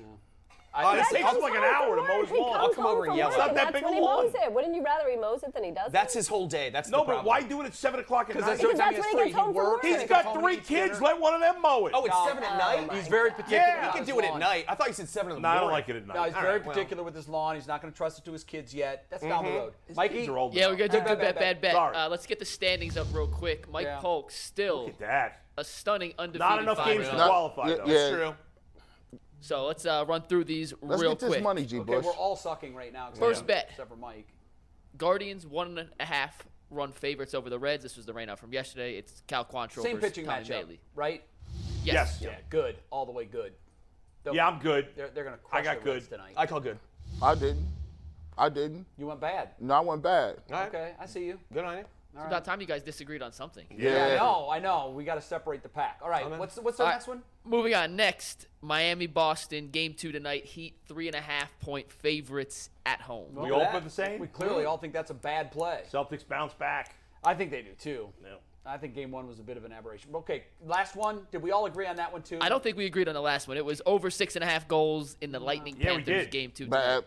Speaker 3: I-
Speaker 5: It takes
Speaker 6: Comes
Speaker 5: him like an
Speaker 6: home
Speaker 5: hour to
Speaker 6: from
Speaker 5: mow
Speaker 6: work.
Speaker 5: his
Speaker 6: He
Speaker 5: lawn.
Speaker 6: comes
Speaker 7: I'll come
Speaker 6: home
Speaker 7: over and
Speaker 6: from
Speaker 7: yell.
Speaker 6: work,
Speaker 7: It's not
Speaker 6: and
Speaker 5: that
Speaker 6: that's
Speaker 5: big
Speaker 6: when
Speaker 5: a
Speaker 6: he mows
Speaker 5: lawn.
Speaker 6: it. Wouldn't you rather he mows it than he doesn't?
Speaker 7: That's his whole day. That's
Speaker 5: no,
Speaker 7: the
Speaker 5: but
Speaker 7: problem.
Speaker 5: why do it at seven o'clock at
Speaker 3: that's
Speaker 5: night?
Speaker 3: the
Speaker 6: Because
Speaker 3: time he
Speaker 6: that's
Speaker 3: has
Speaker 6: when
Speaker 3: three.
Speaker 6: he gets home from
Speaker 3: works.
Speaker 6: work.
Speaker 5: He's
Speaker 3: He comes
Speaker 5: got
Speaker 3: home,
Speaker 5: three
Speaker 3: he eats dinner.
Speaker 5: kids. Let one of them mow it.
Speaker 7: Oh, it's seven at night.
Speaker 3: He's very particular.
Speaker 5: Yeah.
Speaker 3: about
Speaker 7: He
Speaker 5: You
Speaker 7: can
Speaker 3: his
Speaker 7: do it at
Speaker 3: lawn.
Speaker 7: night. I thought you said seven in the
Speaker 5: No, I
Speaker 7: morning.
Speaker 5: don't like it at night.
Speaker 3: No, he's
Speaker 5: All
Speaker 3: very
Speaker 5: right, well.
Speaker 3: particular with his lawn. He's not going to trust it to his kids yet. That's down the road. Mikey,
Speaker 5: Kids are old
Speaker 1: Yeah, we're gonna
Speaker 5: enough.
Speaker 1: do
Speaker 3: Bad,
Speaker 1: good bet,
Speaker 3: bad,
Speaker 1: bad bet.
Speaker 5: Sorry.
Speaker 1: Uh, let's get the standings up real quick. Mike
Speaker 3: Yeah.
Speaker 1: Polk still
Speaker 5: Look at that.
Speaker 1: a stunning undefeated.
Speaker 5: Not enough games to
Speaker 2: Not-
Speaker 1: 5-0.
Speaker 5: qualify,
Speaker 2: yeah,
Speaker 5: though.
Speaker 2: yeah.
Speaker 7: True.
Speaker 1: So let's uh, run through these
Speaker 2: Let's
Speaker 1: real
Speaker 2: get this
Speaker 1: quick.
Speaker 2: money, G.
Speaker 3: okay,
Speaker 2: Bush.
Speaker 3: we're all sucking right now. 'cause
Speaker 1: First
Speaker 3: we-
Speaker 1: bet.
Speaker 3: Except for Mike.
Speaker 1: Guardians one and a half run favorites over the Reds. This was the rainout from yesterday. It's Cal Quantrill
Speaker 3: Same
Speaker 1: versus
Speaker 3: pitching
Speaker 1: Tommy
Speaker 3: matchup,
Speaker 1: Bailey.
Speaker 3: right?
Speaker 5: Yes.
Speaker 3: Yeah, good. All the way good. They'll-
Speaker 5: Yeah, I'm good.
Speaker 3: They're, they're going to crush
Speaker 5: got
Speaker 3: the Reds
Speaker 5: good.
Speaker 3: tonight.
Speaker 7: I call good.
Speaker 2: I didn't. I didn't.
Speaker 3: you went bad.
Speaker 2: No, I went bad.
Speaker 7: All right.
Speaker 3: Okay, I see you.
Speaker 7: Good on you.
Speaker 1: It's about time you guys disagreed on something.
Speaker 3: Yeah, I
Speaker 2: Yeah.
Speaker 3: know, I know. We got to separate the pack. All right,
Speaker 7: man.
Speaker 3: what's the, what's the
Speaker 1: All right.
Speaker 3: next one?
Speaker 1: Moving on next, Miami Boston game two tonight. Heat three and a half point favorites at home.
Speaker 5: We
Speaker 7: Look
Speaker 5: all
Speaker 7: at
Speaker 5: play
Speaker 7: that.
Speaker 5: the same.
Speaker 3: We clearly all think that's a bad play.
Speaker 5: Celtics bounce back.
Speaker 3: I think they do too.
Speaker 5: No.
Speaker 3: I think game one was a bit of an aberration. Okay, last one. Did we all agree on that one too?
Speaker 1: I don't think we agreed on the last one. It was over six and a half goals in the Lightning
Speaker 5: Yeah, we
Speaker 1: Panthers
Speaker 5: did.
Speaker 1: game two. tonight.
Speaker 2: Bad.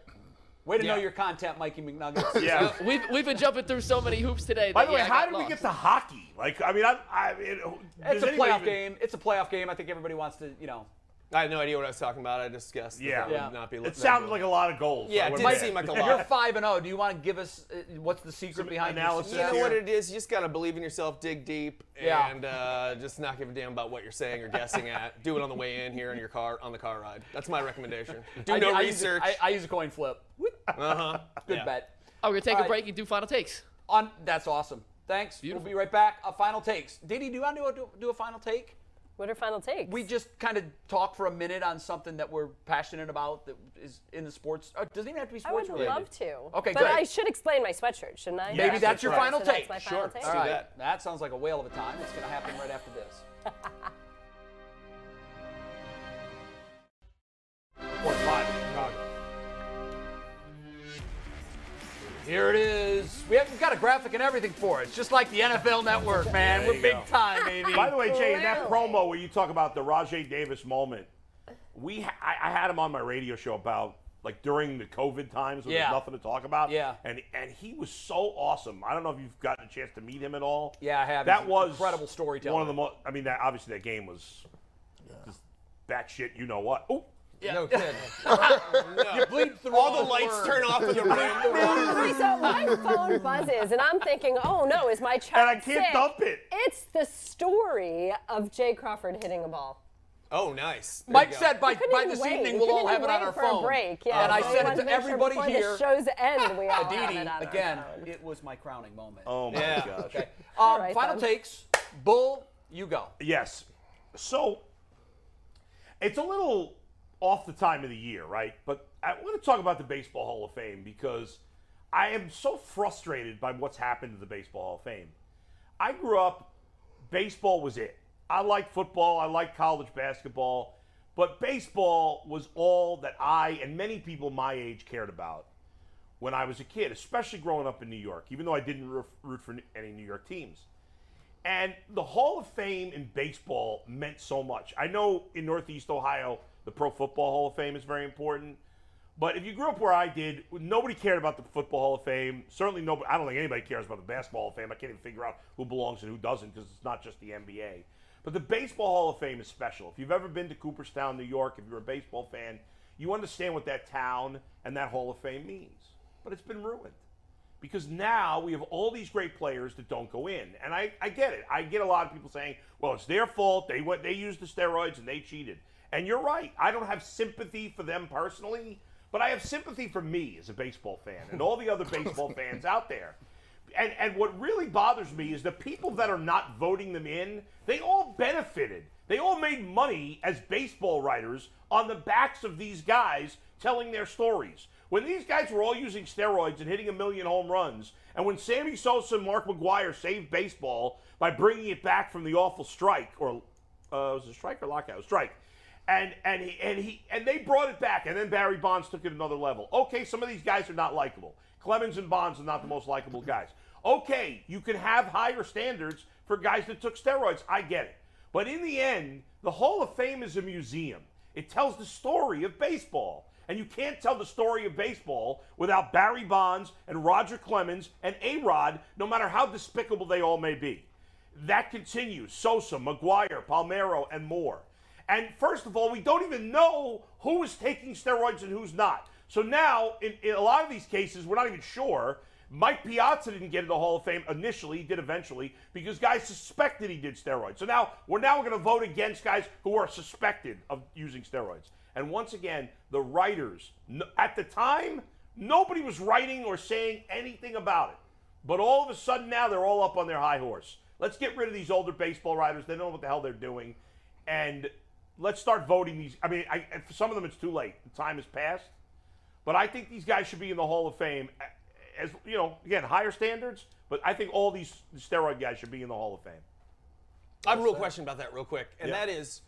Speaker 3: Way to know
Speaker 7: Yeah.
Speaker 3: your content, Mikey McNuggets.
Speaker 5: Yeah.
Speaker 1: We've, we've been jumping through so many hoops today.
Speaker 5: By
Speaker 1: that,
Speaker 5: the way,
Speaker 1: yeah, I
Speaker 5: how
Speaker 1: got
Speaker 5: did we
Speaker 1: lost.
Speaker 5: get to hockey? Like, I mean, I, I it,
Speaker 3: It's
Speaker 5: does
Speaker 3: a
Speaker 5: anybody
Speaker 3: playoff
Speaker 5: even-
Speaker 3: game. It's a playoff game. I think everybody wants to, you know.
Speaker 7: I had no idea what I was talking about. I discussed.
Speaker 5: Yeah.
Speaker 7: That that
Speaker 3: Yeah.
Speaker 7: Would not be
Speaker 5: It sounded like a lot of goals.
Speaker 7: Yeah,
Speaker 5: I
Speaker 7: it
Speaker 5: wouldn't
Speaker 7: did
Speaker 5: bet.
Speaker 7: seem like a
Speaker 3: You're
Speaker 7: lot.
Speaker 3: five and zero. Do you want to give us uh, what's the secret
Speaker 5: Some
Speaker 3: behind your
Speaker 5: analysis
Speaker 7: You
Speaker 3: success?
Speaker 7: know what it is? You just gotta believe in yourself, dig deep,
Speaker 3: Yeah.
Speaker 7: and uh, just not give a damn about what you're saying or guessing at. Do it on the way in here in your car on the car ride. That's my recommendation. Do
Speaker 3: I,
Speaker 7: no
Speaker 3: I use a-
Speaker 7: research.
Speaker 3: I, I use a coin flip. Whoop.
Speaker 7: uh-huh.
Speaker 3: Good
Speaker 7: Yeah.
Speaker 3: bet.
Speaker 1: Oh, we're gonna take
Speaker 3: All
Speaker 1: a
Speaker 3: right.
Speaker 1: break and do final takes.
Speaker 3: On that's awesome. Thanks.
Speaker 1: Beautiful.
Speaker 3: We'll be right back. Uh, final takes. Didi, do you want to do a, do a final take?
Speaker 6: What are final takes?
Speaker 3: We just kind of talk for a minute on something that we're passionate about that is in the sports. Or it doesn't even have to be
Speaker 6: I would
Speaker 3: sports related.
Speaker 6: love to.
Speaker 3: Okay,
Speaker 6: But
Speaker 3: great.
Speaker 6: I should explain my sweatshirt, shouldn't I?
Speaker 3: Maybe that's your
Speaker 7: right.
Speaker 3: final
Speaker 6: So
Speaker 3: take.
Speaker 6: That's my
Speaker 7: Sure.
Speaker 6: final take.
Speaker 7: All
Speaker 3: All
Speaker 7: right.
Speaker 3: right.
Speaker 7: that.
Speaker 3: sounds like a whale of a time. It's going to happen right after this.
Speaker 5: Four and five in Chicago.
Speaker 3: Here it is. We have, we've got a graphic and everything for it. It's just like the NFL Network, man.
Speaker 5: There
Speaker 3: We're
Speaker 5: you
Speaker 3: big
Speaker 5: go.
Speaker 3: time, baby.
Speaker 5: By the way, Jay, in that
Speaker 6: Really?
Speaker 5: promo where you talk about the Rajay Davis moment, we ha- I, I had him on my radio show about like during the COVID times when
Speaker 3: Yeah.
Speaker 5: there's nothing to talk about.
Speaker 3: Yeah.
Speaker 5: And and he was so awesome. I don't know if you've gotten a chance to meet him at all.
Speaker 3: Yeah, I have.
Speaker 5: That
Speaker 3: He's
Speaker 5: was
Speaker 3: incredible storyteller.
Speaker 5: One of the most. I mean, that obviously that game was just batshit. You know what? Oh,
Speaker 3: no kidding.
Speaker 7: You bleed through all the lights turn off in the room.
Speaker 6: Okay, so my phone buzzes, and I'm thinking, oh no, is my child
Speaker 5: and I can't
Speaker 6: sick?
Speaker 5: dump it.
Speaker 6: It's the story of Jay Crawford hitting a ball.
Speaker 7: oh, nice. There you
Speaker 3: Mike
Speaker 7: go.
Speaker 3: said by,
Speaker 6: We couldn't
Speaker 3: by
Speaker 6: even
Speaker 3: this
Speaker 6: wait.
Speaker 3: evening
Speaker 6: We
Speaker 3: we'll
Speaker 6: couldn't
Speaker 3: all have it
Speaker 6: even
Speaker 3: on
Speaker 6: wait
Speaker 3: our
Speaker 6: for
Speaker 3: phone.
Speaker 6: A break. Yeah,
Speaker 3: and I
Speaker 6: so we
Speaker 3: said
Speaker 6: wanted
Speaker 3: it to
Speaker 6: make sure
Speaker 3: everybody
Speaker 6: before
Speaker 3: here.
Speaker 6: The show's end, we all have
Speaker 3: Aditi,
Speaker 6: it on
Speaker 3: again,
Speaker 6: Our phone.
Speaker 3: it was my crowning moment.
Speaker 5: Oh my
Speaker 7: Yeah.
Speaker 5: gosh.
Speaker 3: Okay. Um,
Speaker 6: All right,
Speaker 3: final
Speaker 6: then.
Speaker 3: takes. Bull, you go.
Speaker 5: Yes. So it's a little off the time of the year, right? But I want to talk about the Baseball Hall of Fame because I am so frustrated by what's happened to the Baseball Hall of Fame. I grew up, baseball was it. I liked football, I liked college basketball, but baseball was all that I and many people my age cared about when I was a kid, especially growing up in New York, even though I didn't roof- root for any New York teams. And the Hall of Fame in baseball meant so much. I know in Northeast Ohio, the Pro Football Hall of Fame is very important. But if you grew up where I did, nobody cared about the Football Hall of Fame. Certainly, nobody. I don't think anybody cares about the Basketball Hall of Fame. I can't even figure out who belongs and who doesn't because it's not just the NBA. But the Baseball Hall of Fame is special. If you've ever been to Cooperstown, New York, if you're a baseball fan, you understand what that town and that Hall of Fame means. But it's been ruined because now we have all these great players that don't go in. And I, I get it. I get a lot of people saying, well, it's their fault. They went they used the steroids and they cheated. And you're right. I don't have sympathy for them personally, But I have sympathy for me as a baseball fan and all the other baseball fans out there. And and what really bothers me is the people that are not voting them in, they all benefited. They all made money as baseball writers on the backs of these guys telling their stories. When these guys were all using steroids and hitting a million home runs, and when Sammy Sosa and Mark McGuire saved baseball by bringing it back from the awful strike, or uh, was it strike or lockout? Strike. And and he and he and they brought it back, and then Barry Bonds took it another level. Okay, some of these guys are not likable. Clemens and Bonds are not the most likable guys. Okay, you can have higher standards for guys that took steroids. I get it. But in the end, the Hall of Fame is a museum. It tells the story of baseball. And you can't tell the story of baseball without Barry Bonds and Roger Clemens and A Rod, no matter how despicable they all may be. That continues Sosa, McGuire, Palmero, and more. And first of all, we don't even know who is taking steroids and who's not. So now, in, in a lot of these cases, we're not even sure. Mike Piazza didn't get into the Hall of Fame initially. He did eventually because guys suspected he did steroids. So now we're now going to vote against guys who are suspected of using steroids. And once again, the writers n- at the time nobody was writing or saying anything about it. But all of a sudden now they're all up on their high horse. Let's get rid of these older baseball writers. They don't know what the hell they're doing, and let's start voting these. I mean, I, and for some of them it's too late. The time has passed. But I think these guys should be in the Hall of Fame, a- as you know, again higher standards. But I think all these steroid guys should be in the Hall of Fame.
Speaker 7: I have a real question about that, real quick, and
Speaker 5: Yeah.
Speaker 7: that is,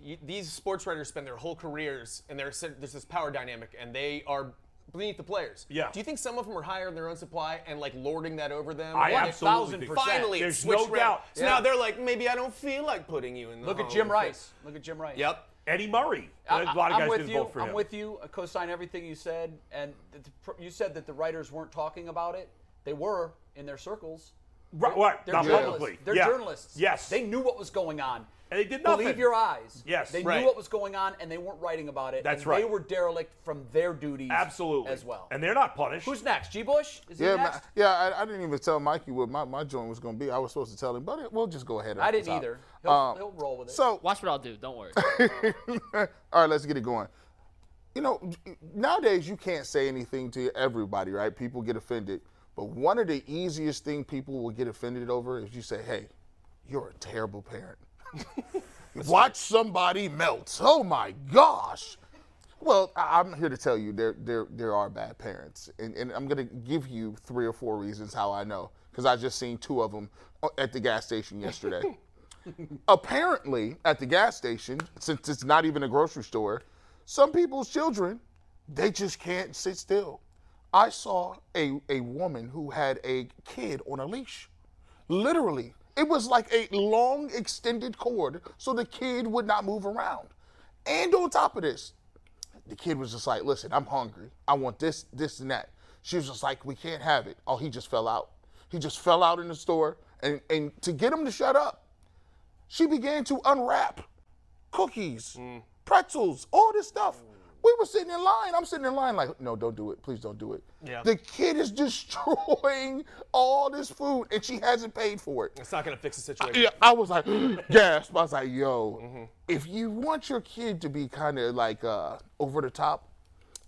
Speaker 7: you, these sports writers spend their whole careers, and there's there's this power dynamic, and they are beneath the players.
Speaker 5: Yeah.
Speaker 7: Do you think some of them are higher in their own supply and like lording that over them?
Speaker 5: I
Speaker 7: Like,
Speaker 5: absolutely
Speaker 7: they
Speaker 5: think so.
Speaker 7: Finally,
Speaker 5: There's
Speaker 7: switch
Speaker 5: no
Speaker 7: around.
Speaker 5: doubt.
Speaker 7: So now they're like, maybe I don't feel like putting you in the.
Speaker 3: Look at
Speaker 7: Hall
Speaker 3: Jim
Speaker 7: of Fame."
Speaker 3: Rice. Look at Jim Rice.
Speaker 7: Oh, Yep.
Speaker 5: Eddie Murray.
Speaker 3: I,
Speaker 5: a lot of guys
Speaker 3: am with
Speaker 5: didn't
Speaker 3: you.
Speaker 5: vote for
Speaker 3: I'm
Speaker 5: him.
Speaker 3: with you. I co-sign everything you said, and th- th- pr- you said that the writers weren't talking about it. They were in their circles.
Speaker 5: Right, right,
Speaker 3: They're
Speaker 5: not
Speaker 3: journalists.
Speaker 5: publicly.
Speaker 3: They're
Speaker 5: Yeah.
Speaker 3: journalists.
Speaker 5: Yes.
Speaker 3: They knew what was going on.
Speaker 5: And they did
Speaker 3: Believe
Speaker 5: nothing.
Speaker 3: your eyes.
Speaker 5: Yes.
Speaker 3: They
Speaker 7: Right.
Speaker 3: knew what was going on, and they weren't writing about it.
Speaker 5: That's
Speaker 3: and They
Speaker 5: right.
Speaker 3: were derelict from their duties.
Speaker 5: Absolutely.
Speaker 3: As well.
Speaker 5: And they're not punished.
Speaker 3: Who's next? G. Bush? Is he
Speaker 2: Yeah,
Speaker 3: next?
Speaker 2: ma- yeah. I, I didn't even tell Mikey what my, my joint was going to be. I was supposed to tell him, but it, we'll just go ahead.
Speaker 3: I
Speaker 2: off the
Speaker 3: didn't
Speaker 2: top.
Speaker 3: either. He'll,
Speaker 2: Um,
Speaker 3: he'll roll with it.
Speaker 2: So
Speaker 1: Watch what I'll do. Don't worry.
Speaker 2: All right, let's get it going. You know, nowadays you can't say anything to everybody, right? People get offended. But one of the easiest thing people will get offended over is you say, "Hey, you're a terrible parent." Watch somebody melt. Oh my gosh. Well, I- I'm here to tell you there there there are bad parents, and and I'm gonna give you three or four reasons how I know because I just seen two of them at the gas station yesterday. apparently at the gas station since it's not even a grocery store some people's children they just can't sit still i saw a, a woman who had a kid on a leash literally it was like a long extended cord so the kid would not move around and on top of this the kid was just like listen i'm hungry i want this this and that she was just like we can't have it oh he just fell out he just fell out in the store and, and to get him to shut up she began to unwrap cookies, pretzels, all this stuff. We were sitting in line. I'm sitting in line like, no, don't do it. Please don't do it.
Speaker 7: Yeah.
Speaker 2: The kid is destroying all this food and she hasn't paid for it.
Speaker 7: It's not gonna fix the
Speaker 3: Uh,
Speaker 7: situation.
Speaker 2: Yeah, I was like, gasp. I was like, yo, if you want your kid to be kind of like uh, over the top,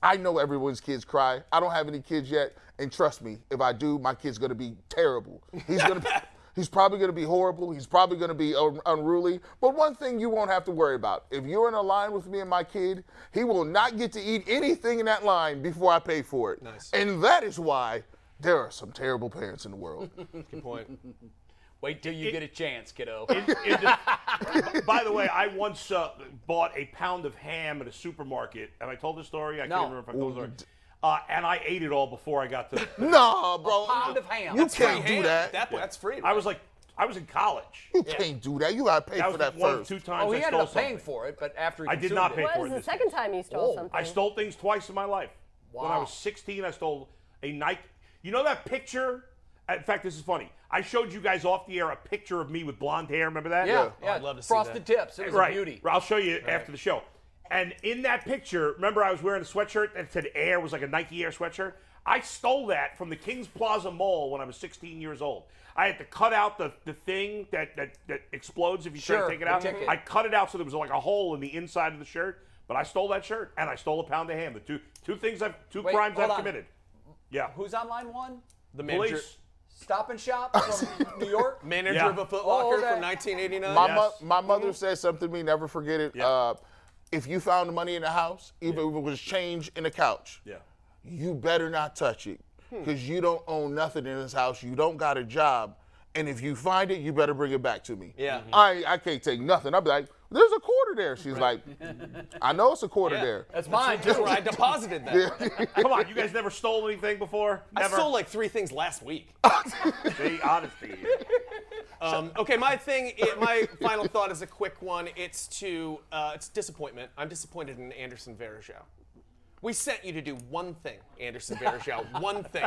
Speaker 2: I know everyone's kids cry. I don't have any kids yet, and trust me, if I do, my kid's gonna be terrible. He's gonna be. He's probably going to be horrible. He's probably going to be un- unruly. But one thing you won't have to worry about if you're in a line with me and my kid, he will not get to eat anything in that line before I pay for it.
Speaker 7: Nice.
Speaker 2: And that is why there are some terrible parents in the world.
Speaker 7: Good point.
Speaker 3: Wait till you get a chance, kiddo.
Speaker 5: It just- by the way, I once uh, bought a pound of ham at a supermarket. Have I told this story? I
Speaker 3: No.
Speaker 5: can't remember if I told the story. Uh, and I ate it all before I got to.
Speaker 2: nah, bro.
Speaker 3: Pound of ham.
Speaker 2: You can't do
Speaker 7: Ham,
Speaker 2: that.
Speaker 7: at that point, that's free.
Speaker 5: I was like, I was in college.
Speaker 2: You can't do that. You gotta pay
Speaker 5: That
Speaker 2: for
Speaker 5: was
Speaker 2: that
Speaker 5: one of
Speaker 2: first.
Speaker 5: two times
Speaker 3: oh, he
Speaker 5: I
Speaker 3: ended
Speaker 5: stole
Speaker 3: up paying
Speaker 5: something.
Speaker 3: for it, but after he
Speaker 5: I did
Speaker 3: consumed
Speaker 5: not
Speaker 3: it.
Speaker 5: pay
Speaker 6: What
Speaker 5: for
Speaker 6: was
Speaker 5: it
Speaker 6: the
Speaker 5: this
Speaker 6: second time you stole
Speaker 3: Oh,
Speaker 6: something?
Speaker 5: I stole things twice in my life. When I
Speaker 3: Wow.
Speaker 5: was 16, I stole a Nike. You know that picture? In fact, this is funny. I showed you guys off the air a picture of me with blonde hair. Remember that?
Speaker 3: Yeah,
Speaker 7: Oh,
Speaker 3: yeah.
Speaker 7: I'd love to see
Speaker 3: Frosted
Speaker 7: that.
Speaker 3: tips. It was
Speaker 5: right.
Speaker 3: a beauty.
Speaker 5: I'll show you after the show. And in that picture, remember I was wearing a sweatshirt that said Air, was like a Nike Air sweatshirt. I stole that from the Kings Plaza Mall when I was 16 years old. I had to cut out the, the thing that, that, that explodes if you try
Speaker 3: Sure,
Speaker 5: to take it
Speaker 3: the
Speaker 5: out.
Speaker 3: ticket.
Speaker 5: I cut it out so there was like a hole in the inside of the shirt. But I stole that shirt and I stole a pound of ham. The two two things I've two
Speaker 3: Wait,
Speaker 5: crimes
Speaker 3: hold on.
Speaker 5: I've committed. Yeah.
Speaker 3: Who's on line one?
Speaker 7: The manager,
Speaker 5: police?
Speaker 3: Stop and Shop from New York.
Speaker 7: manager
Speaker 5: Yeah.
Speaker 7: of a Foot
Speaker 3: Oh,
Speaker 7: Locker
Speaker 3: okay.
Speaker 7: from 1989.
Speaker 2: My,
Speaker 5: Yes. Mm-hmm.
Speaker 2: mo- my mother said something to me, never forget it.
Speaker 5: Yeah.
Speaker 2: Uh, if you found money in the house, even if it was change in the couch,
Speaker 5: Yeah. Hmm.
Speaker 2: you better not touch it because you don't own nothing in this house. You don't got a job. And if you find it, you better bring it back to me.
Speaker 7: Yeah. Mhm.
Speaker 2: I, I can't take nothing. I'll be like, there's a quarter there. She's like, I know it's a quarter
Speaker 7: Yeah.
Speaker 2: there.
Speaker 3: That's mine.
Speaker 7: That's
Speaker 3: Too.
Speaker 7: where I deposited that.
Speaker 5: Come on, you guys never stole anything before?
Speaker 7: I
Speaker 5: Never.
Speaker 7: stole like three things last week.
Speaker 5: See, honesty.
Speaker 7: Um, okay, my thing, it, my final thought is a quick one. It's to, uh, it's disappointment. I'm disappointed in Anderson Varejao. We sent you to do one thing, Anderson Varejao, one thing.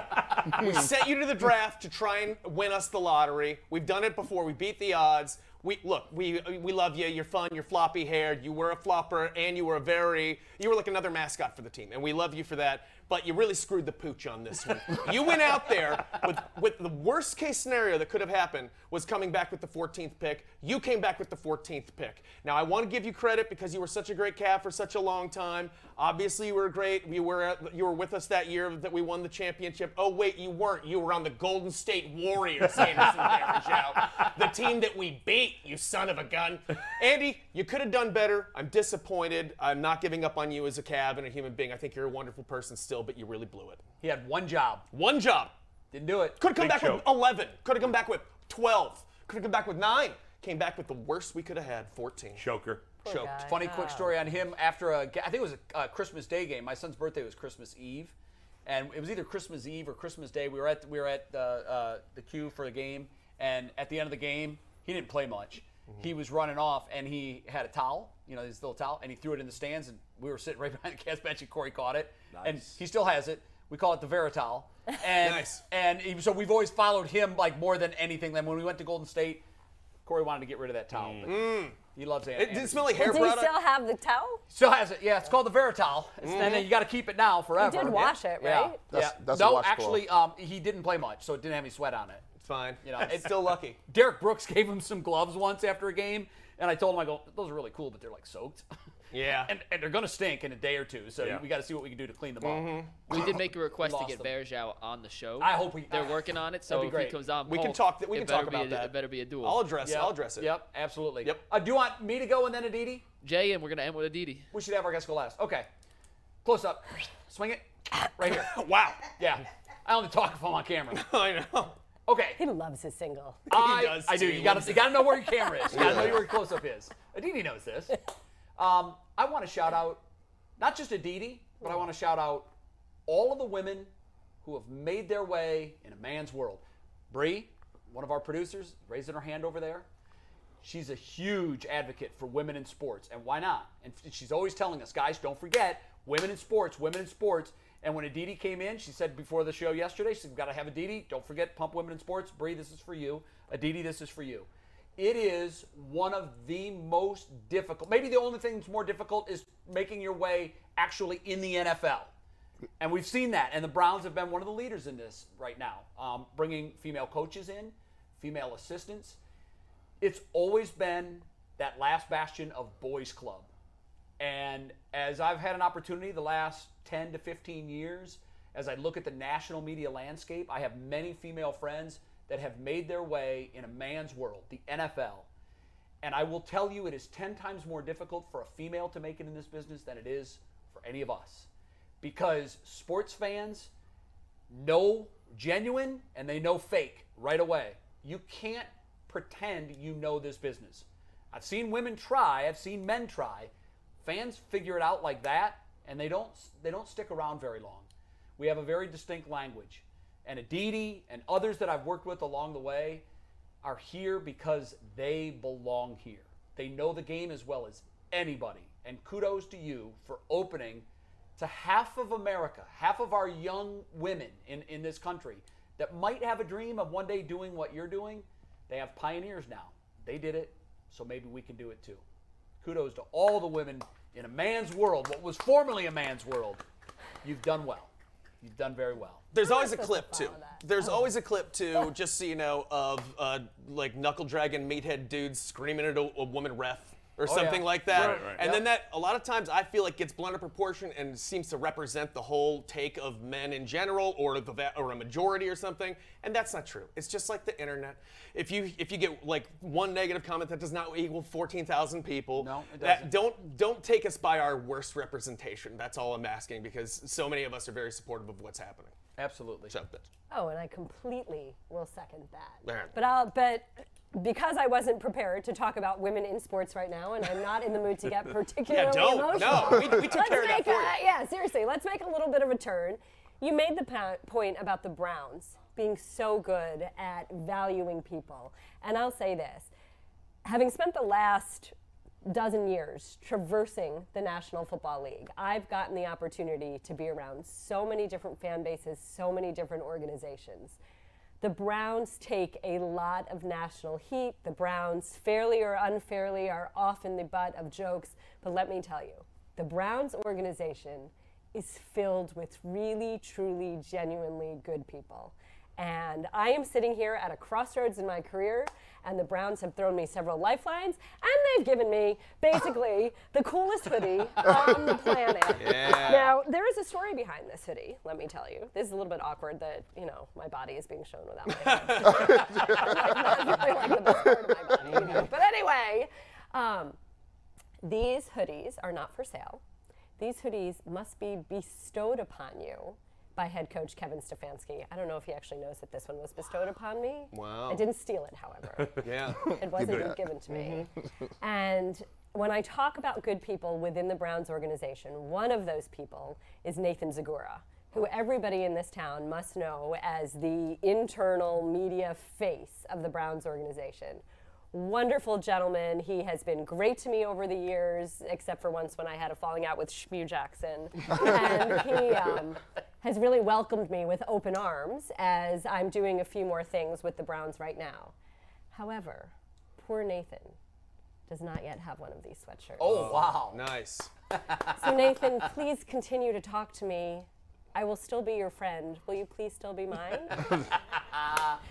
Speaker 7: We sent you to the draft to try and win us the lottery. We've done it before. We beat the odds. We look, we we love you. You're fun. You're floppy haired. You were a flopper, and you were a very, you were like another mascot for the team, and we love you for that. But you really screwed the pooch on this one. you went out there with with the worst case scenario that could have happened was coming back with the 14th pick. You came back with the 14th pick. Now I want to give you credit because you were such a great cat for such a long time. Obviously you were great. You were you were with us that year that we won the championship. Oh wait, you weren't. You were on the Golden State Warriors, Anderson Varejao, the team that we beat. You son of a gun, Andy. You could have done better. I'm disappointed. I'm not giving up on you as a Cav and a human being. I think you're a wonderful person still, but you really blew it.
Speaker 3: He had one job.
Speaker 7: One job.
Speaker 3: Didn't do it.
Speaker 7: Could have come
Speaker 5: Big
Speaker 7: back
Speaker 5: choke.
Speaker 7: with 11. Could have come back with 12. Could have come back with 9. Came back with the worst we could have had 14.
Speaker 5: Joker.
Speaker 7: Choked.
Speaker 6: guy.
Speaker 3: Funny quick story on him after a, ga- I think it was a uh, Christmas Day game. My son's birthday was Christmas Eve, and it was either Christmas Eve or Christmas Day. We were at we were at the uh, the queue for the game, and at the end of the game, he didn't play much. He was running off, and he had a towel, you know, his little towel, and he threw it in the stands, and we were sitting right behind the cast bench, and Corey caught it, and he still has it. We call it the Veritowel. And,
Speaker 7: Nice.
Speaker 3: And he, so we've always followed him like more than anything. Then when we went to Golden State, Corey wanted to get rid of that towel. but He loves it.
Speaker 7: It didn't smell like hair
Speaker 6: Do you
Speaker 7: product.
Speaker 6: still have the towel?
Speaker 3: Still has it. Yeah, it's called the Veritol. It's- And then you got to keep it now forever.
Speaker 6: did wash it,
Speaker 3: Yeah.
Speaker 6: right?
Speaker 2: That's-
Speaker 3: yeah.
Speaker 2: that's a
Speaker 3: no,
Speaker 2: washcloth.
Speaker 3: actually, um, he didn't play much, so it didn't have any sweat on it.
Speaker 7: It's fine.
Speaker 3: You know,
Speaker 7: it's still lucky.
Speaker 3: Derek Brooks gave him some gloves once after a game, and I told him, I go, those are really cool, but they're like soaked.
Speaker 7: Yeah.
Speaker 3: and, and they're going to stink in a day or two, so
Speaker 5: Yeah.
Speaker 3: we got to see what we can do to clean them up.
Speaker 2: Mm-hmm.
Speaker 1: We did make a request to
Speaker 3: Lost
Speaker 1: get
Speaker 3: them.
Speaker 1: Verjao on the show.
Speaker 3: I hope we-
Speaker 1: They're working on it, so
Speaker 3: That'd be
Speaker 1: if he
Speaker 3: great.
Speaker 1: comes on,
Speaker 7: We can
Speaker 1: Paul,
Speaker 7: talk th- we
Speaker 1: it
Speaker 7: can talk
Speaker 1: better be
Speaker 7: about
Speaker 1: a-
Speaker 7: that.
Speaker 1: It better be a duel.
Speaker 7: I'll address it.
Speaker 3: Yep,
Speaker 7: I'll address it.
Speaker 3: Yep, absolutely.
Speaker 7: Yep.
Speaker 3: Uh, do you want me to go and then Aditi?
Speaker 1: Jay, and we're gonna end with Aditi.
Speaker 3: We should have our guest go last. Okay. Close up. Swing it. Right here.
Speaker 7: Wow.
Speaker 3: Yeah. I only talk if I'm on camera.
Speaker 7: I know.
Speaker 3: Okay.
Speaker 6: He loves his single.
Speaker 3: I,
Speaker 7: does,
Speaker 3: I do.
Speaker 7: too.
Speaker 3: You gotta, you gotta know where your camera is. You gotta know where your close up is. Aditi knows this. Um, I want to shout out not just Aditi, but I want to shout out all of the women who have made their way in a man's world. Bree, one of our producers, raising her hand over there. She's a huge advocate for women in sports, and why not? And f- she's always telling us, guys, don't forget women in sports, women in sports. And when Aditi came in, she said before the show yesterday, she said, We've got to have Aditi. Don't forget, pump women in sports. Bree, this is for you. Aditi, this is for you. It is one of the most difficult, maybe the only thing that's more difficult is making your way actually in the NFL. And we've seen that. And the Browns have been one of the leaders in this right now, um, bringing female coaches in, female assistants. It's always been that last bastion of boys' club. And as I've had an opportunity the last 10 to 15 years, as I look at the national media landscape, I have many female friends that have made their way in a man's world, the NFL. And I will tell you, it is 10 times more difficult for a female to make it in this business than it is for any of us. Because sports fans know genuine and they know fake right away. You can't pretend you know this business. I've seen women try, I've seen men try. Fans figure it out like that and they don't they don't stick around very long. We have a very distinct language. And Aditi and others that I've worked with along the way, are here because they belong here. They know the game as well as anybody. And kudos to you for opening to half of America, half of our young women in, in this country that might have a dream of one day doing what you're doing. They have pioneers now. They did it, so maybe we can do it too. Kudos to all the women in a man's world, what was formerly a man's world. You've done well. You've done very well.
Speaker 7: There's always a
Speaker 6: supposed to
Speaker 7: clip too.
Speaker 6: follow that? Oh.
Speaker 7: There's always a clip too, just so you know, of uh, like knuckle dragon meathead dudes screaming at a, a woman ref. or
Speaker 3: Oh,
Speaker 7: something like that.
Speaker 5: Right, right.
Speaker 7: And then that a lot of times I feel like gets blown out of proportion and seems to represent the whole take of men in general or the va- or a majority or something. And that's not true. It's just like the internet. If you if you get like one negative comment that does not equal 14,000 people,
Speaker 3: No, it doesn't.
Speaker 7: that don't don't take us by our worst representation. That's all I'm asking because so many of us are very supportive of what's happening.
Speaker 3: Absolutely.
Speaker 7: So that's
Speaker 6: Oh, and I completely will second that.
Speaker 7: Man.
Speaker 6: But I'll but because I wasn't prepared to talk about women in sports right now, and I'm not in the mood to get particularly
Speaker 7: don't. No,
Speaker 6: emotional.
Speaker 7: we- we took
Speaker 6: let's
Speaker 7: care of that
Speaker 6: make
Speaker 7: for
Speaker 6: a-
Speaker 7: you.
Speaker 6: Yeah, seriously, let's make a little bit of a turn. You made the po- point about the Browns being so good at valuing people, and I'll say this: having spent the last dozen years traversing the National Football League, I've gotten the opportunity to be around so many different fan bases, so many different organizations. The Browns take a lot of national heat. The Browns, fairly or unfairly, are often the butt of jokes. But let me tell you, the Browns organization is filled with really, truly, genuinely good people. And I am sitting here at a crossroads in my career, and the Browns have thrown me several lifelines, and they've given me basically the coolest hoodie on the planet. Now, there is a story behind this hoodie, let me tell you. This is a little bit awkward that, you know, my body is being shown without my hands. I'm not really like the best part of my body, you know. But anyway, um, these hoodies are not for sale. These hoodies must be bestowed upon you by head coach Kevin Stefanski. I don't know if he actually knows that this one was bestowed upon me.
Speaker 7: Wow.
Speaker 6: I didn't steal it, however.
Speaker 7: yeah.
Speaker 6: It wasn't given to me. and when I talk about good people within the Browns organization, one of those people is Nathan Zagura, who everybody in this town must know as the internal media face of the Browns organization. Wonderful gentleman. He has been great to me over the years, except for once when I had a falling out with Shmear Jackson. and he um, has really welcomed me with open arms as I'm doing a few more things with the Browns right now. However, poor Nathan does not yet have one of these sweatshirts.
Speaker 3: Oh, wow.
Speaker 7: Nice.
Speaker 6: So, Nathan, please continue to talk to me. I will still be your friend. Will you please still be mine?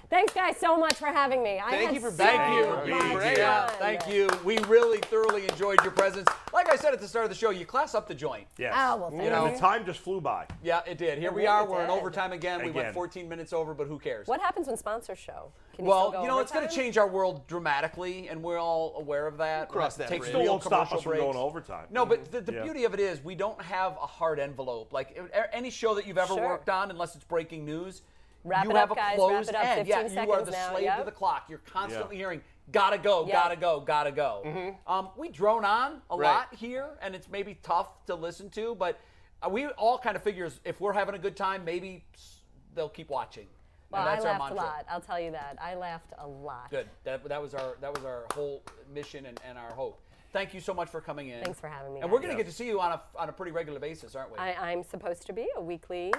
Speaker 6: Thanks, guys, so much for having me. I
Speaker 7: Thank
Speaker 6: had
Speaker 7: you for
Speaker 6: so
Speaker 7: being
Speaker 3: Thank
Speaker 7: Thank
Speaker 3: you.
Speaker 7: you for
Speaker 6: much
Speaker 7: being
Speaker 6: fun.
Speaker 7: here.
Speaker 3: Yeah, thank you. We really thoroughly enjoyed your presence. Like I said at the start of the show, you class up the joint.
Speaker 5: Yes.
Speaker 6: Oh, well,
Speaker 5: you
Speaker 6: thank
Speaker 5: know,
Speaker 6: you.
Speaker 5: the time just flew by.
Speaker 3: Yeah, it did. Here we
Speaker 6: really
Speaker 3: are. We're in
Speaker 6: did.
Speaker 3: overtime again. We went
Speaker 5: Again.
Speaker 3: 14 minutes over, but who cares?
Speaker 6: What happens when sponsors show? Can you
Speaker 3: Well,
Speaker 6: still go
Speaker 3: you know, it's going to
Speaker 6: overtime?
Speaker 3: change our world dramatically, and we're all aware of that.
Speaker 7: We'll
Speaker 3: We'll have
Speaker 7: cross that
Speaker 3: to take
Speaker 7: bridge.
Speaker 5: Still
Speaker 3: real
Speaker 5: won't stop
Speaker 3: commercial
Speaker 5: us from going
Speaker 3: breaks.
Speaker 5: to overtime.
Speaker 3: No, but the, the
Speaker 5: Mm-hmm. Yeah.
Speaker 3: beauty of it is we don't have a hard envelope. Like a- any show that you've ever
Speaker 6: Sure.
Speaker 3: worked on, unless it's breaking news,
Speaker 6: Wrap
Speaker 3: you
Speaker 6: it
Speaker 3: have
Speaker 6: up,
Speaker 3: a
Speaker 6: guys. Wrap
Speaker 3: closed
Speaker 6: it up.
Speaker 3: end. Yeah,
Speaker 6: 15
Speaker 3: you are
Speaker 6: seconds
Speaker 3: the
Speaker 6: now.
Speaker 3: slave
Speaker 6: Yep.
Speaker 3: to the clock. You're constantly hearing, gotta go,
Speaker 6: Yeah.
Speaker 3: gotta go, gotta go.
Speaker 6: Mm-hmm.
Speaker 3: Um, we drone on a
Speaker 7: Right.
Speaker 3: lot here, and it's maybe tough to listen to, but uh, we all kind of figures if we're having a good time, maybe s- they'll keep watching.
Speaker 6: Well,
Speaker 3: and
Speaker 6: Oh, I
Speaker 3: that's our
Speaker 6: laughed a
Speaker 3: mantra.
Speaker 6: lot. I'll tell you that. I laughed a lot.
Speaker 3: Good. That, that was our that was our whole mission and, and our hope. Thank you so much for coming in.
Speaker 6: Thanks for having me,
Speaker 3: And we're
Speaker 6: guys.
Speaker 3: going to get to see you on a, on a pretty regular basis, aren't we?
Speaker 6: I, I'm supposed to be a weekly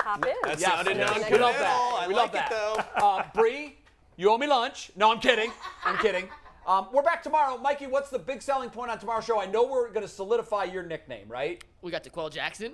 Speaker 6: hop in.
Speaker 7: That
Speaker 3: Yes,
Speaker 7: sounded
Speaker 3: yes.
Speaker 7: not
Speaker 3: We
Speaker 7: good
Speaker 3: love
Speaker 7: at
Speaker 3: that.
Speaker 7: all. I
Speaker 3: we
Speaker 7: like
Speaker 3: love that.
Speaker 7: it though.
Speaker 3: Uh, Bree, you owe me lunch. No, I'm kidding. I'm kidding. Um, we're back tomorrow. Mikey, what's the big selling point on tomorrow's show? I know we're going to solidify your nickname, right?
Speaker 1: We got DeQuell Jackson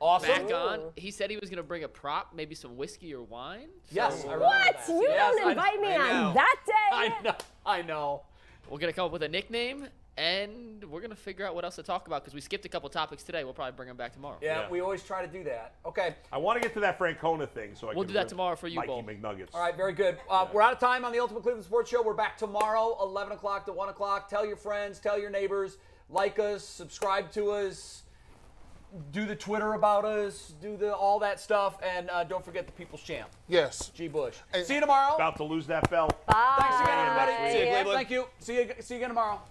Speaker 3: Awesome.
Speaker 1: back on. He said he was gonna bring a prop, maybe some whiskey or wine. So
Speaker 3: Yes. I remember
Speaker 6: What?
Speaker 3: that.
Speaker 6: You
Speaker 3: Yes, I-
Speaker 6: don't invite me
Speaker 7: I know.
Speaker 6: on that day.
Speaker 3: I know. I know.
Speaker 1: We're gonna come up with a nickname, and we're gonna figure out what else to talk about because we skipped a couple topics today. We'll probably bring them back tomorrow.
Speaker 3: Yeah,
Speaker 5: Yeah.
Speaker 3: we always try to do that. Okay.
Speaker 5: I want to get to that Francona thing, so I
Speaker 1: We'll
Speaker 5: can
Speaker 1: do that
Speaker 5: rip
Speaker 1: tomorrow for you,
Speaker 5: Mikey
Speaker 1: Bo.
Speaker 5: McNuggets.
Speaker 3: All right, very good. Uh, We're out of time on the Ultimate Cleveland Sports Show. We're back tomorrow, 11 o'clock to 1 o'clock. Tell your friends, tell your neighbors, like us, subscribe to us, do the Twitter about us, do the all that stuff, and uh, don't forget the People's Champ,
Speaker 2: Yes.
Speaker 3: G. Bush.
Speaker 2: And-
Speaker 3: See you tomorrow.
Speaker 5: About to lose that belt.
Speaker 6: Bye.
Speaker 3: Thanks again, everybody.
Speaker 7: See you, Cleveland.
Speaker 3: Thank you. See you. See you again tomorrow.